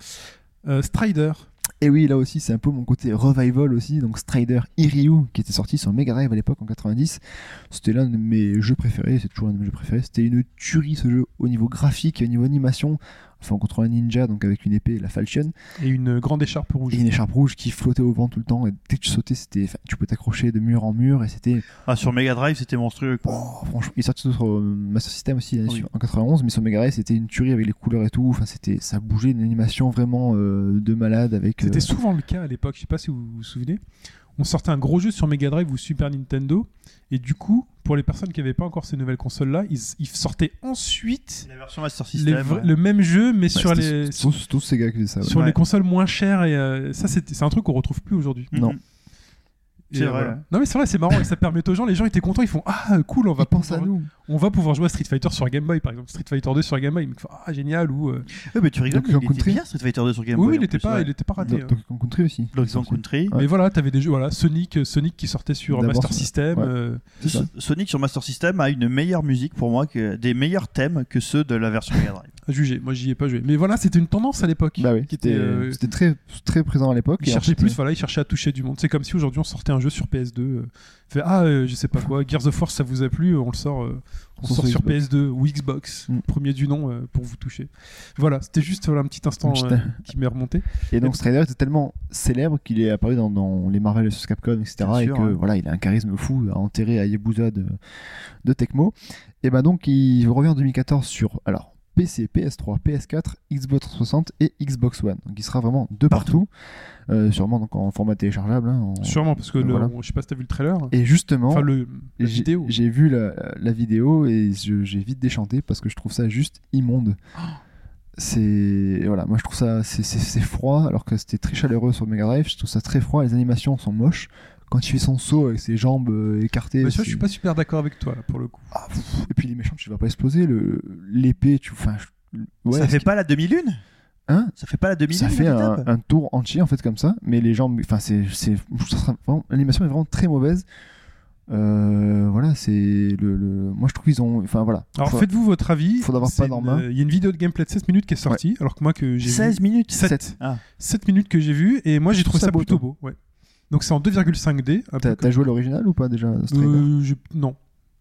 [SPEAKER 2] Euh, Strider.
[SPEAKER 3] Et oui, là aussi, c'est un peu mon côté revival aussi. Donc, Strider Iryu, qui était sorti sur Mega Drive à l'époque en 90. C'était l'un de mes jeux préférés, c'est toujours un de mes jeux préférés. C'était une tuerie ce jeu au niveau graphique, et au niveau animation. enfin on contrôlait un ninja donc avec une épée la falchion
[SPEAKER 2] Et une grande écharpe rouge.
[SPEAKER 3] et une écharpe rouge qui flottait au vent tout le temps et dès que tu sautais c'était enfin, tu pouvais t'accrocher de mur en mur et c'était
[SPEAKER 4] Ah, sur Mega Drive, c'était monstrueux. quoi.
[SPEAKER 3] Oh, franchement, il est sorti sur euh, Master System aussi l'année
[SPEAKER 4] Oui.
[SPEAKER 3] suivante, en 91, mais sur Mega Drive, c'était une tuerie avec les couleurs et tout. Enfin, c'était, ça bougeait une animation vraiment euh, de malade avec. euh,
[SPEAKER 2] C'était souvent le cas à l'époque, je sais pas si vous vous souvenez. On sortait un gros jeu sur Mega Drive ou Super Nintendo, et du coup, pour les personnes qui n'avaient pas encore ces nouvelles consoles-là, ils, ils sortaient ensuite
[SPEAKER 4] La version Master
[SPEAKER 2] les
[SPEAKER 4] System.
[SPEAKER 2] vra-
[SPEAKER 4] ouais.
[SPEAKER 2] le même jeu, mais
[SPEAKER 3] bah,
[SPEAKER 2] sur,
[SPEAKER 3] c'était
[SPEAKER 2] les,
[SPEAKER 3] tous- tous, tous ces gars qui faisaient ça. ouais.
[SPEAKER 2] sur
[SPEAKER 4] ouais.
[SPEAKER 2] les consoles moins chères, et euh, ça, c'était- c'est un truc qu'on retrouve plus aujourd'hui.
[SPEAKER 4] Mhm.
[SPEAKER 3] non.
[SPEAKER 4] C'est
[SPEAKER 2] Et, euh,
[SPEAKER 4] vrai,
[SPEAKER 2] voilà.
[SPEAKER 4] ouais.
[SPEAKER 2] Non, mais c'est vrai, c'est marrant, et ça permet aux gens, les gens étaient contents, ils font Ah, cool, on va,
[SPEAKER 3] Ils pensent à
[SPEAKER 2] pouvoir,
[SPEAKER 3] nous.
[SPEAKER 2] on va pouvoir jouer à Street Fighter sur Game Boy, par exemple, Street Fighter 2 sur Game Boy, ils me font Ah, génial, ou. euh,
[SPEAKER 4] Ouais, mais tu rigoles,
[SPEAKER 3] Donc,
[SPEAKER 4] il
[SPEAKER 3] Jean
[SPEAKER 4] était
[SPEAKER 3] Country
[SPEAKER 4] bien Street Fighter 2 sur Game
[SPEAKER 2] Oui,
[SPEAKER 4] Boy.
[SPEAKER 2] oui,
[SPEAKER 4] en
[SPEAKER 2] il n'était
[SPEAKER 4] plus,
[SPEAKER 2] pas,
[SPEAKER 4] ouais.
[SPEAKER 2] il était pas raté.
[SPEAKER 3] Donc,
[SPEAKER 2] hein.
[SPEAKER 3] Donkey Kong Country aussi.
[SPEAKER 4] Donkey Kong Country.
[SPEAKER 3] Ouais.
[SPEAKER 2] Mais voilà, t'avais des jeux, voilà, Sonic, euh, Sonic qui sortait sur
[SPEAKER 3] D'abord
[SPEAKER 2] Master
[SPEAKER 3] sur-
[SPEAKER 2] System.
[SPEAKER 3] ouais.
[SPEAKER 2] euh,
[SPEAKER 3] C'est ça.
[SPEAKER 4] So- Sonic sur Master System a une meilleure musique pour moi, que, des meilleurs thèmes que ceux de la version Mega Drive.
[SPEAKER 2] à juger. Moi, j'y ai pas joué. Mais voilà, c'était une tendance à l'époque.
[SPEAKER 3] Bah oui,
[SPEAKER 2] qui était,
[SPEAKER 3] c'était,
[SPEAKER 2] euh,
[SPEAKER 3] c'était très, très présent à l'époque.
[SPEAKER 2] ils
[SPEAKER 3] et en
[SPEAKER 2] cherchaient
[SPEAKER 3] fait,
[SPEAKER 2] plus, voilà, ils cherchaient à toucher du monde. C'est comme si aujourd'hui on sortait un jeu sur PS2. euh, fait, ah, euh, je sais pas quoi, Gears of War, ça vous a plu, euh, on le sort, euh, on
[SPEAKER 3] On sort
[SPEAKER 2] sort
[SPEAKER 3] sur
[SPEAKER 2] sur
[SPEAKER 3] Xbox.
[SPEAKER 2] PS2 ou Xbox,
[SPEAKER 3] Mm.
[SPEAKER 2] premier du nom, euh, pour vous toucher. Voilà, c'était juste voilà, un petit instant
[SPEAKER 3] Putain.
[SPEAKER 2] euh, qui m'est remonté.
[SPEAKER 3] Et donc Strider était tellement célèbre qu'il est apparu dans, dans les Marvel vs Capcom, etc.
[SPEAKER 4] Bien
[SPEAKER 3] et
[SPEAKER 4] sûr,
[SPEAKER 3] que
[SPEAKER 4] hein.
[SPEAKER 3] voilà, il a un charisme fou à enterrer à Yabusa de, de Tecmo. Et ben donc il revient en 2014 sur alors PC, PS3, PS4, Xbox 360 et Xbox One. Donc il sera vraiment de partout, Euh, sûrement donc en format téléchargeable. hein, en-
[SPEAKER 2] Sûrement, parce que le-
[SPEAKER 3] Voilà.
[SPEAKER 2] on- je sais pas si t'as vu le trailer.
[SPEAKER 3] Et justement,
[SPEAKER 2] Enfin, le, la
[SPEAKER 3] j'ai-
[SPEAKER 2] vidéo.
[SPEAKER 3] j'ai vu la, la vidéo et je- j'ai vite déchanté parce que je trouve ça juste immonde. C'est voilà, moi je trouve ça c'est- c'est c'est froid alors que c'était très chaleureux sur Mega Drive. Je trouve ça très froid. Les animations sont moches. Quand il fait son saut avec ses jambes euh, écartées,
[SPEAKER 2] Bah, tu vois, je
[SPEAKER 3] c'est-
[SPEAKER 2] suis pas super d'accord avec toi, là, pour le coup.
[SPEAKER 3] Ah, pff, et puis les méchants, tu vas pas exploser. Le l'épée, tu enfin je- ouais,
[SPEAKER 4] ça fait
[SPEAKER 3] est-ce
[SPEAKER 4] pas la demi-lune
[SPEAKER 3] que- hein
[SPEAKER 4] Ça fait pas la demi-lune
[SPEAKER 3] ça fait
[SPEAKER 4] la
[SPEAKER 3] un,
[SPEAKER 4] tape
[SPEAKER 3] un tour entier en fait comme ça mais les jambes enfin c'est c'est je trouve ça vraiment- l'animation est vraiment très mauvaise Euh, voilà c'est le, le- moi je trouve qu'ils ont enfin voilà
[SPEAKER 2] Alors
[SPEAKER 3] Faut-
[SPEAKER 2] faites-vous votre avis.
[SPEAKER 3] Faudra avoir
[SPEAKER 2] C'est
[SPEAKER 3] pas dans
[SPEAKER 2] une-
[SPEAKER 3] main.
[SPEAKER 2] euh, Il y a une vidéo de gameplay de 16 minutes qui est sortie, alors que moi que j'ai vu-
[SPEAKER 4] 16 minutes
[SPEAKER 2] 7.
[SPEAKER 4] Ah.
[SPEAKER 2] 7 minutes que j'ai vu et moi j'ai trouvé
[SPEAKER 3] Ça
[SPEAKER 2] ça
[SPEAKER 3] beau,
[SPEAKER 2] plutôt
[SPEAKER 3] toi.
[SPEAKER 2] beau. Ouais. Donc c'est en 2,5D. un peu
[SPEAKER 3] t'as t'as joué à l'original ou pas déjà
[SPEAKER 2] comme-
[SPEAKER 3] Strider
[SPEAKER 2] Euh, j'ai- Non.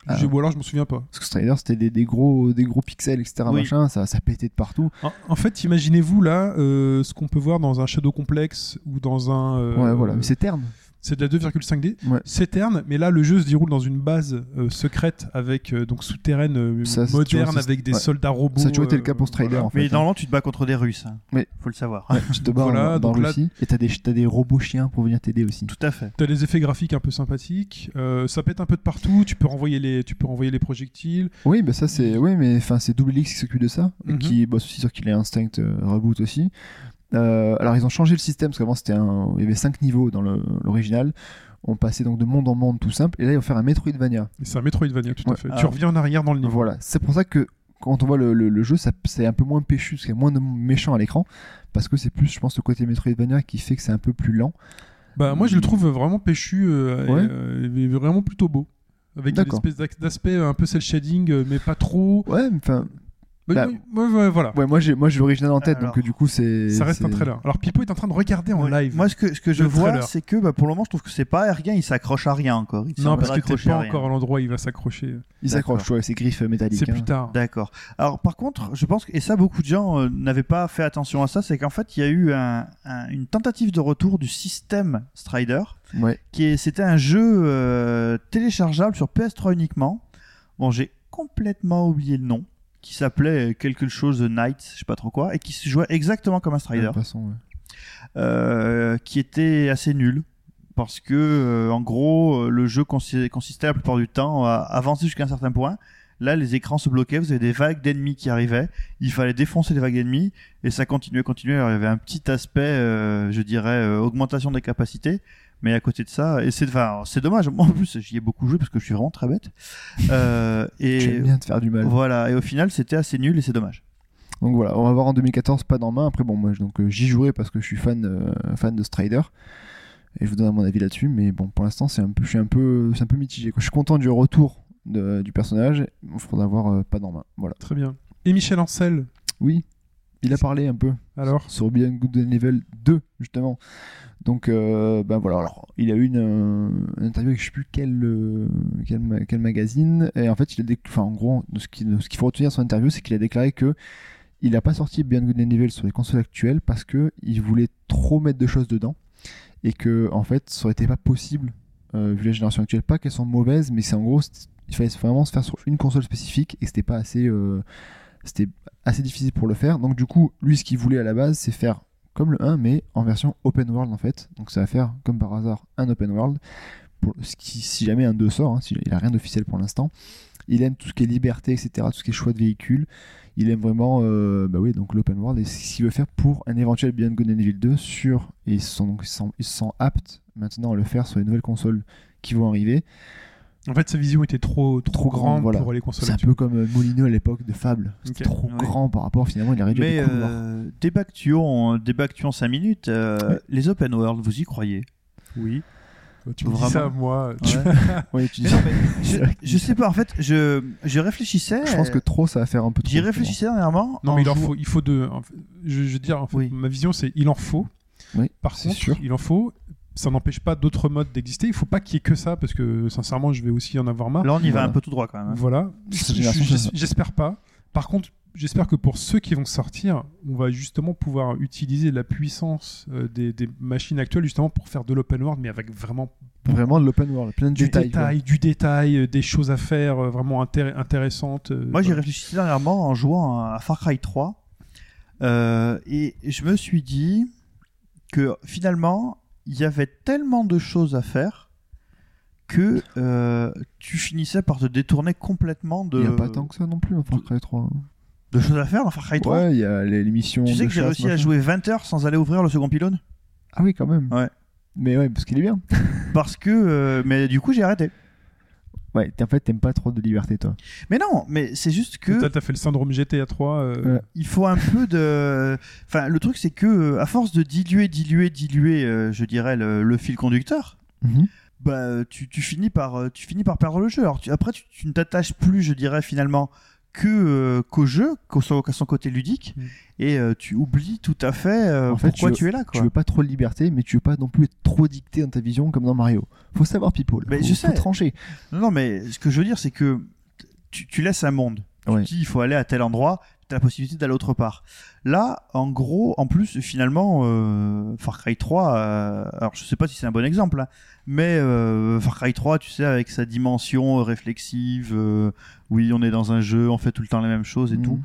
[SPEAKER 3] Ah.
[SPEAKER 2] J'ai- Ou alors je m'en souviens pas.
[SPEAKER 3] parce que Strider c'était des, des gros des gros pixels etc
[SPEAKER 4] Oui.
[SPEAKER 3] machin ça ça pétait de partout
[SPEAKER 2] En, en fait, imaginez-vous là euh, ce qu'on peut voir dans un Shadow Complex ou dans un. euh,
[SPEAKER 3] ouais voilà mais c'est terne
[SPEAKER 2] C'est de la 2,5D.
[SPEAKER 3] Ouais.
[SPEAKER 2] C'est terne, mais là le jeu se déroule dans une base euh, secrète avec euh, donc souterraine euh,
[SPEAKER 3] Ça, c'est- tu
[SPEAKER 2] moderne
[SPEAKER 3] vois, c'est-
[SPEAKER 2] avec des
[SPEAKER 3] ouais.
[SPEAKER 2] soldats robots.
[SPEAKER 3] ça a toujours été le cas
[SPEAKER 2] euh,
[SPEAKER 3] pour Strider
[SPEAKER 2] voilà.
[SPEAKER 3] en fait hein.
[SPEAKER 4] Mais normalement, tu te bats contre des Russes. hein.
[SPEAKER 3] Oui.
[SPEAKER 4] Faut le savoir.
[SPEAKER 3] Ouais, tu te bats
[SPEAKER 2] Voilà,
[SPEAKER 3] en- dans
[SPEAKER 2] donc là-
[SPEAKER 3] Russie et t'as des t'as des robots chiens pour venir t'aider aussi
[SPEAKER 4] Tout à fait.
[SPEAKER 2] T'as des effets graphiques un peu sympathiques, euh, ça pète un peu de partout, tu peux renvoyer les, tu peux renvoyer les projectiles.
[SPEAKER 3] Oui, bah ça c'est oui, mais enfin c'est Double X qui s'occupe de ça, et
[SPEAKER 2] Mhm.
[SPEAKER 3] qui bosse aussi sur Killer Instinct euh, Reboot aussi. Euh, alors ils ont changé le système parce qu'avant c'était un... il y avait cinq niveaux dans le- l'original. On passait donc de monde en monde tout simple, et là ils vont faire un Metroidvania.
[SPEAKER 2] Et C'est un Metroidvania, tout à
[SPEAKER 3] Ouais.
[SPEAKER 2] fait.
[SPEAKER 4] Ah.
[SPEAKER 2] Tu reviens en arrière dans le niveau.
[SPEAKER 3] Voilà, c'est pour ça que quand on voit le, le- le jeu, ça- c'est un peu moins péchu, parce qu'il y a moins de méchants à l'écran, parce que c'est plus, je pense, le côté Metroidvania qui fait que c'est un peu plus lent.
[SPEAKER 2] Bah moi je le trouve vraiment péchu euh, et,
[SPEAKER 3] Ouais.
[SPEAKER 2] euh, et vraiment plutôt beau. Avec une
[SPEAKER 3] D'accord.
[SPEAKER 2] espèce d'ac- d'aspect euh, un peu cel shading euh, mais pas trop.
[SPEAKER 3] Ouais, mais enfin,
[SPEAKER 2] Bah,
[SPEAKER 3] Bah,
[SPEAKER 2] oui, ouais, ouais, voilà.
[SPEAKER 3] ouais, moi j'ai moi j'ai l'original en tête,
[SPEAKER 4] Alors,
[SPEAKER 3] donc euh, du coup c'est
[SPEAKER 2] Ça reste un
[SPEAKER 3] c'est-
[SPEAKER 2] trailer. Alors Pipo est en train de regarder en
[SPEAKER 4] Ouais.
[SPEAKER 2] live.
[SPEAKER 4] Moi, ce que, ce que je
[SPEAKER 2] Le
[SPEAKER 4] vois,
[SPEAKER 2] trailer.
[SPEAKER 4] c'est que bah, pour le moment, je trouve que c'est pas rien. Il s'accroche à rien encore. Il s'est
[SPEAKER 2] non
[SPEAKER 4] pas
[SPEAKER 2] parce que t'es
[SPEAKER 4] accroché à
[SPEAKER 2] pas
[SPEAKER 4] rien.
[SPEAKER 2] encore à l'endroit où il va s'accrocher.
[SPEAKER 3] Il s'accroche,
[SPEAKER 4] D'accord.
[SPEAKER 3] tu vois, avec ses griffes métalliques.
[SPEAKER 2] C'est
[SPEAKER 3] hein.
[SPEAKER 2] plus tard.
[SPEAKER 4] D'accord. Alors par contre, je pense que et ça beaucoup de gens euh, n'avaient pas fait attention à ça, c'est qu'en fait il y a eu un- un- une tentative de retour du système Strider,
[SPEAKER 3] Ouais.
[SPEAKER 4] qui est c'était un jeu euh, téléchargeable sur PS3 uniquement. Bon, j'ai complètement oublié le nom, qui s'appelait euh, quelque chose The Night, je sais pas trop quoi, et qui se jouait exactement comme un
[SPEAKER 3] De
[SPEAKER 4] Strider,
[SPEAKER 3] toute façon, ouais.
[SPEAKER 4] euh, qui était assez nul. Parce que, euh, en gros, euh, le jeu consi- consistait la plupart du temps à avancer jusqu'à un certain point. Là, les écrans se bloquaient, vous avez des vagues d'ennemis qui arrivaient. Il fallait défoncer les vagues d'ennemis et ça continuait, continuait. Alors, il y avait un petit aspect, euh, je dirais, euh, augmentation des capacités. Mais à côté de ça, et c'est enfin, c'est dommage. Moi, en plus, j'y ai beaucoup joué parce que je suis vraiment très bête. Euh, et
[SPEAKER 3] J'aime bien te faire du mal.
[SPEAKER 4] voilà. Et au final, c'était assez nul et c'est dommage.
[SPEAKER 3] Donc voilà, on va voir en 2014 pas dans main. Après bon moi je- donc euh, j'y jouerai parce que je suis fan euh, fan de Strider et je vous donne mon avis là-dessus. Mais bon pour l'instant c'est un peu je suis un peu c'est un peu mitigé. quoi. Je suis content du retour de- du personnage. Il faudra voir euh, pas dans main. Voilà.
[SPEAKER 2] Très bien. Et Michel Ancel.
[SPEAKER 3] Oui, il a parlé un peu
[SPEAKER 2] Alors.
[SPEAKER 3] sur Beyond Good and Level 2 justement. Donc euh, ben voilà, alors il a eu une, euh, une interview avec je sais plus quel, euh, quel, ma- quel magazine et en fait il a déc- enfin en gros de ce qui- de ce qu'il faut retenir de son interview c'est qu'il a déclaré que Il n'a pas sorti Beyond Good and Evil sur les consoles actuelles parce que il voulait trop mettre de choses dedans et que en fait ça aurait été pas possible euh, vu la génération actuelle. Pas qu'elles sont mauvaises, mais c'est en gros c'est- il fallait vraiment se faire sur une console spécifique et c'était pas assez euh, c'était assez difficile pour le faire. Donc du coup lui ce qu'il voulait à la base c'est faire comme le 1 mais en version open world en fait. Donc ça va faire comme par hasard un open world. Pour, ce qui, si jamais un 2 sort, hein, s'il- il a rien d'officiel pour l'instant. Il aime tout ce qui est liberté, etc., tout ce qui est choix de véhicule. Il aime vraiment, euh, bah oui, donc l'open world et ce qu'il veut faire pour un éventuel Beyond Good and Evil 2 sur. Et ils sont donc ils sont, ils sont aptes maintenant à le faire sur les nouvelles consoles qui vont arriver.
[SPEAKER 2] En fait, sa vision était trop, trop,
[SPEAKER 3] Trop grande,
[SPEAKER 2] grande
[SPEAKER 3] voilà.
[SPEAKER 2] pour les consoles
[SPEAKER 3] C'est un peu comme euh, Molyneux à l'époque de Fable. C'était
[SPEAKER 2] Ok,
[SPEAKER 3] trop
[SPEAKER 4] ouais.
[SPEAKER 3] grand par rapport finalement, il a réduit
[SPEAKER 4] Mais
[SPEAKER 3] les couloirs.
[SPEAKER 4] euh, débat que tu as en- débat que tu as en 5 minutes, euh,
[SPEAKER 3] Ouais.
[SPEAKER 4] les open world, vous y croyez
[SPEAKER 2] Oui. Tu me dis
[SPEAKER 4] Vraiment.
[SPEAKER 2] ça, moi.
[SPEAKER 3] Ouais, tu dis-
[SPEAKER 4] Mais non, mais je,
[SPEAKER 3] C'est vrai que-
[SPEAKER 4] je sais pas, en fait, je, je réfléchissais.
[SPEAKER 3] Je pense que trop ça va faire un peu trop.
[SPEAKER 4] J'y réfléchissais dernièrement.
[SPEAKER 2] Non,
[SPEAKER 4] en
[SPEAKER 2] mais il en
[SPEAKER 4] jouant-
[SPEAKER 2] faut, il faut de. en fait, je, je veux dire, en fait,
[SPEAKER 4] Oui.
[SPEAKER 2] ma vision, c'est il en faut.
[SPEAKER 3] Oui,
[SPEAKER 2] Par
[SPEAKER 3] c'est
[SPEAKER 2] contre,
[SPEAKER 3] sûr.
[SPEAKER 2] il en faut. Ça n'empêche pas d'autres modes d'exister. Il faut pas qu'il y ait que ça, parce que sincèrement, je vais aussi en avoir marre.
[SPEAKER 4] Là, on y va
[SPEAKER 3] Voilà.
[SPEAKER 4] un peu tout droit quand même. hein.
[SPEAKER 2] Voilà.
[SPEAKER 3] Cette
[SPEAKER 2] Je-
[SPEAKER 3] génération, c'est
[SPEAKER 2] je-
[SPEAKER 3] ça.
[SPEAKER 2] J'espère pas. Par contre, j'espère que pour ceux qui vont sortir, on va justement pouvoir utiliser la puissance euh, des, des machines actuelles justement pour faire de l'open world, mais avec vraiment
[SPEAKER 3] Vraiment de l'open world, plein de
[SPEAKER 2] du
[SPEAKER 3] détails.
[SPEAKER 2] détail, du détail, euh, des choses à faire euh, vraiment intér- intéressantes. euh,
[SPEAKER 4] Moi, j'y
[SPEAKER 2] voilà.
[SPEAKER 4] réfléchissais dernièrement en jouant à Far Cry 3. euh, et je me suis dit que finalement, il y avait tellement de choses à faire que euh, tu finissais par te détourner complètement
[SPEAKER 3] quoi.
[SPEAKER 4] de,
[SPEAKER 3] Il n'y a pas tant que ça non plus dans Far Cry 3. hein.
[SPEAKER 4] de choses à faire dans Far Cry 3.
[SPEAKER 3] Ouais, il y a les, les missions.
[SPEAKER 4] tu
[SPEAKER 3] de
[SPEAKER 4] sais que j'ai
[SPEAKER 3] chasse,
[SPEAKER 4] réussi à
[SPEAKER 3] machin.
[SPEAKER 4] jouer 20 heures sans aller ouvrir le second pylône
[SPEAKER 3] Ah oui, quand même.
[SPEAKER 4] Ouais.
[SPEAKER 3] Mais ouais, parce qu'il est bien.
[SPEAKER 4] Parce que. euh, mais du coup, j'ai arrêté.
[SPEAKER 3] Ouais, t'es- en fait, t'aimes pas trop de liberté, toi.
[SPEAKER 4] Mais non, mais c'est juste que.
[SPEAKER 2] Toi, t'as fait le syndrome GTA 3. euh,
[SPEAKER 3] Ouais.
[SPEAKER 4] il faut un peu de enfin le truc c'est que euh, à force de diluer diluer diluer euh, je dirais le, le fil conducteur bah euh, tu, tu finis par euh, tu finis par perdre le jeu alors tu- après tu, tu ne t'attaches plus je dirais finalement que euh, qu'au jeu qu'au son, qu'à son côté ludique
[SPEAKER 2] Mm.
[SPEAKER 4] et euh, tu oublies tout à fait, euh,
[SPEAKER 3] En fait,
[SPEAKER 4] pourquoi
[SPEAKER 3] tu-
[SPEAKER 4] tu, es là quoi
[SPEAKER 3] Tu veux pas trop de liberté, mais tu veux pas non plus être trop dicté dans ta vision comme dans Mario. Faut savoir people.
[SPEAKER 4] Mais
[SPEAKER 3] faut,
[SPEAKER 4] je
[SPEAKER 3] faut
[SPEAKER 4] sais.
[SPEAKER 3] trancher.
[SPEAKER 4] non, non mais ce que je veux dire c'est que tu, tu laisses un monde
[SPEAKER 3] Ouais.
[SPEAKER 4] tu dis il faut aller à tel endroit, tu as la possibilité d'aller autre part. Là, en gros, en plus, finalement, euh, Far Cry 3, euh, alors je sais pas si c'est un bon exemple, hein, mais euh, Far Cry 3, tu sais, avec sa dimension euh, réflexive, euh, oui, on est dans un jeu, on fait tout le temps les mêmes choses et
[SPEAKER 3] Mhm.
[SPEAKER 4] tout,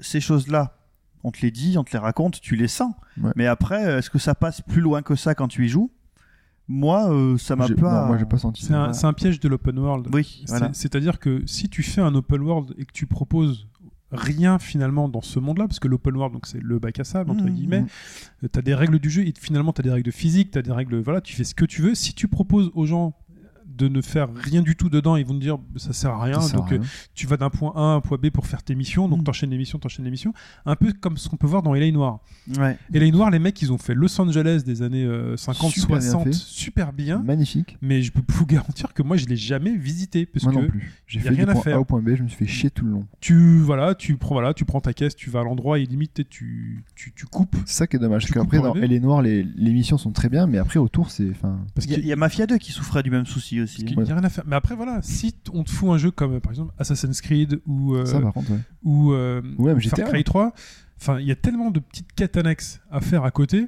[SPEAKER 4] ces choses-là, on te les dit, on te les raconte, tu les sens.
[SPEAKER 3] Ouais.
[SPEAKER 4] Mais après, est-ce que ça passe plus loin que ça quand tu y joues Moi, euh, ça m'a
[SPEAKER 3] J'ai-
[SPEAKER 4] pas...
[SPEAKER 3] non, moi, j'ai pas senti.
[SPEAKER 2] C'est un, c'est un piège de l'open world.
[SPEAKER 4] Oui,
[SPEAKER 2] C'est-
[SPEAKER 4] voilà.
[SPEAKER 2] C'est-à-dire que si tu fais un open world et que tu proposes rien finalement dans ce monde-là, parce que l'open world, donc c'est le bac à sable,
[SPEAKER 3] Mm,
[SPEAKER 2] entre
[SPEAKER 4] Mhm.
[SPEAKER 2] guillemets, euh, t'as des règles du jeu et finalement t'as des règles de physique, t'as des règles, voilà, tu fais ce que tu veux. Si tu proposes aux gens de ne faire rien du tout dedans, ils vont te dire bah, ça sert à rien,
[SPEAKER 3] Ça sert à
[SPEAKER 2] donc euh,
[SPEAKER 3] rien. Mm.
[SPEAKER 2] tu vas d'un point A à un point B pour faire tes missions, donc
[SPEAKER 4] Mhm.
[SPEAKER 2] t'enchaînes les missions, t'enchaînes les missions, un peu comme ce qu'on peut voir dans L.A. Noir.
[SPEAKER 4] Ouais.
[SPEAKER 2] L.A. Noir, les mecs, ils ont fait Los Angeles des années euh, 50,
[SPEAKER 3] Super bien
[SPEAKER 2] 60,
[SPEAKER 3] fait.
[SPEAKER 2] super bien,
[SPEAKER 3] Magnifique.
[SPEAKER 2] mais je peux vous garantir que moi je l'ai jamais visité, parce
[SPEAKER 3] Moi
[SPEAKER 2] que
[SPEAKER 3] non plus. J'ai
[SPEAKER 2] y a
[SPEAKER 3] fait du
[SPEAKER 2] rien à
[SPEAKER 3] point
[SPEAKER 2] faire.
[SPEAKER 3] A au point B, je me suis fait chier tout le long.
[SPEAKER 2] tu voilà tu prends voilà tu prends ta caisse tu vas à l'endroit et limite t'es- tu tu, tu coupes
[SPEAKER 3] C'est ça qui est dommage.
[SPEAKER 2] Tu
[SPEAKER 3] Parce qu'après,
[SPEAKER 2] coupes
[SPEAKER 3] dans
[SPEAKER 2] pour
[SPEAKER 3] Elle est Noire, les, les missions sont très bien, mais après, autour, c'est. Enfin,
[SPEAKER 2] parce
[SPEAKER 4] Il y a-
[SPEAKER 2] qu'il
[SPEAKER 4] il y, a Mafia 2 qui souffrait du même souci aussi. hein.
[SPEAKER 2] n'y a, rien à faire mais après voilà si t- on te fout un jeu comme euh, par exemple Assassin's Creed ou euh,
[SPEAKER 3] ça, par contre, ouais.
[SPEAKER 2] ou euh,
[SPEAKER 3] Ouais, mais
[SPEAKER 2] Far
[SPEAKER 3] GTA.
[SPEAKER 2] Cry 3 enfin il y a tellement de petites quêtes annexes à faire à côté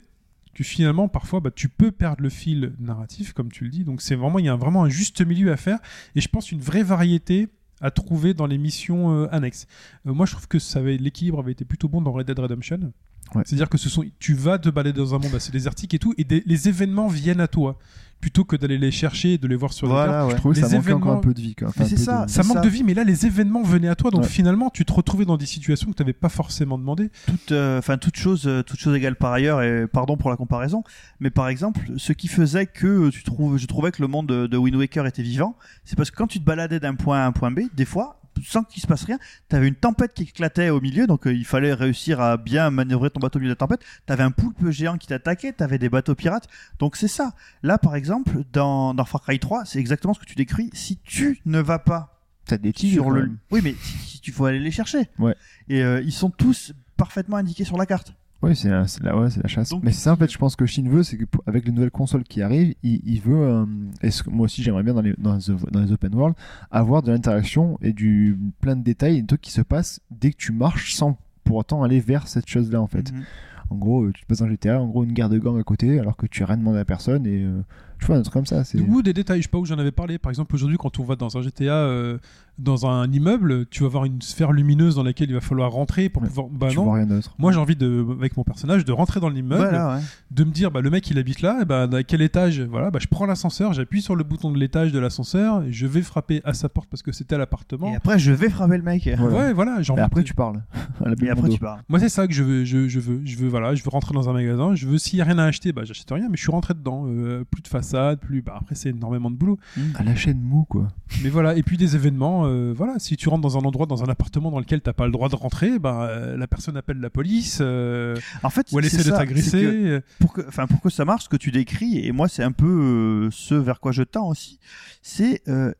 [SPEAKER 2] que finalement parfois bah, tu peux perdre le fil narratif comme tu le dis donc c'est vraiment il y a un- vraiment un juste milieu à faire et je pense une vraie variété à trouver dans les missions euh, annexes. Euh, moi, je trouve que ça avait- l'équilibre avait été plutôt bon dans Red Dead Redemption.
[SPEAKER 3] Ouais.
[SPEAKER 2] C'est-à-dire que ce sont, tu vas te balader dans un monde assez désertique et tout, et des- les événements viennent à toi plutôt que d'aller les chercher et de les voir sur les cartes.
[SPEAKER 4] Voilà, ouais.
[SPEAKER 3] Je trouvais que
[SPEAKER 2] Les
[SPEAKER 3] ça manquait
[SPEAKER 2] événements-
[SPEAKER 3] encore un peu de vie. Quoi. Enfin,
[SPEAKER 4] Mais
[SPEAKER 3] un
[SPEAKER 4] c'est
[SPEAKER 3] peu
[SPEAKER 4] ça,
[SPEAKER 3] de-
[SPEAKER 2] Ça
[SPEAKER 4] C'est
[SPEAKER 2] manque de vie, mais là, les événements venaient à toi, donc
[SPEAKER 3] Ouais.
[SPEAKER 2] finalement, tu te retrouvais dans des situations que tu n'avais pas forcément demandé.
[SPEAKER 4] toute, euh, enfin toute chose, euh, toute chose égale par ailleurs. Et pardon pour la comparaison, mais par exemple, ce qui faisait que tu trouves, je trouvais que le monde de, de Wind Waker était vivant, c'est parce que quand tu te baladais d'un point A à un point B, des fois, sans qu'il se passe rien, t'avais une tempête qui éclatait au milieu, donc euh, il fallait réussir à bien manœuvrer ton bateau au milieu de la tempête. T'avais un poulpe géant qui t'attaquait, t'avais des bateaux pirates. Donc c'est ça. Là, par exemple, dans, dans Far Cry 3, c'est exactement ce que tu décris. Si tu ne vas pas
[SPEAKER 3] T'as des tigres.
[SPEAKER 4] sur
[SPEAKER 3] quand
[SPEAKER 4] le.
[SPEAKER 3] même.
[SPEAKER 4] Oui, mais si, si tu faut aller les chercher.
[SPEAKER 3] Ouais.
[SPEAKER 4] Et euh, ils sont tous parfaitement indiqués sur la carte.
[SPEAKER 3] Ouais, c'est la, c'est la- ouais, c'est la chasse.
[SPEAKER 4] Donc,
[SPEAKER 3] mais c'est ça, en fait,
[SPEAKER 4] si-
[SPEAKER 3] je pense que Shin veut, c'est qu'avec les nouvelles consoles qui arrivent, il, il veut, euh, est-ce que, moi aussi j'aimerais bien dans les, dans, les, dans les open world, avoir de l'interaction et du plein de détails, des trucs qui se passent dès que tu marches sans pour autant aller vers cette chose-là en fait.
[SPEAKER 4] Mhm.
[SPEAKER 3] En gros, euh, tu te passes un GTA, en gros une guerre de gang à côté, alors que tu as rien demandé à personne et euh, tu vois un truc comme ça. C'est
[SPEAKER 2] Du coup, des détails, je sais pas où j'en avais parlé. Par exemple, aujourd'hui, quand on va dans un GTA, euh, dans un immeuble, tu vas avoir une sphère lumineuse dans laquelle il va falloir rentrer pour
[SPEAKER 3] Ouais.
[SPEAKER 2] pouvoir. Bah
[SPEAKER 3] tu
[SPEAKER 2] non.
[SPEAKER 3] vois rien d'autre.
[SPEAKER 2] Moi, j'ai envie de, avec mon personnage, de rentrer dans l'immeuble,
[SPEAKER 4] Voilà, ouais.
[SPEAKER 2] de me dire, bah le mec, il habite là. Et bah, à quel étage Voilà, bah je prends l'ascenseur, j'appuie sur le bouton de l'étage de l'ascenseur, et je vais frapper à sa porte parce que c'était à l'appartement.
[SPEAKER 4] Et après, je vais frapper le mec.
[SPEAKER 3] Voilà.
[SPEAKER 2] Ouais, voilà. J'ai
[SPEAKER 3] Et
[SPEAKER 2] envie
[SPEAKER 3] après
[SPEAKER 2] de-
[SPEAKER 3] tu parles. à la
[SPEAKER 4] Et après,
[SPEAKER 3] Belmondo.
[SPEAKER 4] tu parles.
[SPEAKER 2] Moi, c'est ça que je veux, je, je veux, je veux, voilà, je veux rentrer dans un magasin. Je veux s'il y a rien à acheter, bah j'achète rien, mais je suis rentré dedans. Euh, plus de façade, plus. Bah après, c'est énormément de boulot.
[SPEAKER 3] À la chaîne mou quoi.
[SPEAKER 2] Mais voilà, et puis des événements, euh, voilà, si tu rentres dans un endroit, dans un appartement dans lequel t'as pas le droit de rentrer, ben, euh, la personne appelle la police, euh,
[SPEAKER 4] En fait,
[SPEAKER 2] ou elle
[SPEAKER 4] c'est
[SPEAKER 2] essaie de
[SPEAKER 4] ça, c'est
[SPEAKER 2] t'agresser.
[SPEAKER 4] que
[SPEAKER 2] euh,
[SPEAKER 4] pour que, enfin, pour que ça marche, ce que tu décris, et moi, c'est un peu euh, ce vers quoi je tends aussi, c'est euh,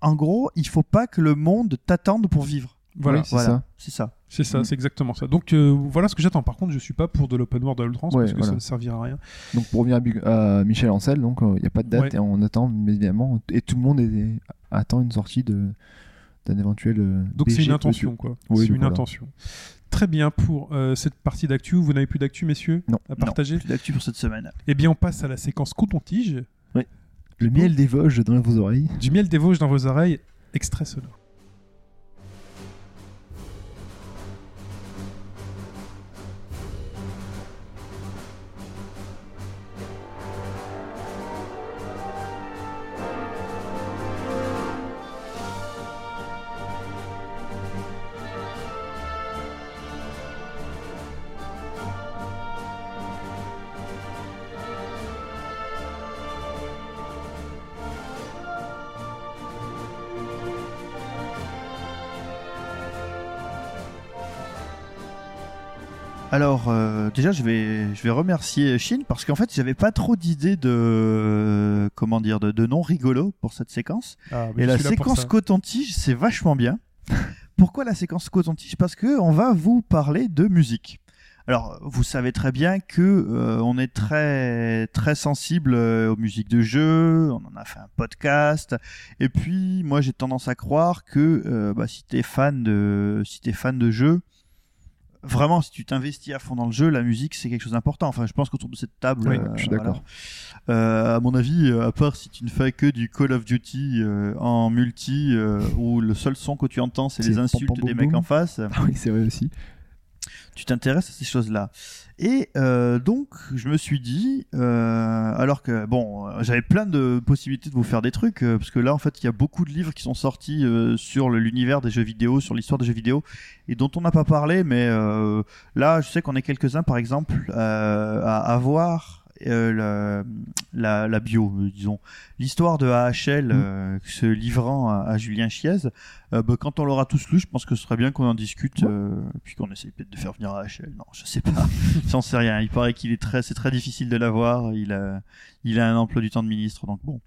[SPEAKER 4] en gros, il faut pas que le monde t'attende pour vivre.
[SPEAKER 2] Voilà,
[SPEAKER 3] Oui, c'est
[SPEAKER 4] Voilà,
[SPEAKER 3] ça.
[SPEAKER 4] c'est ça.
[SPEAKER 2] c'est ça,
[SPEAKER 3] Mm.
[SPEAKER 2] c'est exactement ça. Donc euh, voilà ce que j'attends. Par contre, je suis pas pour de l'open world à l'outrance
[SPEAKER 3] Ouais,
[SPEAKER 2] parce que ça
[SPEAKER 3] voilà.
[SPEAKER 2] ne servira à rien.
[SPEAKER 3] Donc pour revenir à, Big- à Michel Ancel, donc il n'y a pas de date
[SPEAKER 2] Ouais.
[SPEAKER 3] et on attend bien évidemment et tout le monde est- attend une sortie de d'un éventuel. euh,
[SPEAKER 2] Donc c'est
[SPEAKER 3] DG
[SPEAKER 2] une intention, quoi.
[SPEAKER 3] Oui,
[SPEAKER 2] c'est
[SPEAKER 3] donc
[SPEAKER 2] une
[SPEAKER 3] voilà.
[SPEAKER 2] intention. Très bien pour euh, cette partie d'actu. Vous n'avez plus d'actu, messieurs,
[SPEAKER 3] Non.
[SPEAKER 2] à partager.
[SPEAKER 4] Plus d'actu pour cette semaine.
[SPEAKER 2] Eh bien, on passe à la séquence coton-tige
[SPEAKER 3] Le miel des Vosges dans vos oreilles.
[SPEAKER 2] du miel des Vosges dans vos oreilles, extrait sonore.
[SPEAKER 4] Alors, euh, déjà, je vais, je vais remercier Shin parce qu'en fait, j'avais pas trop d'idées de, comment dire, de, de noms rigolos pour cette séquence.
[SPEAKER 2] Ah, mais
[SPEAKER 4] Et
[SPEAKER 2] je
[SPEAKER 4] la
[SPEAKER 2] suis là pour
[SPEAKER 4] séquence
[SPEAKER 2] ça.
[SPEAKER 4] coton-tige, c'est vachement bien. Pourquoi la séquence coton-tige Parce que on va vous parler de musique. Alors, vous savez très bien que euh, on est très très sensible euh, aux musiques de jeu. On en a fait un podcast. Et puis, moi, j'ai tendance à croire que euh, bah, si t'es fan de si t'es fan de jeu, vraiment, si tu t'investis à fond dans le jeu, la musique c'est quelque chose d'important. Enfin, je pense qu'autour de cette table,
[SPEAKER 3] Oui, je suis
[SPEAKER 4] voilà.
[SPEAKER 3] d'accord.
[SPEAKER 4] Euh, à mon avis, euh, à part si tu ne fais que du Call of Duty euh, en multi, euh, où le seul son que tu entends c'est
[SPEAKER 3] C'est
[SPEAKER 4] les
[SPEAKER 3] pom,
[SPEAKER 4] insultes
[SPEAKER 3] pom, boum,
[SPEAKER 4] des mecs
[SPEAKER 3] boum.
[SPEAKER 4] en face, euh,
[SPEAKER 3] Ah oui c'est vrai aussi.
[SPEAKER 4] tu t'intéresses à ces choses-là. Et euh, donc, je me suis dit, euh, alors que bon, euh, j'avais plein de possibilités de vous faire des trucs, euh, parce que là, en fait, il y a beaucoup de livres qui sont sortis euh, sur le- l'univers des jeux vidéo, sur l'histoire des jeux vidéo, et dont on n'a pas parlé, mais euh, là, je sais qu'on est quelques-uns, par exemple, euh, à avoir euh, la, la, la bio, euh, disons, l'histoire de AHL euh, se livrant à, à Julien Chiez. Euh, bah, quand on l'aura tous lu, je pense que ce serait bien qu'on en discute, euh, puis qu'on essaye peut-être de faire venir AHL. Non, je sais pas, j'en sais rien. Il paraît qu'il est très, c'est très difficile de l'avoir. Il a, il a un emploi du temps de ministre, donc bon.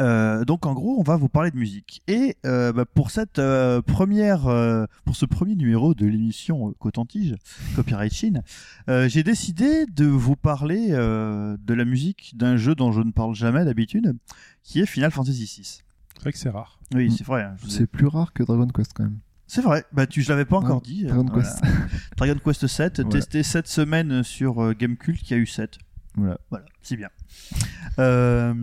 [SPEAKER 4] Euh, donc en gros, on va vous parler de musique. Et euh, bah, pour cette euh, première, euh, pour ce premier numéro de l'émission euh, Coton-Tige, Copyright Chine, euh, j'ai décidé de vous parler euh, de la musique d'un jeu dont je ne parle jamais d'habitude, qui est Final Fantasy VI.
[SPEAKER 2] C'est vrai que c'est rare.
[SPEAKER 4] Oui,
[SPEAKER 3] Mm.
[SPEAKER 4] c'est vrai. hein, je vous ai-
[SPEAKER 3] C'est plus rare que Dragon Quest quand même.
[SPEAKER 4] C'est vrai. Bah tu, je l'avais pas encore
[SPEAKER 3] Ouais,
[SPEAKER 4] dit. euh,
[SPEAKER 3] Dragon
[SPEAKER 4] voilà.
[SPEAKER 3] Quest.
[SPEAKER 4] Dragon Quest 7,
[SPEAKER 3] Voilà.
[SPEAKER 4] testé 7 semaines sur euh, Gamecult, qui a eu 7.
[SPEAKER 3] Voilà.
[SPEAKER 4] Voilà, c'est bien. Euh,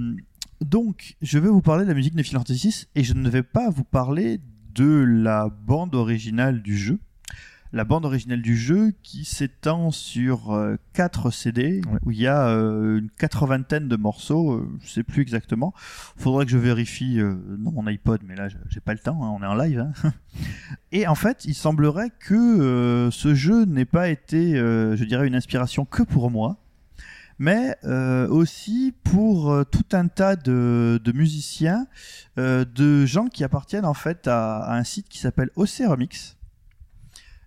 [SPEAKER 4] donc, je vais vous parler de la musique de Final Fantasy VI, et je ne vais pas vous parler de la bande originale du jeu. La bande originale du jeu qui s'étend sur euh, 4 CD
[SPEAKER 3] Ouais.
[SPEAKER 4] où il y a euh, une quatre-vingtaine de morceaux, euh, je sais plus exactement. Faudrait que je vérifie euh, dans mon iPod, mais là je- j'ai pas le temps, hein, on est en live. hein. Et en fait, il semblerait que euh, ce jeu n'ait pas été, euh, je dirais, une inspiration que pour moi, mais euh, aussi pour euh, tout un tas de, de musiciens, euh, de gens qui appartiennent en fait à, à un site qui s'appelle OC Remix,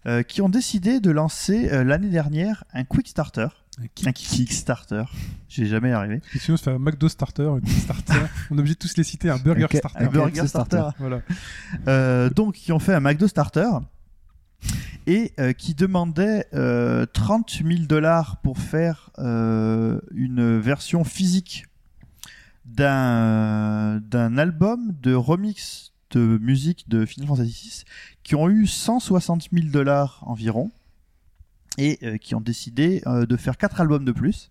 [SPEAKER 4] euh, qui ont décidé de lancer euh, l'année dernière un Quick Starter.
[SPEAKER 2] Qui-
[SPEAKER 4] Un Kickstarter, j'ai jamais arrivé.
[SPEAKER 2] Parce que Sinon, ça fait un McDo starter, un Quick starter. on est obligé de tous les citer, un burger
[SPEAKER 3] Un ca-
[SPEAKER 2] starter.
[SPEAKER 4] Un Burger
[SPEAKER 3] KFC starter.
[SPEAKER 4] Starter.
[SPEAKER 2] Voilà.
[SPEAKER 4] Euh, donc qui ont fait un McDo starter et euh, qui demandait euh, 30 000 dollars pour faire euh, une version physique d'un d'un album de remix de musique de Final Fantasy VI qui ont eu 160 000 dollars environ et euh, qui ont décidé euh, de faire quatre albums de plus.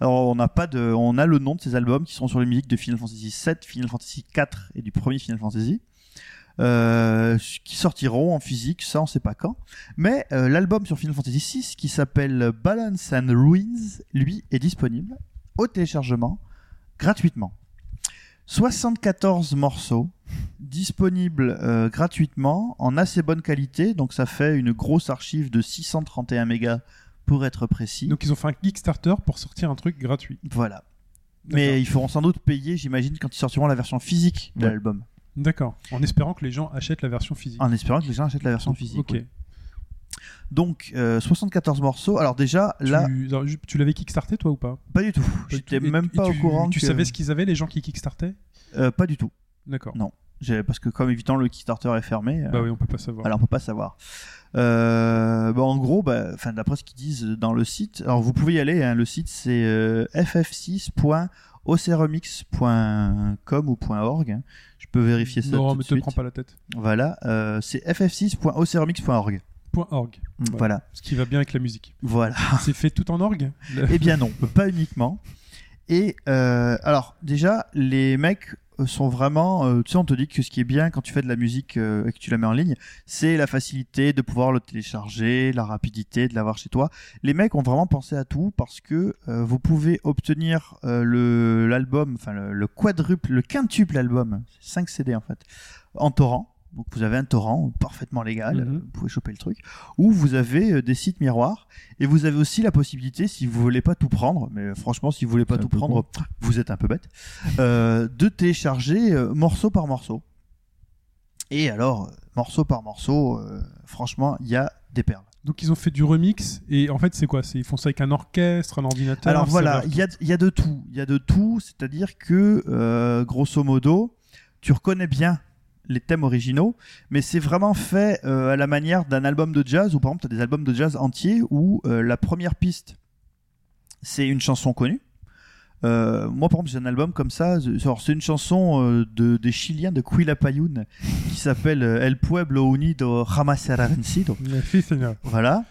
[SPEAKER 4] Alors on n'a pas de, on a le nom de ces albums qui sont sur les musiques de Final Fantasy VII, Final Fantasy IV et du premier Final Fantasy. Euh, qui sortiront en physique, ça on sait pas quand. Mais euh, l'album sur Final Fantasy VI qui s'appelle Balance and Ruins, lui est disponible au téléchargement gratuitement. 74 morceaux disponibles euh, gratuitement en assez bonne qualité, donc ça fait une grosse archive de 631 mégas pour être précis.
[SPEAKER 2] Donc ils ont fait un Kickstarter pour sortir un truc gratuit.
[SPEAKER 4] Voilà. Mais ils feront sans doute payer, j'imagine, quand ils sortiront la version physique de
[SPEAKER 2] Ouais.
[SPEAKER 4] l'album.
[SPEAKER 2] D'accord. En espérant que les gens achètent la version physique.
[SPEAKER 4] En espérant que les gens achètent la version physique.
[SPEAKER 2] Ok.
[SPEAKER 4] oui. Donc, euh, 74 morceaux. Alors, déjà, là,
[SPEAKER 2] Tu, alors, ju- tu l'avais kickstarté toi ou pas
[SPEAKER 4] pas du tout.
[SPEAKER 2] Pas du
[SPEAKER 4] J'étais
[SPEAKER 2] tout. Et-
[SPEAKER 4] même
[SPEAKER 2] et
[SPEAKER 4] pas
[SPEAKER 2] tu-
[SPEAKER 4] au courant.
[SPEAKER 2] Tu
[SPEAKER 4] que-
[SPEAKER 2] savais ce qu'ils avaient les gens qui kickstartaient
[SPEAKER 4] Euh, Pas du tout.
[SPEAKER 2] D'accord.
[SPEAKER 4] J'ai- Parce que, comme évident, le Kickstarter est fermé. euh,
[SPEAKER 2] Bah oui, on peut pas savoir.
[SPEAKER 4] Voilà, on peut pas savoir. Euh, bah, en gros, bah, enfin, d'après ce qu'ils disent dans le site, alors vous pouvez y aller. hein, le site c'est euh, E ff6.ocremix.com ou .org. hein. Je peux vérifier ça
[SPEAKER 2] non,
[SPEAKER 4] tout
[SPEAKER 2] mais
[SPEAKER 4] de
[SPEAKER 2] te
[SPEAKER 4] suite.
[SPEAKER 2] prends pas la tête.
[SPEAKER 4] Voilà, euh, c'est ff6.ocremix.org.
[SPEAKER 2] Point .org,
[SPEAKER 4] Voilà,
[SPEAKER 2] ce qui va bien avec la musique.
[SPEAKER 4] voilà.
[SPEAKER 2] C'est fait tout en orgue Le-
[SPEAKER 4] Eh bien non, pas uniquement. Et euh, alors déjà, les mecs sont vraiment, euh, tu sais, on te dit que ce qui est bien quand tu fais de la musique euh, et que tu la mets en ligne, c'est la facilité de pouvoir le télécharger, la rapidité de l'avoir chez toi. Les mecs ont vraiment pensé à tout parce que euh, vous pouvez obtenir euh, le l'album, enfin le, le quadruple, le quintuple album, 5 CD en fait, en torrent. Donc vous avez un torrent parfaitement légal,
[SPEAKER 2] Mhm.
[SPEAKER 4] vous pouvez choper le truc. Ou vous avez euh, des sites miroirs et vous avez aussi la possibilité, si vous voulez pas tout prendre, mais franchement, si vous voulez pas
[SPEAKER 3] C'est un
[SPEAKER 4] tout
[SPEAKER 3] peu
[SPEAKER 4] prendre, vous êtes un peu bête, euh, de télécharger euh, morceau par morceau. Et alors, euh, morceau par morceau, euh, franchement, il y a des perles.
[SPEAKER 2] Donc ils ont fait du remix et en fait c'est quoi C'est ils font ça avec un orchestre, un ordinateur.
[SPEAKER 4] Alors
[SPEAKER 2] un
[SPEAKER 4] voilà,
[SPEAKER 2] serveur.
[SPEAKER 4] il y a, il y a de tout. Il y a de tout, c'est-à-dire que, euh, grosso modo, tu reconnais bien les thèmes originaux, mais c'est vraiment fait euh, à la manière d'un album de jazz, ou par exemple, tu as des albums de jazz entiers où euh, la première piste, c'est une chanson connue. Euh, moi, par exemple, j'ai un album comme ça. c'est- alors, C'est une chanson euh, de, des Chiliens de Quilapayún qui s'appelle euh, El Pueblo Unido Jamás Será Vencido.
[SPEAKER 2] Mais si, Seigneur.
[SPEAKER 4] Voilà.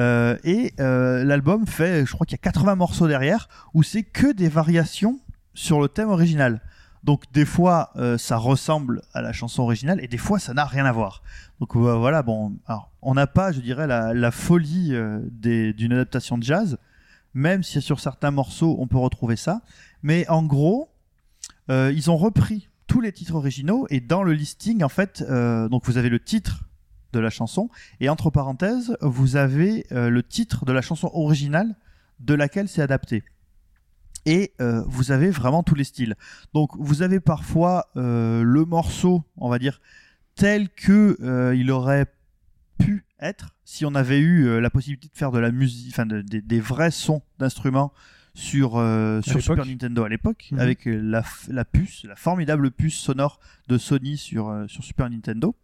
[SPEAKER 4] Euh, et euh, l'album fait, je crois qu'il y a 80 morceaux derrière, où c'est que des variations sur le thème original. Donc des fois, euh, ça ressemble à la chanson originale, et des fois, ça n'a rien à voir. Donc euh, voilà, bon, alors, on n'a pas, je dirais, la, la folie euh, des- d'une adaptation de jazz, même si sur certains morceaux, on peut retrouver ça. Mais en gros, euh, ils ont repris tous les titres originaux, et dans le listing, en fait, euh, donc vous avez le titre de la chanson, et entre parenthèses, vous avez euh, le titre de la chanson originale de laquelle c'est adapté. Et euh, vous avez vraiment tous les styles. Donc vous avez parfois euh, le morceau, on va dire, tel que euh, il aurait pu être si on avait eu euh, la possibilité de faire de la musique, enfin de- des- des vrais sons d'instruments sur, euh, sur
[SPEAKER 2] l'époque.
[SPEAKER 4] Super Nintendo à l'époque,
[SPEAKER 2] Mhm.
[SPEAKER 4] avec euh, la, f- la puce, la formidable puce sonore de Sony sur, euh, sur Super Nintendo.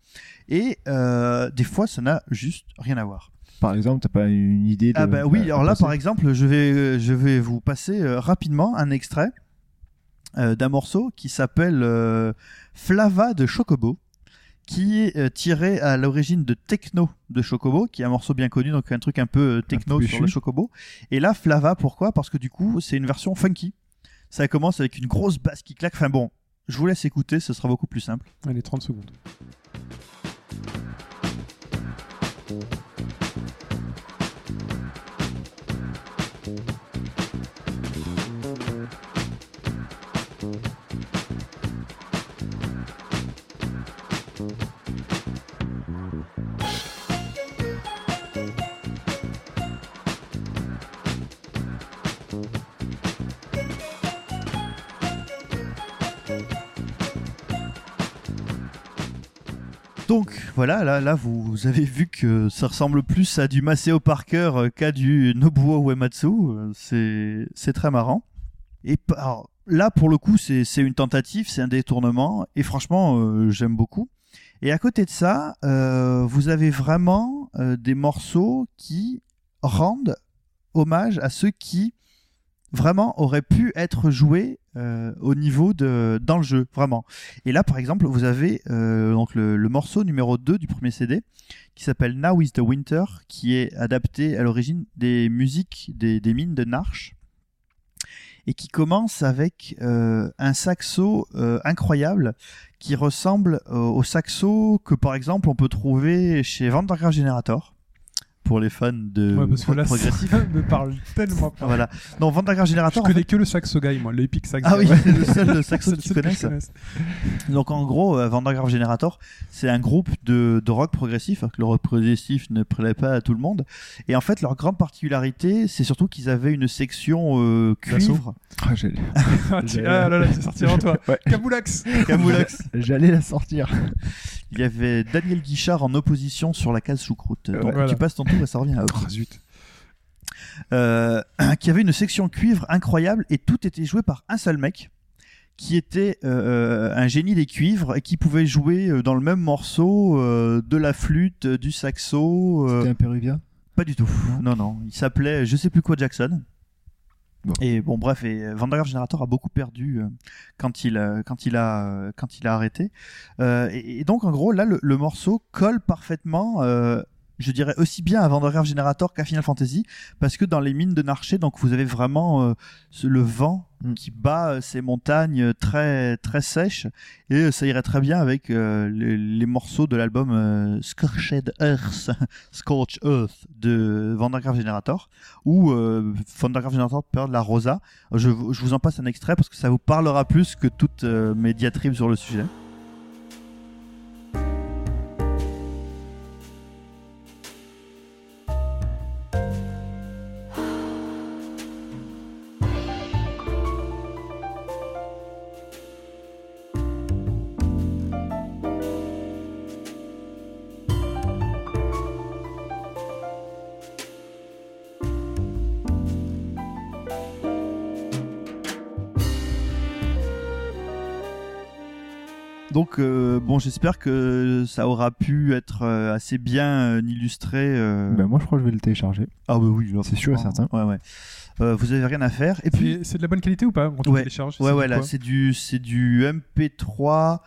[SPEAKER 4] Et euh, des fois, ça n'a juste rien à voir.
[SPEAKER 3] Par exemple, t'as pas une idée de.
[SPEAKER 4] Ah bah oui,
[SPEAKER 3] à- à
[SPEAKER 4] alors là
[SPEAKER 3] passer
[SPEAKER 4] par exemple, je vais, euh, je vais vous passer euh, rapidement un extrait euh, d'un morceau qui s'appelle euh, Flava de Chocobo, qui est euh, tiré à l'origine de Techno de Chocobo, qui est un morceau bien connu, donc un truc un peu euh, techno
[SPEAKER 3] peu
[SPEAKER 4] sur le
[SPEAKER 3] péchu.
[SPEAKER 4] Chocobo. Et là Flava, pourquoi Parce que du coup, c'est une version funky. Ça commence avec une grosse basse qui claque. Enfin bon, je vous laisse écouter, ce sera beaucoup plus simple.
[SPEAKER 2] Allez, 30 secondes.
[SPEAKER 4] Donc voilà, là, là vous, vous avez vu que ça ressemble plus à du Maceo Parker euh, qu'à du Nobuo Uematsu. euh, C'est c'est très marrant. Et pa- alors, là, pour le coup, c'est c'est une tentative, c'est un détournement. Et franchement, euh, j'aime beaucoup. Et à côté de ça, euh, vous avez vraiment euh, des morceaux qui rendent hommage à ceux qui vraiment aurait pu être joué euh, au niveau de dans le jeu vraiment et là par exemple vous avez euh, donc le, le morceau numéro 2 du premier CD qui s'appelle Now is the Winter qui est adapté à l'origine des musiques des, des mines de Narche et qui commence avec euh, un saxo euh, incroyable qui ressemble euh, au saxo que par exemple on peut trouver chez Vandergraaf Generator pour les fans de
[SPEAKER 2] Ouais, parce que
[SPEAKER 4] rock
[SPEAKER 2] là,
[SPEAKER 4] progressif.
[SPEAKER 2] ça me parle tellement pas.
[SPEAKER 4] Ah, Voilà. Non, Vandergraaf
[SPEAKER 2] Je
[SPEAKER 4] Generator. en
[SPEAKER 2] connais que le saxo guy, moi, l'Epic Sax
[SPEAKER 4] Ah
[SPEAKER 2] Guy.
[SPEAKER 4] oui, c'est le seul, euh, saxo que tu
[SPEAKER 2] C'est le seul
[SPEAKER 4] connais,
[SPEAKER 2] je
[SPEAKER 4] ça.
[SPEAKER 2] connaisse.
[SPEAKER 4] Donc en gros, euh, Vandergraaf Generator, c'est un groupe de, de rock progressif, alors que le rock progressif ne plaît pas à tout le monde. Et en fait, leur grande particularité, c'est surtout qu'ils avaient une section euh, cuivre.
[SPEAKER 3] Ah, j'ai-
[SPEAKER 2] Ah tu- ah là là, c'est sorti en toi.
[SPEAKER 3] Ouais.
[SPEAKER 2] Kaboulax
[SPEAKER 4] Camoulox.
[SPEAKER 3] J'allais la sortir.
[SPEAKER 4] Il y avait Daniel Guichard en opposition sur la case choucroute. Donc
[SPEAKER 2] Euh, voilà.
[SPEAKER 4] tu passes ton tour et ça revient à Ogre.
[SPEAKER 2] Oh, zut.
[SPEAKER 4] Euh, qui avait une section cuivre incroyable et tout était joué par un seul mec qui était euh, un génie des cuivres et qui pouvait jouer euh, dans le même morceau euh, de la flûte, euh, du saxo. euh,
[SPEAKER 3] C'était un Péruvien
[SPEAKER 4] Pas du tout. Non, non. Il s'appelait je sais plus quoi Jackson.
[SPEAKER 3] Bon.
[SPEAKER 4] Et bon, bref, et euh, Vandergraaf Generator a beaucoup perdu euh, quand il, euh, quand il, a, euh, quand il a arrêté. Euh, et, et donc, en gros, là, le, le morceau colle parfaitement, euh, je dirais, aussi bien à Vandergraaf Generator qu'à Final Fantasy, parce que dans les mines de Narché, donc, vous avez vraiment euh, ce- le vent
[SPEAKER 3] Mm.
[SPEAKER 4] qui bat euh, ces montagnes euh, très, très sèches, et euh, ça irait très bien avec euh, les, les morceaux de l'album euh, Scorched Earth. Scorch Earth de Vandergraaf Generator ou euh, Vandergraaf Generator perd la Rosa. Je, vous- je vous en passe un extrait parce que ça vous parlera plus que toutes euh, mes diatribes sur le sujet. Donc euh, bon, j'espère que ça aura pu être euh, assez bien euh, illustré. euh,
[SPEAKER 3] Ben, Moi, je crois que je vais le télécharger.
[SPEAKER 4] ah bah oui, là,
[SPEAKER 3] c'est sûr et
[SPEAKER 4] franchement, Ouais ouais. Euh, vous avez rien à faire et puis
[SPEAKER 2] C'est c'est de la bonne qualité ou pas quand tu
[SPEAKER 4] Ouais.
[SPEAKER 2] télécharges
[SPEAKER 4] Ouais,
[SPEAKER 2] c'est
[SPEAKER 4] ouais,
[SPEAKER 2] du
[SPEAKER 4] là,
[SPEAKER 2] quoi
[SPEAKER 4] c'est du, c'est du MP3.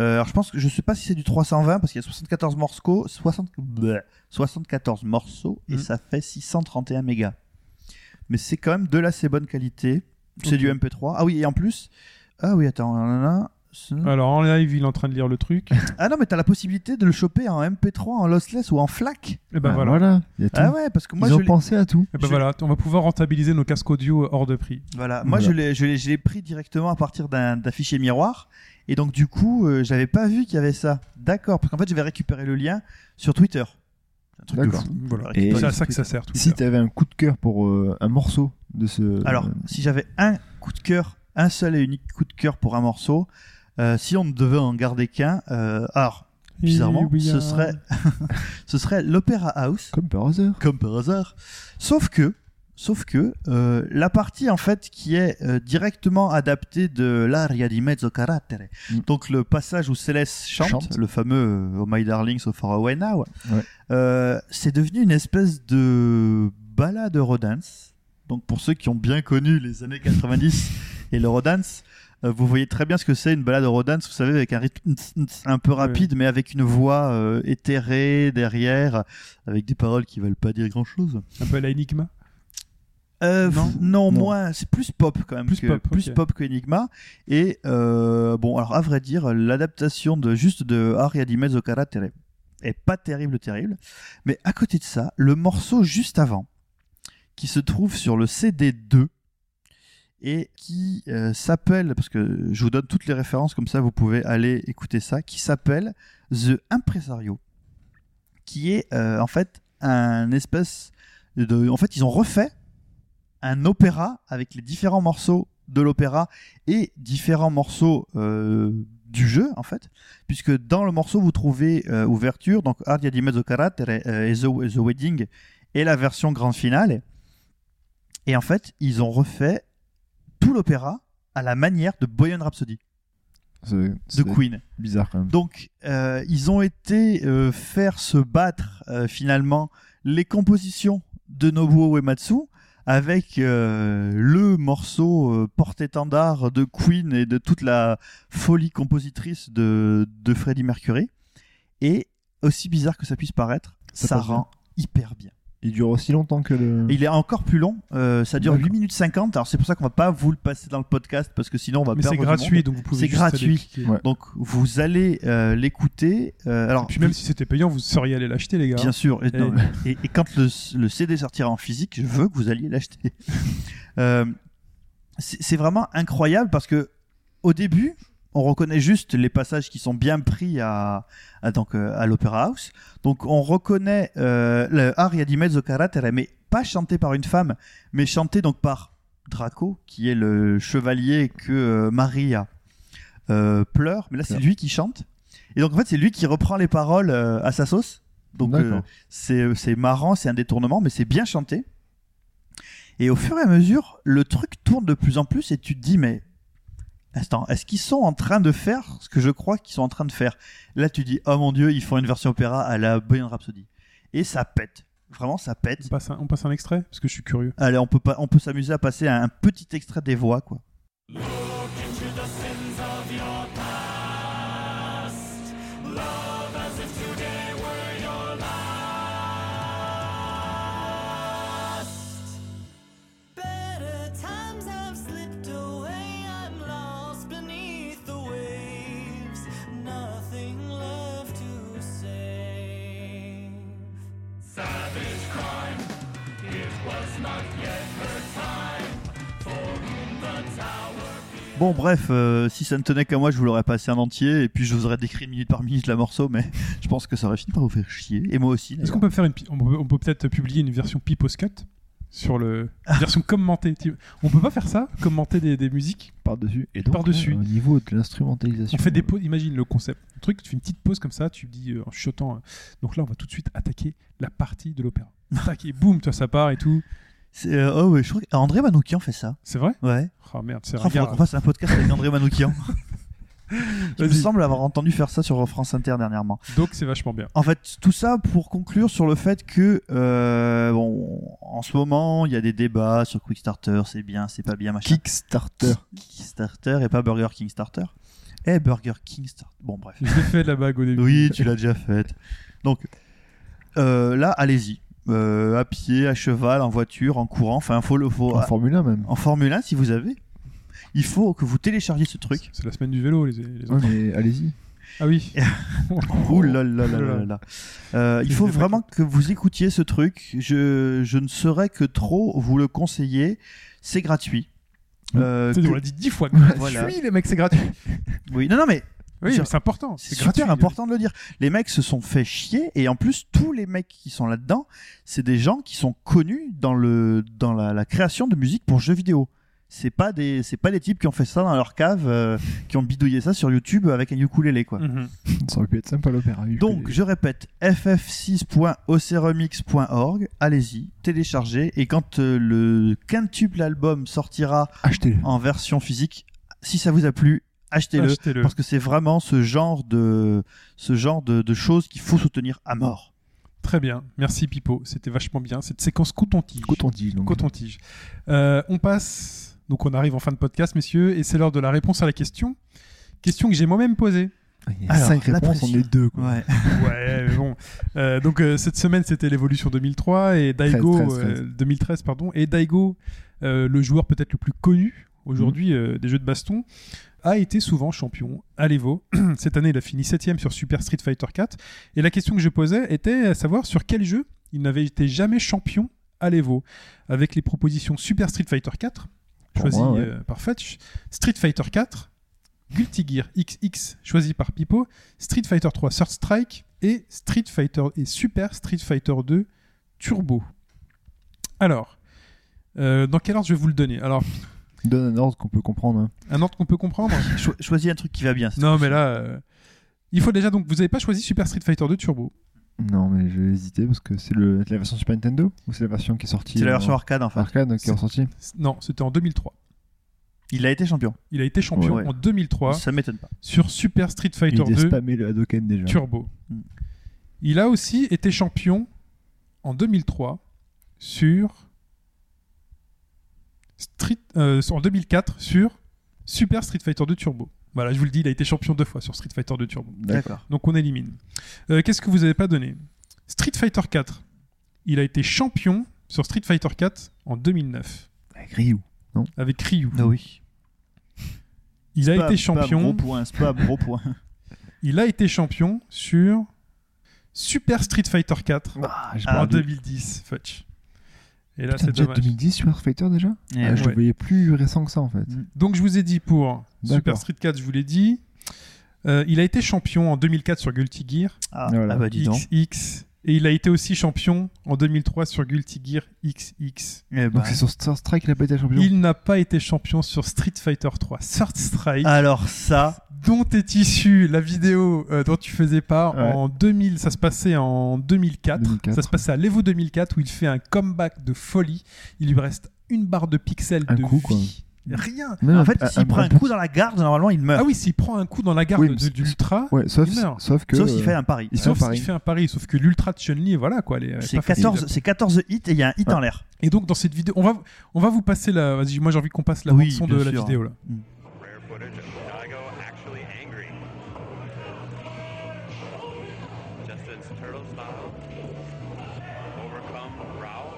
[SPEAKER 4] Euh, alors, je pense que je sais pas si c'est du 320 parce qu'il y a 74 morceaux, 60, bleh, 74 morceaux et
[SPEAKER 2] Mm.
[SPEAKER 4] ça fait 631 mégas. Mais c'est quand même de l'assez bonne qualité. C'est
[SPEAKER 2] Ok.
[SPEAKER 4] du MP3. Ah oui, et en plus, ah oui, attends, nanana, ce-
[SPEAKER 2] Alors en live, il est en train de lire le truc.
[SPEAKER 4] ah non, mais t'as la possibilité de le choper en MP3, en lossless ou en FLAC.
[SPEAKER 2] Et ben
[SPEAKER 3] Ah,
[SPEAKER 2] voilà.
[SPEAKER 3] Il y a tout.
[SPEAKER 4] Ah ouais, parce que moi,
[SPEAKER 3] Ils
[SPEAKER 4] je
[SPEAKER 3] ont
[SPEAKER 4] l'ai-
[SPEAKER 3] pensé à tout.
[SPEAKER 2] Eh ben
[SPEAKER 4] Je-
[SPEAKER 2] voilà, on va pouvoir rentabiliser nos casques audio hors de prix.
[SPEAKER 4] Voilà, moi
[SPEAKER 3] Voilà.
[SPEAKER 4] je l'ai- je l'ai je l'ai pris directement à partir d'un d'un fichier miroir et donc du coup euh, j'avais pas vu qu'il y avait ça. D'accord, parce qu'en fait j'avais récupéré le lien sur Twitter. Un truc de
[SPEAKER 3] D'accord.
[SPEAKER 4] fou.
[SPEAKER 2] Voilà.
[SPEAKER 3] Et-
[SPEAKER 2] C'est à ça que ça sert. Twitter.
[SPEAKER 3] Si t'avais un coup de cœur pour euh, un morceau de ce.
[SPEAKER 4] Alors,
[SPEAKER 3] euh,
[SPEAKER 4] si j'avais un coup de cœur, un seul et unique coup de cœur pour un morceau, euh, si on ne devait en garder qu'un, euh, alors bizarrement,
[SPEAKER 2] Oui, oui,
[SPEAKER 4] ce
[SPEAKER 2] hein.
[SPEAKER 4] serait ce serait l'Opéra House
[SPEAKER 3] comme par hasard.
[SPEAKER 4] comme par hasard. Sauf que, sauf que, euh, la partie en fait qui est euh, directement adaptée de l'aria di mezzo carattere,
[SPEAKER 3] Mm.
[SPEAKER 4] donc le passage où Céleste chante,
[SPEAKER 3] Chante.
[SPEAKER 4] le fameux euh, Oh my darling, so far away now,
[SPEAKER 3] Ouais.
[SPEAKER 4] euh, c'est devenu une espèce de balade Eurodance. Donc pour ceux qui ont bien connu les années 90 et l'Eurodance, euh, vous voyez très bien ce que c'est une balade Eurodance, vous savez, avec un rythme ntz, ntz, un peu rapide, mais avec une voix euh, éthérée derrière, avec des paroles qui veulent pas dire grand chose.
[SPEAKER 2] Un peu à la Enigma.
[SPEAKER 4] Euh,
[SPEAKER 2] Non.
[SPEAKER 4] pff, non,
[SPEAKER 3] Non.
[SPEAKER 4] moins, c'est plus pop quand même,
[SPEAKER 2] Plus
[SPEAKER 4] que,
[SPEAKER 2] pop,
[SPEAKER 4] plus
[SPEAKER 2] ok.
[SPEAKER 4] pop que Enigma. Et euh, bon, alors à vrai dire, l'adaptation de juste de Aria di Mezzo Carattere est pas terrible, terrible. Mais à côté de ça, le morceau juste avant, qui se trouve sur le CD2 et qui euh, s'appelle, parce que je vous donne toutes les références comme ça, vous pouvez aller écouter ça, qui s'appelle The Impresario, qui est euh, en fait un espèce de, en fait, ils ont refait un opéra avec les différents morceaux de l'opéra et différents morceaux euh, du jeu, en fait, puisque dans le morceau, vous trouvez euh, Ouverture, donc Aria di Mezzo Carattere euh, et the, the Wedding, et la version grande finale. Et en fait, ils ont refait tout l'opéra à la manière de Boyan Rhapsody,
[SPEAKER 3] C'est
[SPEAKER 4] de
[SPEAKER 3] c'est
[SPEAKER 4] Queen.
[SPEAKER 3] bizarre quand même.
[SPEAKER 4] Donc, euh, ils ont été euh, faire se battre euh, finalement les compositions de Nobuo Uematsu avec euh, le morceau euh, porte-étendard de Queen et de toute la folie compositrice de, de Freddie Mercury. Et aussi bizarre que ça puisse paraître,
[SPEAKER 3] Ça
[SPEAKER 4] ça
[SPEAKER 3] passe bien.
[SPEAKER 4] rend hyper bien.
[SPEAKER 3] Il dure aussi longtemps que le.
[SPEAKER 2] Mmh.
[SPEAKER 4] Et Il est encore plus long, euh, ça dure
[SPEAKER 3] D'accord.
[SPEAKER 4] 8 minutes 50, alors c'est pour ça qu'on va pas vous le passer dans le podcast parce que sinon on va
[SPEAKER 2] Mais
[SPEAKER 4] perdre
[SPEAKER 2] c'est
[SPEAKER 4] du
[SPEAKER 2] gratuit,
[SPEAKER 4] monde.
[SPEAKER 2] donc vous pouvez.
[SPEAKER 4] C'est
[SPEAKER 2] juste aller
[SPEAKER 4] gratuit.
[SPEAKER 2] cliquer.
[SPEAKER 3] Ouais.
[SPEAKER 4] Donc vous allez euh, l'écouter. euh, alors
[SPEAKER 2] Et Puis même si c'était payant, vous seriez allé l'acheter, les gars.
[SPEAKER 4] Bien sûr. Et,
[SPEAKER 2] Et-
[SPEAKER 4] non, et- et quand le, le CD sortira en physique, je veux que vous alliez l'acheter. Euh, c'est c'est vraiment incroyable parce que au début, on reconnaît juste les passages qui sont bien pris à, à- donc euh, à l'Opéra House. Donc on reconnaît euh, le aria di mezzo carattere, mais pas chanté par une femme, mais chanté donc par Draco, qui est le chevalier que euh, Maria euh, pleure. Mais là, c'est
[SPEAKER 3] Pleure.
[SPEAKER 4] lui qui chante. Et donc en fait, c'est lui qui reprend les paroles euh, à sa sauce. Donc
[SPEAKER 3] D'accord.
[SPEAKER 4] euh, c'est c'est marrant, c'est un détournement, mais c'est bien chanté. Et au fur et à mesure, le truc tourne de plus en plus et tu te dis, mais Instant, est-ce qu'ils sont en train de faire ce que je crois qu'ils sont en train de faire Là, tu dis, oh mon dieu, ils font une version opéra à la Bohemian Rhapsody. Et ça pète. Vraiment, ça
[SPEAKER 2] On
[SPEAKER 4] pète.
[SPEAKER 2] passe, un, on passe un extrait parce que je suis curieux.
[SPEAKER 4] Allez, on peut, pas, on peut s'amuser à passer à un petit extrait des voix, quoi.
[SPEAKER 5] Better times have slipped away. I'm lost beneath the waves. Nothing left to say.
[SPEAKER 4] Bon, bref, euh, si ça ne tenait qu'à moi, je vous l'aurais passé en entier et puis je vous aurais décrit minute par minute la morceau, mais je pense que ça aurait fini par vous faire chier. Et moi aussi.
[SPEAKER 2] Est-ce qu'on peut faire une pi- on peut, on peut peut-être publier une version Pipos Cut sur le
[SPEAKER 4] Ah.
[SPEAKER 2] une version commentée. tu- On peut pas faire ça, commenter des, des musiques.
[SPEAKER 3] Par-dessus. Et donc,
[SPEAKER 2] Par-dessus.
[SPEAKER 3] là, Au niveau de l'instrumentalisation.
[SPEAKER 2] On fait des pauses. Imagine le concept. Le truc, tu fais une petite pause comme ça, tu dis euh, en chuchotant. euh, donc là, on va tout de suite attaquer la partie de l'opéra. Tac et boum, toi ça part et tout.
[SPEAKER 4] C'est, euh, oh, ouais, je crois que André Manoukian fait ça.
[SPEAKER 2] C'est vrai
[SPEAKER 4] Ouais.
[SPEAKER 2] Oh merde, c'est
[SPEAKER 4] Ah, faudrait
[SPEAKER 2] ringard.
[SPEAKER 4] qu'on fasse un podcast avec André Manoukian. Il me
[SPEAKER 2] Vas-y.
[SPEAKER 4] semble avoir entendu faire ça sur France Inter dernièrement.
[SPEAKER 2] Donc c'est vachement bien.
[SPEAKER 4] En fait, tout ça pour conclure sur le fait que, euh, bon, en ce moment, il y a des débats sur Quickstarter, c'est bien, c'est pas bien, machin.
[SPEAKER 3] Kickstarter.
[SPEAKER 4] Kickstarter et pas Burger King Starter. Eh, Burger King Starter. Bon, bref.
[SPEAKER 2] Je l'ai fait de la bague au début.
[SPEAKER 4] Oui, tu l'as déjà faite. Donc, euh, là, allez-y. Euh, à pied, à cheval, en voiture, en courant. Enfin, faut le, faut,
[SPEAKER 3] En Formule 1 même.
[SPEAKER 4] en Formule 1, si vous avez. Il faut que vous téléchargiez ce truc.
[SPEAKER 2] C'est la semaine du vélo, les, les
[SPEAKER 3] Ouais,
[SPEAKER 2] enfants.
[SPEAKER 3] mais allez-y.
[SPEAKER 2] Ah oui.
[SPEAKER 4] Ouh là là là là là. Euh, il
[SPEAKER 2] Je
[SPEAKER 4] faut
[SPEAKER 2] vais pas
[SPEAKER 4] vraiment que vous écoutiez ce truc. Je, je ne saurais que trop vous le conseiller. C'est gratuit. Euh,
[SPEAKER 2] Tu sais,
[SPEAKER 4] que-
[SPEAKER 2] On l'a dit dix fois.
[SPEAKER 4] Voilà.
[SPEAKER 2] Oui, les mecs, c'est gratuit.
[SPEAKER 4] Oui, non, non, mais
[SPEAKER 2] Oui,
[SPEAKER 4] C'est-
[SPEAKER 2] mais c'est important.
[SPEAKER 4] c'est super
[SPEAKER 2] gratuit.
[SPEAKER 4] important de le dire. Les mecs se sont fait chier et en plus tous les mecs qui sont là-dedans, c'est des gens qui sont connus dans le dans la, la création de musique pour jeux vidéo. C'est pas des c'est pas des types qui ont fait ça dans leur cave, euh, qui ont bidouillé ça sur YouTube avec un ukulélé quoi.
[SPEAKER 2] Mhm.
[SPEAKER 3] Ça aurait pu être sympa l'opéra.
[SPEAKER 4] Donc, je répète, E ff6.ocremix.org, allez-y, téléchargez, et quand euh, le quintuple album sortira
[SPEAKER 3] achetez-le.
[SPEAKER 4] en version physique, si ça vous a plu, achetez-le,
[SPEAKER 2] Achetez-le.
[SPEAKER 4] parce que c'est vraiment ce genre de, ce genre de, de choses qu'il faut soutenir à mort.
[SPEAKER 2] Très bien. Merci Pipo. C'était vachement bien. Cette séquence coton-tige.
[SPEAKER 3] Coton-tige. donc.
[SPEAKER 2] Coton-tige. Euh, on passe. Donc on arrive en fin de podcast, messieurs, et c'est l'heure de la réponse à la question. Question que j'ai moi-même posée.
[SPEAKER 3] Il y a
[SPEAKER 4] Alors,
[SPEAKER 3] 5
[SPEAKER 4] la
[SPEAKER 3] réponses, on
[SPEAKER 4] pression.
[SPEAKER 3] est deux. Quoi.
[SPEAKER 2] Ouais, mais bon. Euh, donc euh, cette semaine, c'était l'évolution 2003 et Daigo
[SPEAKER 3] 13, 13,
[SPEAKER 2] euh, 2013 pardon et Daigo, euh, le joueur peut-être le plus connu aujourd'hui euh, des jeux de baston, a été souvent champion à l'Evo. cette année, il a fini 7 sur Super Street Fighter 4 et la question que je posais était à savoir sur quel jeu il n'avait été jamais champion à l'Evo avec les propositions Super Street Fighter 4
[SPEAKER 3] Pour
[SPEAKER 2] choisies
[SPEAKER 3] moi, ouais.
[SPEAKER 2] euh, par Fetch, Street Fighter 4, Guilty Gear XX choisi par Pipo, Street Fighter 3 Third Strike et Street Fighter et Super Street Fighter 2 Turbo. Alors, euh, dans quel ordre je vais vous le donner Alors,
[SPEAKER 3] Donne un ordre qu'on peut comprendre. hein.
[SPEAKER 2] un ordre qu'on peut comprendre
[SPEAKER 4] Cho- choisis un truc qui va bien. c'est
[SPEAKER 2] Non,
[SPEAKER 4] tout.
[SPEAKER 2] mais là, euh, il faut déjà donc vous n'avez pas choisi Super Street Fighter 2 Turbo.
[SPEAKER 3] Non, mais j'ai hésité parce que c'est le... la version Super Nintendo ou c'est la version qui est sortie
[SPEAKER 4] C'est la
[SPEAKER 3] en-
[SPEAKER 4] version arcade, enfin.
[SPEAKER 3] arcade hein, qui est ressortie
[SPEAKER 2] C- Non, c'était en 2003.
[SPEAKER 4] Il a été champion.
[SPEAKER 2] Il a été champion
[SPEAKER 4] Ouais.
[SPEAKER 2] en 2003
[SPEAKER 4] Ça m'étonne pas.
[SPEAKER 2] sur Super Street
[SPEAKER 3] Il
[SPEAKER 2] Fighter
[SPEAKER 3] était
[SPEAKER 2] 2
[SPEAKER 3] spammé le Hadoken déjà.
[SPEAKER 2] Turbo.
[SPEAKER 4] Mm.
[SPEAKER 2] Il a aussi été champion en 2003 sur Street, euh, en 2004 sur Super Street Fighter 2 Turbo. Voilà, je vous le dis, il a été champion deux fois sur Street Fighter 2 Turbo.
[SPEAKER 4] D'accord.
[SPEAKER 2] Donc on élimine. Euh, Qu'est-ce que vous avez pas donné Street Fighter 4. Il a été champion sur Street Fighter 4 en 2009
[SPEAKER 3] Avec Ryu.
[SPEAKER 2] avec Ryu.
[SPEAKER 3] Bah
[SPEAKER 4] Ah oui.
[SPEAKER 2] Il a
[SPEAKER 4] Spam,
[SPEAKER 2] été
[SPEAKER 4] spam, Gros
[SPEAKER 2] champion.
[SPEAKER 4] point, spam, gros point.
[SPEAKER 2] Il a été champion sur Super Street Fighter 4
[SPEAKER 3] Ah, j'ai
[SPEAKER 4] Ah,
[SPEAKER 2] en
[SPEAKER 3] perdu.
[SPEAKER 2] 2010. Fudge. Et là,
[SPEAKER 3] Putain,
[SPEAKER 2] c'est
[SPEAKER 3] déjà
[SPEAKER 2] dommage.
[SPEAKER 3] 2010 sur Art Fighter déjà
[SPEAKER 4] Eh, Bah
[SPEAKER 3] Ah, Je
[SPEAKER 2] ouais.
[SPEAKER 3] le voyais plus récent que ça en fait.
[SPEAKER 2] Donc je vous ai dit pour Super
[SPEAKER 3] D'accord.
[SPEAKER 2] Street 4, je vous l'ai dit. Euh, il a été champion en 2004 sur Guilty Gear
[SPEAKER 4] Ah,
[SPEAKER 3] Voilà.
[SPEAKER 4] ah bah dis donc.
[SPEAKER 2] XX et il a été aussi champion en 2003 sur Guilty Gear XX.
[SPEAKER 4] Eh
[SPEAKER 3] Donc
[SPEAKER 4] bah.
[SPEAKER 3] c'est sur Star Strike la bêta champion.
[SPEAKER 2] Il n'a pas été champion sur Street Fighter 3 Third Strike,
[SPEAKER 4] Alors ça,
[SPEAKER 2] dont est issue la vidéo euh, dont tu faisais part
[SPEAKER 3] Ouais.
[SPEAKER 2] en 2000. Ça se passait en 2004.
[SPEAKER 3] 2004.
[SPEAKER 2] Ça se passait à l'Evo 2004 où il fait un comeback de folie. Il lui reste une barre de pixels
[SPEAKER 3] Un
[SPEAKER 2] de
[SPEAKER 3] coup, quoi.
[SPEAKER 2] vie. Rien.
[SPEAKER 3] Mais
[SPEAKER 4] en
[SPEAKER 3] un-
[SPEAKER 4] fait,
[SPEAKER 3] un-
[SPEAKER 4] s'il
[SPEAKER 3] un-
[SPEAKER 4] prend un coup dans la garde, normalement il meurt.
[SPEAKER 2] Ah oui, s'il prend un coup dans la garde
[SPEAKER 3] Oui, mais
[SPEAKER 2] de
[SPEAKER 3] c'est-
[SPEAKER 2] d'Ultra,
[SPEAKER 3] Ouais, sauf,
[SPEAKER 2] il meurt.
[SPEAKER 3] sauf que.
[SPEAKER 4] Sauf s'il
[SPEAKER 3] euh,
[SPEAKER 4] fait un pari.
[SPEAKER 3] il-
[SPEAKER 2] sauf
[SPEAKER 3] fait un
[SPEAKER 2] s'il
[SPEAKER 3] pari.
[SPEAKER 2] fait un pari. Sauf que l'Ultra de Chun-Li, voilà quoi. Elle est, elle est
[SPEAKER 4] C'est
[SPEAKER 2] pas facile.
[SPEAKER 4] 14, c'est 14 hits et il y a un hit
[SPEAKER 3] Ah.
[SPEAKER 4] en l'air.
[SPEAKER 2] Et donc dans cette vidéo, on va, on va vous passer la. Vas-y, moi j'ai envie qu'on passe la
[SPEAKER 4] Oui,
[SPEAKER 2] bande son de
[SPEAKER 4] bien
[SPEAKER 2] la
[SPEAKER 4] sûr.
[SPEAKER 2] vidéo là.
[SPEAKER 6] Rare footage of Daigo actually angry. Justin's turtle style overcome Rao.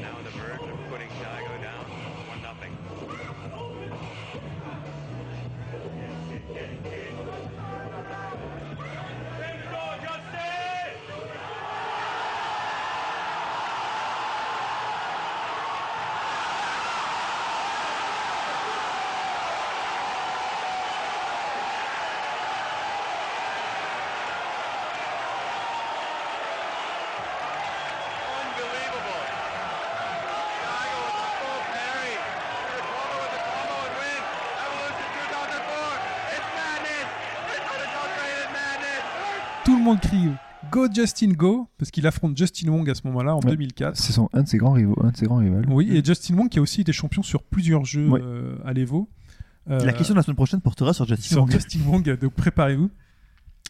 [SPEAKER 6] Now on the verge of putting Daigo down one nothing. Unbelievable. Daigo with the full parry. Hirakawa with the combo and win. Evolution 2004. It's madness. It's unadulterated madness.
[SPEAKER 2] Tout le monde crie Go Justin Go parce qu'il affronte Justin Wong à ce moment-là en
[SPEAKER 3] Ouais.
[SPEAKER 2] 2004.
[SPEAKER 3] euh, C'est son, un, de ses grands rivaux, un de ses grands rivaux.
[SPEAKER 2] Oui, et Justin Wong qui a aussi été champion sur plusieurs jeux
[SPEAKER 3] Ouais.
[SPEAKER 2] euh, à l'Evo. Euh,
[SPEAKER 4] La question de la semaine prochaine portera sur Justin
[SPEAKER 2] sur
[SPEAKER 4] Wong.
[SPEAKER 2] Justin Wong, donc préparez-vous.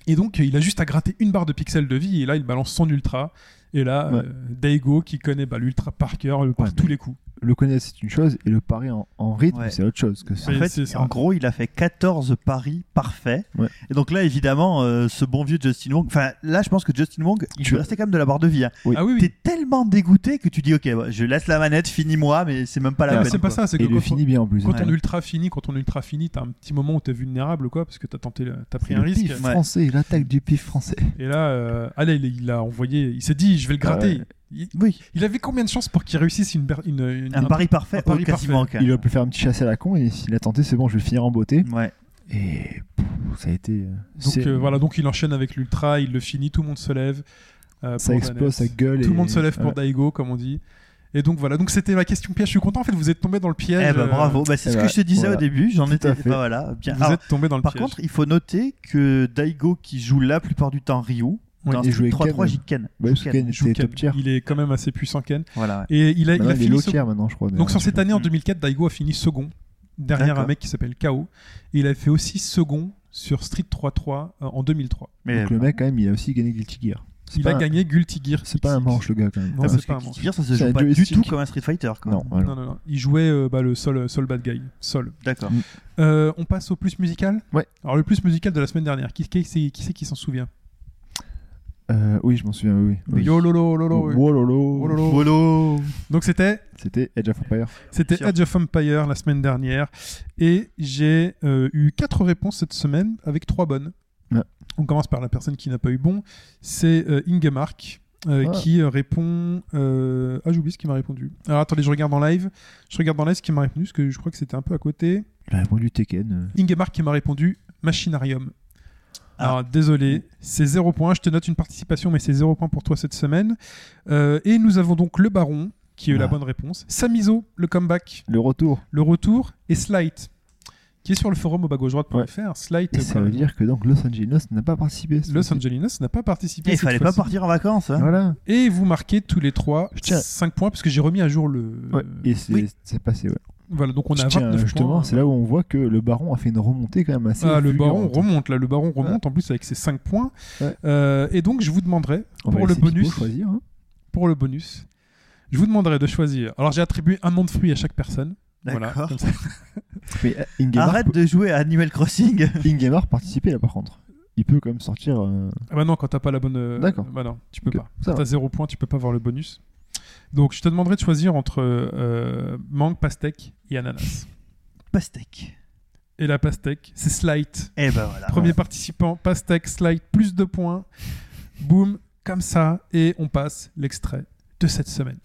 [SPEAKER 2] Et donc, il a juste à gratter une barre de pixels de vie, et là, il balance son ultra. Et là,
[SPEAKER 3] Ouais.
[SPEAKER 2] euh, Daigo, qui connaît bah, l'ultra par cœur, euh, par
[SPEAKER 3] Ouais,
[SPEAKER 2] tous
[SPEAKER 3] mais-
[SPEAKER 2] les coups.
[SPEAKER 3] Le connaître, c'est une chose, et le pari en, en rythme,
[SPEAKER 4] Ouais.
[SPEAKER 3] c'est autre chose. Que ça.
[SPEAKER 4] En
[SPEAKER 2] Oui,
[SPEAKER 4] fait,
[SPEAKER 2] c'est ça.
[SPEAKER 4] en gros, il a fait 14 paris parfaits.
[SPEAKER 3] Ouais.
[SPEAKER 4] Et donc là, évidemment, euh, ce bon vieux Justin Wong. Enfin, là, je pense que Justin Wong, il
[SPEAKER 3] Tu-
[SPEAKER 4] tu restait quand même de la barre de vie. hein.
[SPEAKER 3] Oui.
[SPEAKER 2] Ah oui, oui.
[SPEAKER 4] T'es tellement dégoûté que tu dis, ok, bah, je laisse la manette, finis-moi, Ah, mais c'est même pas la
[SPEAKER 2] Non, mais
[SPEAKER 4] peine.
[SPEAKER 2] c'est pas
[SPEAKER 4] quoi.
[SPEAKER 2] ça, c'est que
[SPEAKER 3] Et il
[SPEAKER 2] quand,
[SPEAKER 3] le finit bien en plus.
[SPEAKER 2] on, quand
[SPEAKER 3] Ouais.
[SPEAKER 2] on ultra finit, quand on ultra finit, t'as un petit moment où t'es vulnérable, quoi, parce que t'as tenté, le- t'as pris un
[SPEAKER 3] Le
[SPEAKER 2] risque.
[SPEAKER 3] pif
[SPEAKER 4] ouais.
[SPEAKER 3] français, l'attaque du pif français.
[SPEAKER 2] Et là, euh, allez, il, il a envoyé, il s'est dit, je vais le gratter.
[SPEAKER 3] Ouais.
[SPEAKER 2] Il,
[SPEAKER 4] Oui,
[SPEAKER 2] il avait combien de chances pour qu'il réussisse une, ber- une, une-
[SPEAKER 4] un, pari parfait,
[SPEAKER 2] un pari
[SPEAKER 4] oh, quasiment. aucun.
[SPEAKER 3] Il aurait pu faire un petit chassé à la con, et s'il a tenté, c'est bon, je vais finir en beauté.
[SPEAKER 4] Ouais.
[SPEAKER 3] Et pff, ça a été. euh,
[SPEAKER 2] Donc
[SPEAKER 3] c'est-
[SPEAKER 2] euh, voilà, donc il enchaîne avec l'ultra, il le finit, tout le monde se lève. euh,
[SPEAKER 3] Ça
[SPEAKER 2] pour
[SPEAKER 3] explose,
[SPEAKER 2] Danette.
[SPEAKER 3] sa gueule.
[SPEAKER 2] Tout le
[SPEAKER 3] et-
[SPEAKER 2] monde se lève pour
[SPEAKER 3] Ouais.
[SPEAKER 2] Daigo, comme on dit. Et donc voilà, donc c'était ma question piège. Je suis content en fait, vous êtes tombé dans le piège.
[SPEAKER 4] Eh bah,
[SPEAKER 2] euh,
[SPEAKER 4] bravo. Bah, c'est
[SPEAKER 3] eh
[SPEAKER 4] ce que
[SPEAKER 3] bah,
[SPEAKER 4] je te disais
[SPEAKER 3] voilà.
[SPEAKER 4] au début. J'en
[SPEAKER 3] Tout
[SPEAKER 4] étais.
[SPEAKER 3] à fait.
[SPEAKER 4] bah, voilà. Bien.
[SPEAKER 2] Vous
[SPEAKER 4] Alors,
[SPEAKER 2] êtes tombé dans le
[SPEAKER 4] par
[SPEAKER 2] piège.
[SPEAKER 4] contre, il faut noter que Daigo, qui joue la plupart du temps Ryu, dans
[SPEAKER 3] il jouait
[SPEAKER 4] Street 3-3,
[SPEAKER 3] Ken.
[SPEAKER 4] j'y Ken.
[SPEAKER 3] Ouais, parce que Ken
[SPEAKER 2] Joue
[SPEAKER 3] était
[SPEAKER 2] Ken.
[SPEAKER 3] top tier.
[SPEAKER 2] il est quand même assez puissant Ken.
[SPEAKER 4] Voilà. ouais.
[SPEAKER 2] Et il a, il
[SPEAKER 3] Maintenant,
[SPEAKER 2] a
[SPEAKER 3] il est
[SPEAKER 2] fini.
[SPEAKER 3] low
[SPEAKER 2] second.
[SPEAKER 3] tier maintenant, je crois.
[SPEAKER 2] Donc sur
[SPEAKER 3] d'ailleurs.
[SPEAKER 2] cette année en 2004, Daigo a fini second derrière un
[SPEAKER 4] D'accord.
[SPEAKER 2] mec qui s'appelle KO. Et il a fait aussi second sur Street 3-3 euh, en 2003.
[SPEAKER 4] Mais
[SPEAKER 3] Donc le mec, quand même, il a aussi gagné Guilty Gear. C'est
[SPEAKER 2] Il
[SPEAKER 3] pas
[SPEAKER 2] a
[SPEAKER 3] un-
[SPEAKER 2] gagné Guilty Gear.
[SPEAKER 3] C'est pas un
[SPEAKER 2] XX.
[SPEAKER 3] manche, le gars, quand même.
[SPEAKER 2] Non,
[SPEAKER 3] Ah,
[SPEAKER 2] c'est
[SPEAKER 4] parce
[SPEAKER 2] pas un
[SPEAKER 4] que
[SPEAKER 2] manche.
[SPEAKER 4] Guilty Gear, ça se
[SPEAKER 3] C'est un
[SPEAKER 4] joue pas du
[SPEAKER 3] joystick.
[SPEAKER 4] tout comme un Street Fighter. quoi.
[SPEAKER 3] Non, voilà.
[SPEAKER 2] Non, non, non. Il jouait euh, bah, le Sol, Sol Bad Guy. Sol.
[SPEAKER 4] D'accord.
[SPEAKER 2] Euh, on passe au plus musical
[SPEAKER 3] Ouais.
[SPEAKER 2] Alors le plus musical de la semaine dernière, qui, qui, c'est- qui c'est qui s'en souvient
[SPEAKER 3] Euh, oui, je m'en souviens, oui. oui.
[SPEAKER 2] Yo lolo lolo. oui.
[SPEAKER 3] Wololo.
[SPEAKER 2] Wololo.
[SPEAKER 4] Bolo.
[SPEAKER 2] Donc c'était
[SPEAKER 3] C'était Edge of Empire.
[SPEAKER 2] c'était
[SPEAKER 4] Sûr.
[SPEAKER 2] Edge of Empire la semaine dernière et j'ai euh, eu quatre réponses cette semaine avec trois bonnes.
[SPEAKER 3] Ouais.
[SPEAKER 2] On commence par la personne qui n'a pas eu bon, c'est euh, Ingemark. euh,
[SPEAKER 3] Ah.
[SPEAKER 2] qui euh, répond euh, ah j'oublie ce qu'il m'a répondu alors attendez je regarde en live je regarde en live ce qu'il m'a répondu parce que je crois que c'était un peu à côté
[SPEAKER 3] Il a répondu Tekken. euh,
[SPEAKER 2] Ingemark qui m'a répondu Machinarium.
[SPEAKER 3] Ah.
[SPEAKER 2] Alors désolé, c'est 0 points. Je te note une participation, mais c'est 0 points pour toi cette semaine. Euh, et nous avons donc le Baron qui a eu la
[SPEAKER 3] Ah.
[SPEAKER 2] bonne réponse, Samizo le comeback,
[SPEAKER 3] Le retour.
[SPEAKER 2] le retour et Slight qui est sur le forum au bas gauche droite.fr.
[SPEAKER 3] Ouais.
[SPEAKER 2] Slight
[SPEAKER 3] Et ça
[SPEAKER 2] comme
[SPEAKER 3] veut dire que donc Los Angeles n'a pas participé. cette
[SPEAKER 2] Los
[SPEAKER 3] fois-ci.
[SPEAKER 2] Angeles n'a pas participé.
[SPEAKER 4] Il
[SPEAKER 2] cette
[SPEAKER 4] fallait pas
[SPEAKER 2] fois-ci.
[SPEAKER 4] partir en vacances. hein.
[SPEAKER 3] Voilà.
[SPEAKER 2] Et vous marquez tous les trois
[SPEAKER 3] Je tiens-
[SPEAKER 2] 5 points parce que j'ai remis à jour le.
[SPEAKER 3] Ouais. Et c'est
[SPEAKER 2] Euh, Oui.
[SPEAKER 3] c'est passé, ouais.
[SPEAKER 2] Voilà, donc on
[SPEAKER 3] Je
[SPEAKER 2] a
[SPEAKER 3] tiens,
[SPEAKER 2] 29
[SPEAKER 3] justement,
[SPEAKER 2] points.
[SPEAKER 3] c'est là où on voit que le baron a fait une remontée quand même assez.
[SPEAKER 2] Ah, le
[SPEAKER 3] fulgurante.
[SPEAKER 2] baron remonte là, le baron remonte en plus avec ses 5 points.
[SPEAKER 3] Ouais.
[SPEAKER 2] Euh, et donc je vous demanderai
[SPEAKER 3] On va
[SPEAKER 2] pour le
[SPEAKER 3] laisser Pipo
[SPEAKER 2] bonus,
[SPEAKER 3] choisir. hein.
[SPEAKER 2] pour le bonus. Je vous demanderai de choisir. Alors j'ai attribué un nom de fruit à chaque personne. Voilà,
[SPEAKER 4] D'accord.
[SPEAKER 2] comme ça.
[SPEAKER 3] Mais euh, Ingemar,
[SPEAKER 4] Arrête de jouer à Animal Crossing.
[SPEAKER 3] Ingemar participait là par contre. Il peut quand même sortir. euh,
[SPEAKER 2] Ah bah non, quand t'as pas la bonne. euh,
[SPEAKER 3] D'accord.
[SPEAKER 2] Bah non, tu peux
[SPEAKER 3] Ok,
[SPEAKER 2] pas.
[SPEAKER 3] ça
[SPEAKER 2] Quand
[SPEAKER 3] va.
[SPEAKER 2] t'as zéro point, tu peux pas voir le bonus. Donc je te demanderai de choisir entre euh, mangue, pastèque et ananas.
[SPEAKER 4] Pastèque.
[SPEAKER 2] Et la pastèque, c'est Slight.
[SPEAKER 4] Eh ben voilà.
[SPEAKER 2] Premier participant, pastèque, Slight, plus de points. Boum, comme ça. Et on passe l'extrait de cette semaine.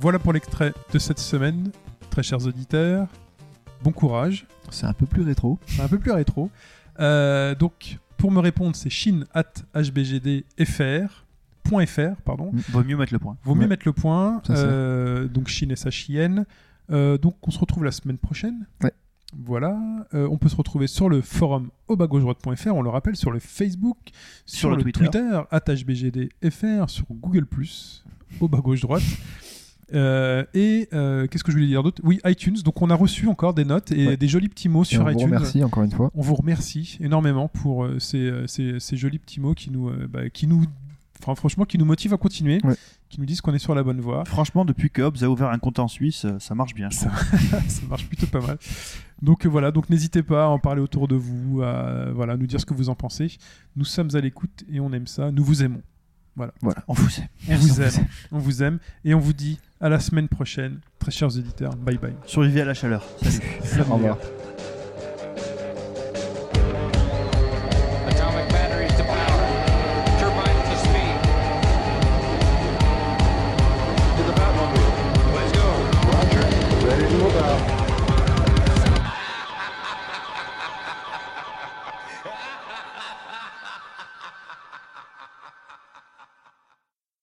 [SPEAKER 2] Voilà pour l'extrait de cette semaine. Très chers auditeurs, bon courage.
[SPEAKER 3] C'est un peu plus rétro.
[SPEAKER 2] C'est un peu plus rétro. Euh, donc, pour me répondre, c'est chine at hbgdfr. point .fr, pardon.
[SPEAKER 4] Vaut mieux mettre le point.
[SPEAKER 2] Vaut mieux
[SPEAKER 3] Ouais.
[SPEAKER 2] mettre le point.
[SPEAKER 3] Ça, c'est
[SPEAKER 2] Euh, donc, Chine et sa chienne. Euh, donc, on se retrouve la semaine prochaine.
[SPEAKER 3] Ouais.
[SPEAKER 2] Voilà. Euh, on peut se retrouver sur le forum au bas gauche droite.fr. On le rappelle, sur le Facebook, sur,
[SPEAKER 4] le Twitter.
[SPEAKER 2] at hbgdfr, sur Google, au bas gauche droite. Euh, et euh, qu'est-ce que je voulais dire d'autre Oui, iTunes. Donc, on a reçu encore des notes et
[SPEAKER 3] Ouais.
[SPEAKER 2] des jolis petits mots
[SPEAKER 3] Et
[SPEAKER 2] sur
[SPEAKER 3] on vous
[SPEAKER 2] iTunes.
[SPEAKER 3] remercie encore une fois.
[SPEAKER 2] On vous remercie énormément pour euh, ces, euh, ces- ces jolis petits mots qui nous, euh, bah, qui nous, enfin franchement, qui nous motivent à continuer,
[SPEAKER 3] Ouais.
[SPEAKER 2] qui nous disent qu'on est sur la bonne voie.
[SPEAKER 4] Franchement, depuis que Hobbs a ouvert un compte en Suisse, euh, ça marche bien. je
[SPEAKER 2] Ça, ça marche plutôt pas mal. Donc euh, voilà, donc n'hésitez pas à en parler autour de vous, à euh, voilà, nous dire ce que vous en pensez. Nous sommes à l'écoute et on aime ça. Nous vous aimons.
[SPEAKER 4] trouve. On vous aime.
[SPEAKER 2] On vous aime. On vous aime et on vous dit à la semaine prochaine, très chers éditeurs. Bye bye.
[SPEAKER 4] Survivez à la chaleur. Salut.
[SPEAKER 3] Au revoir.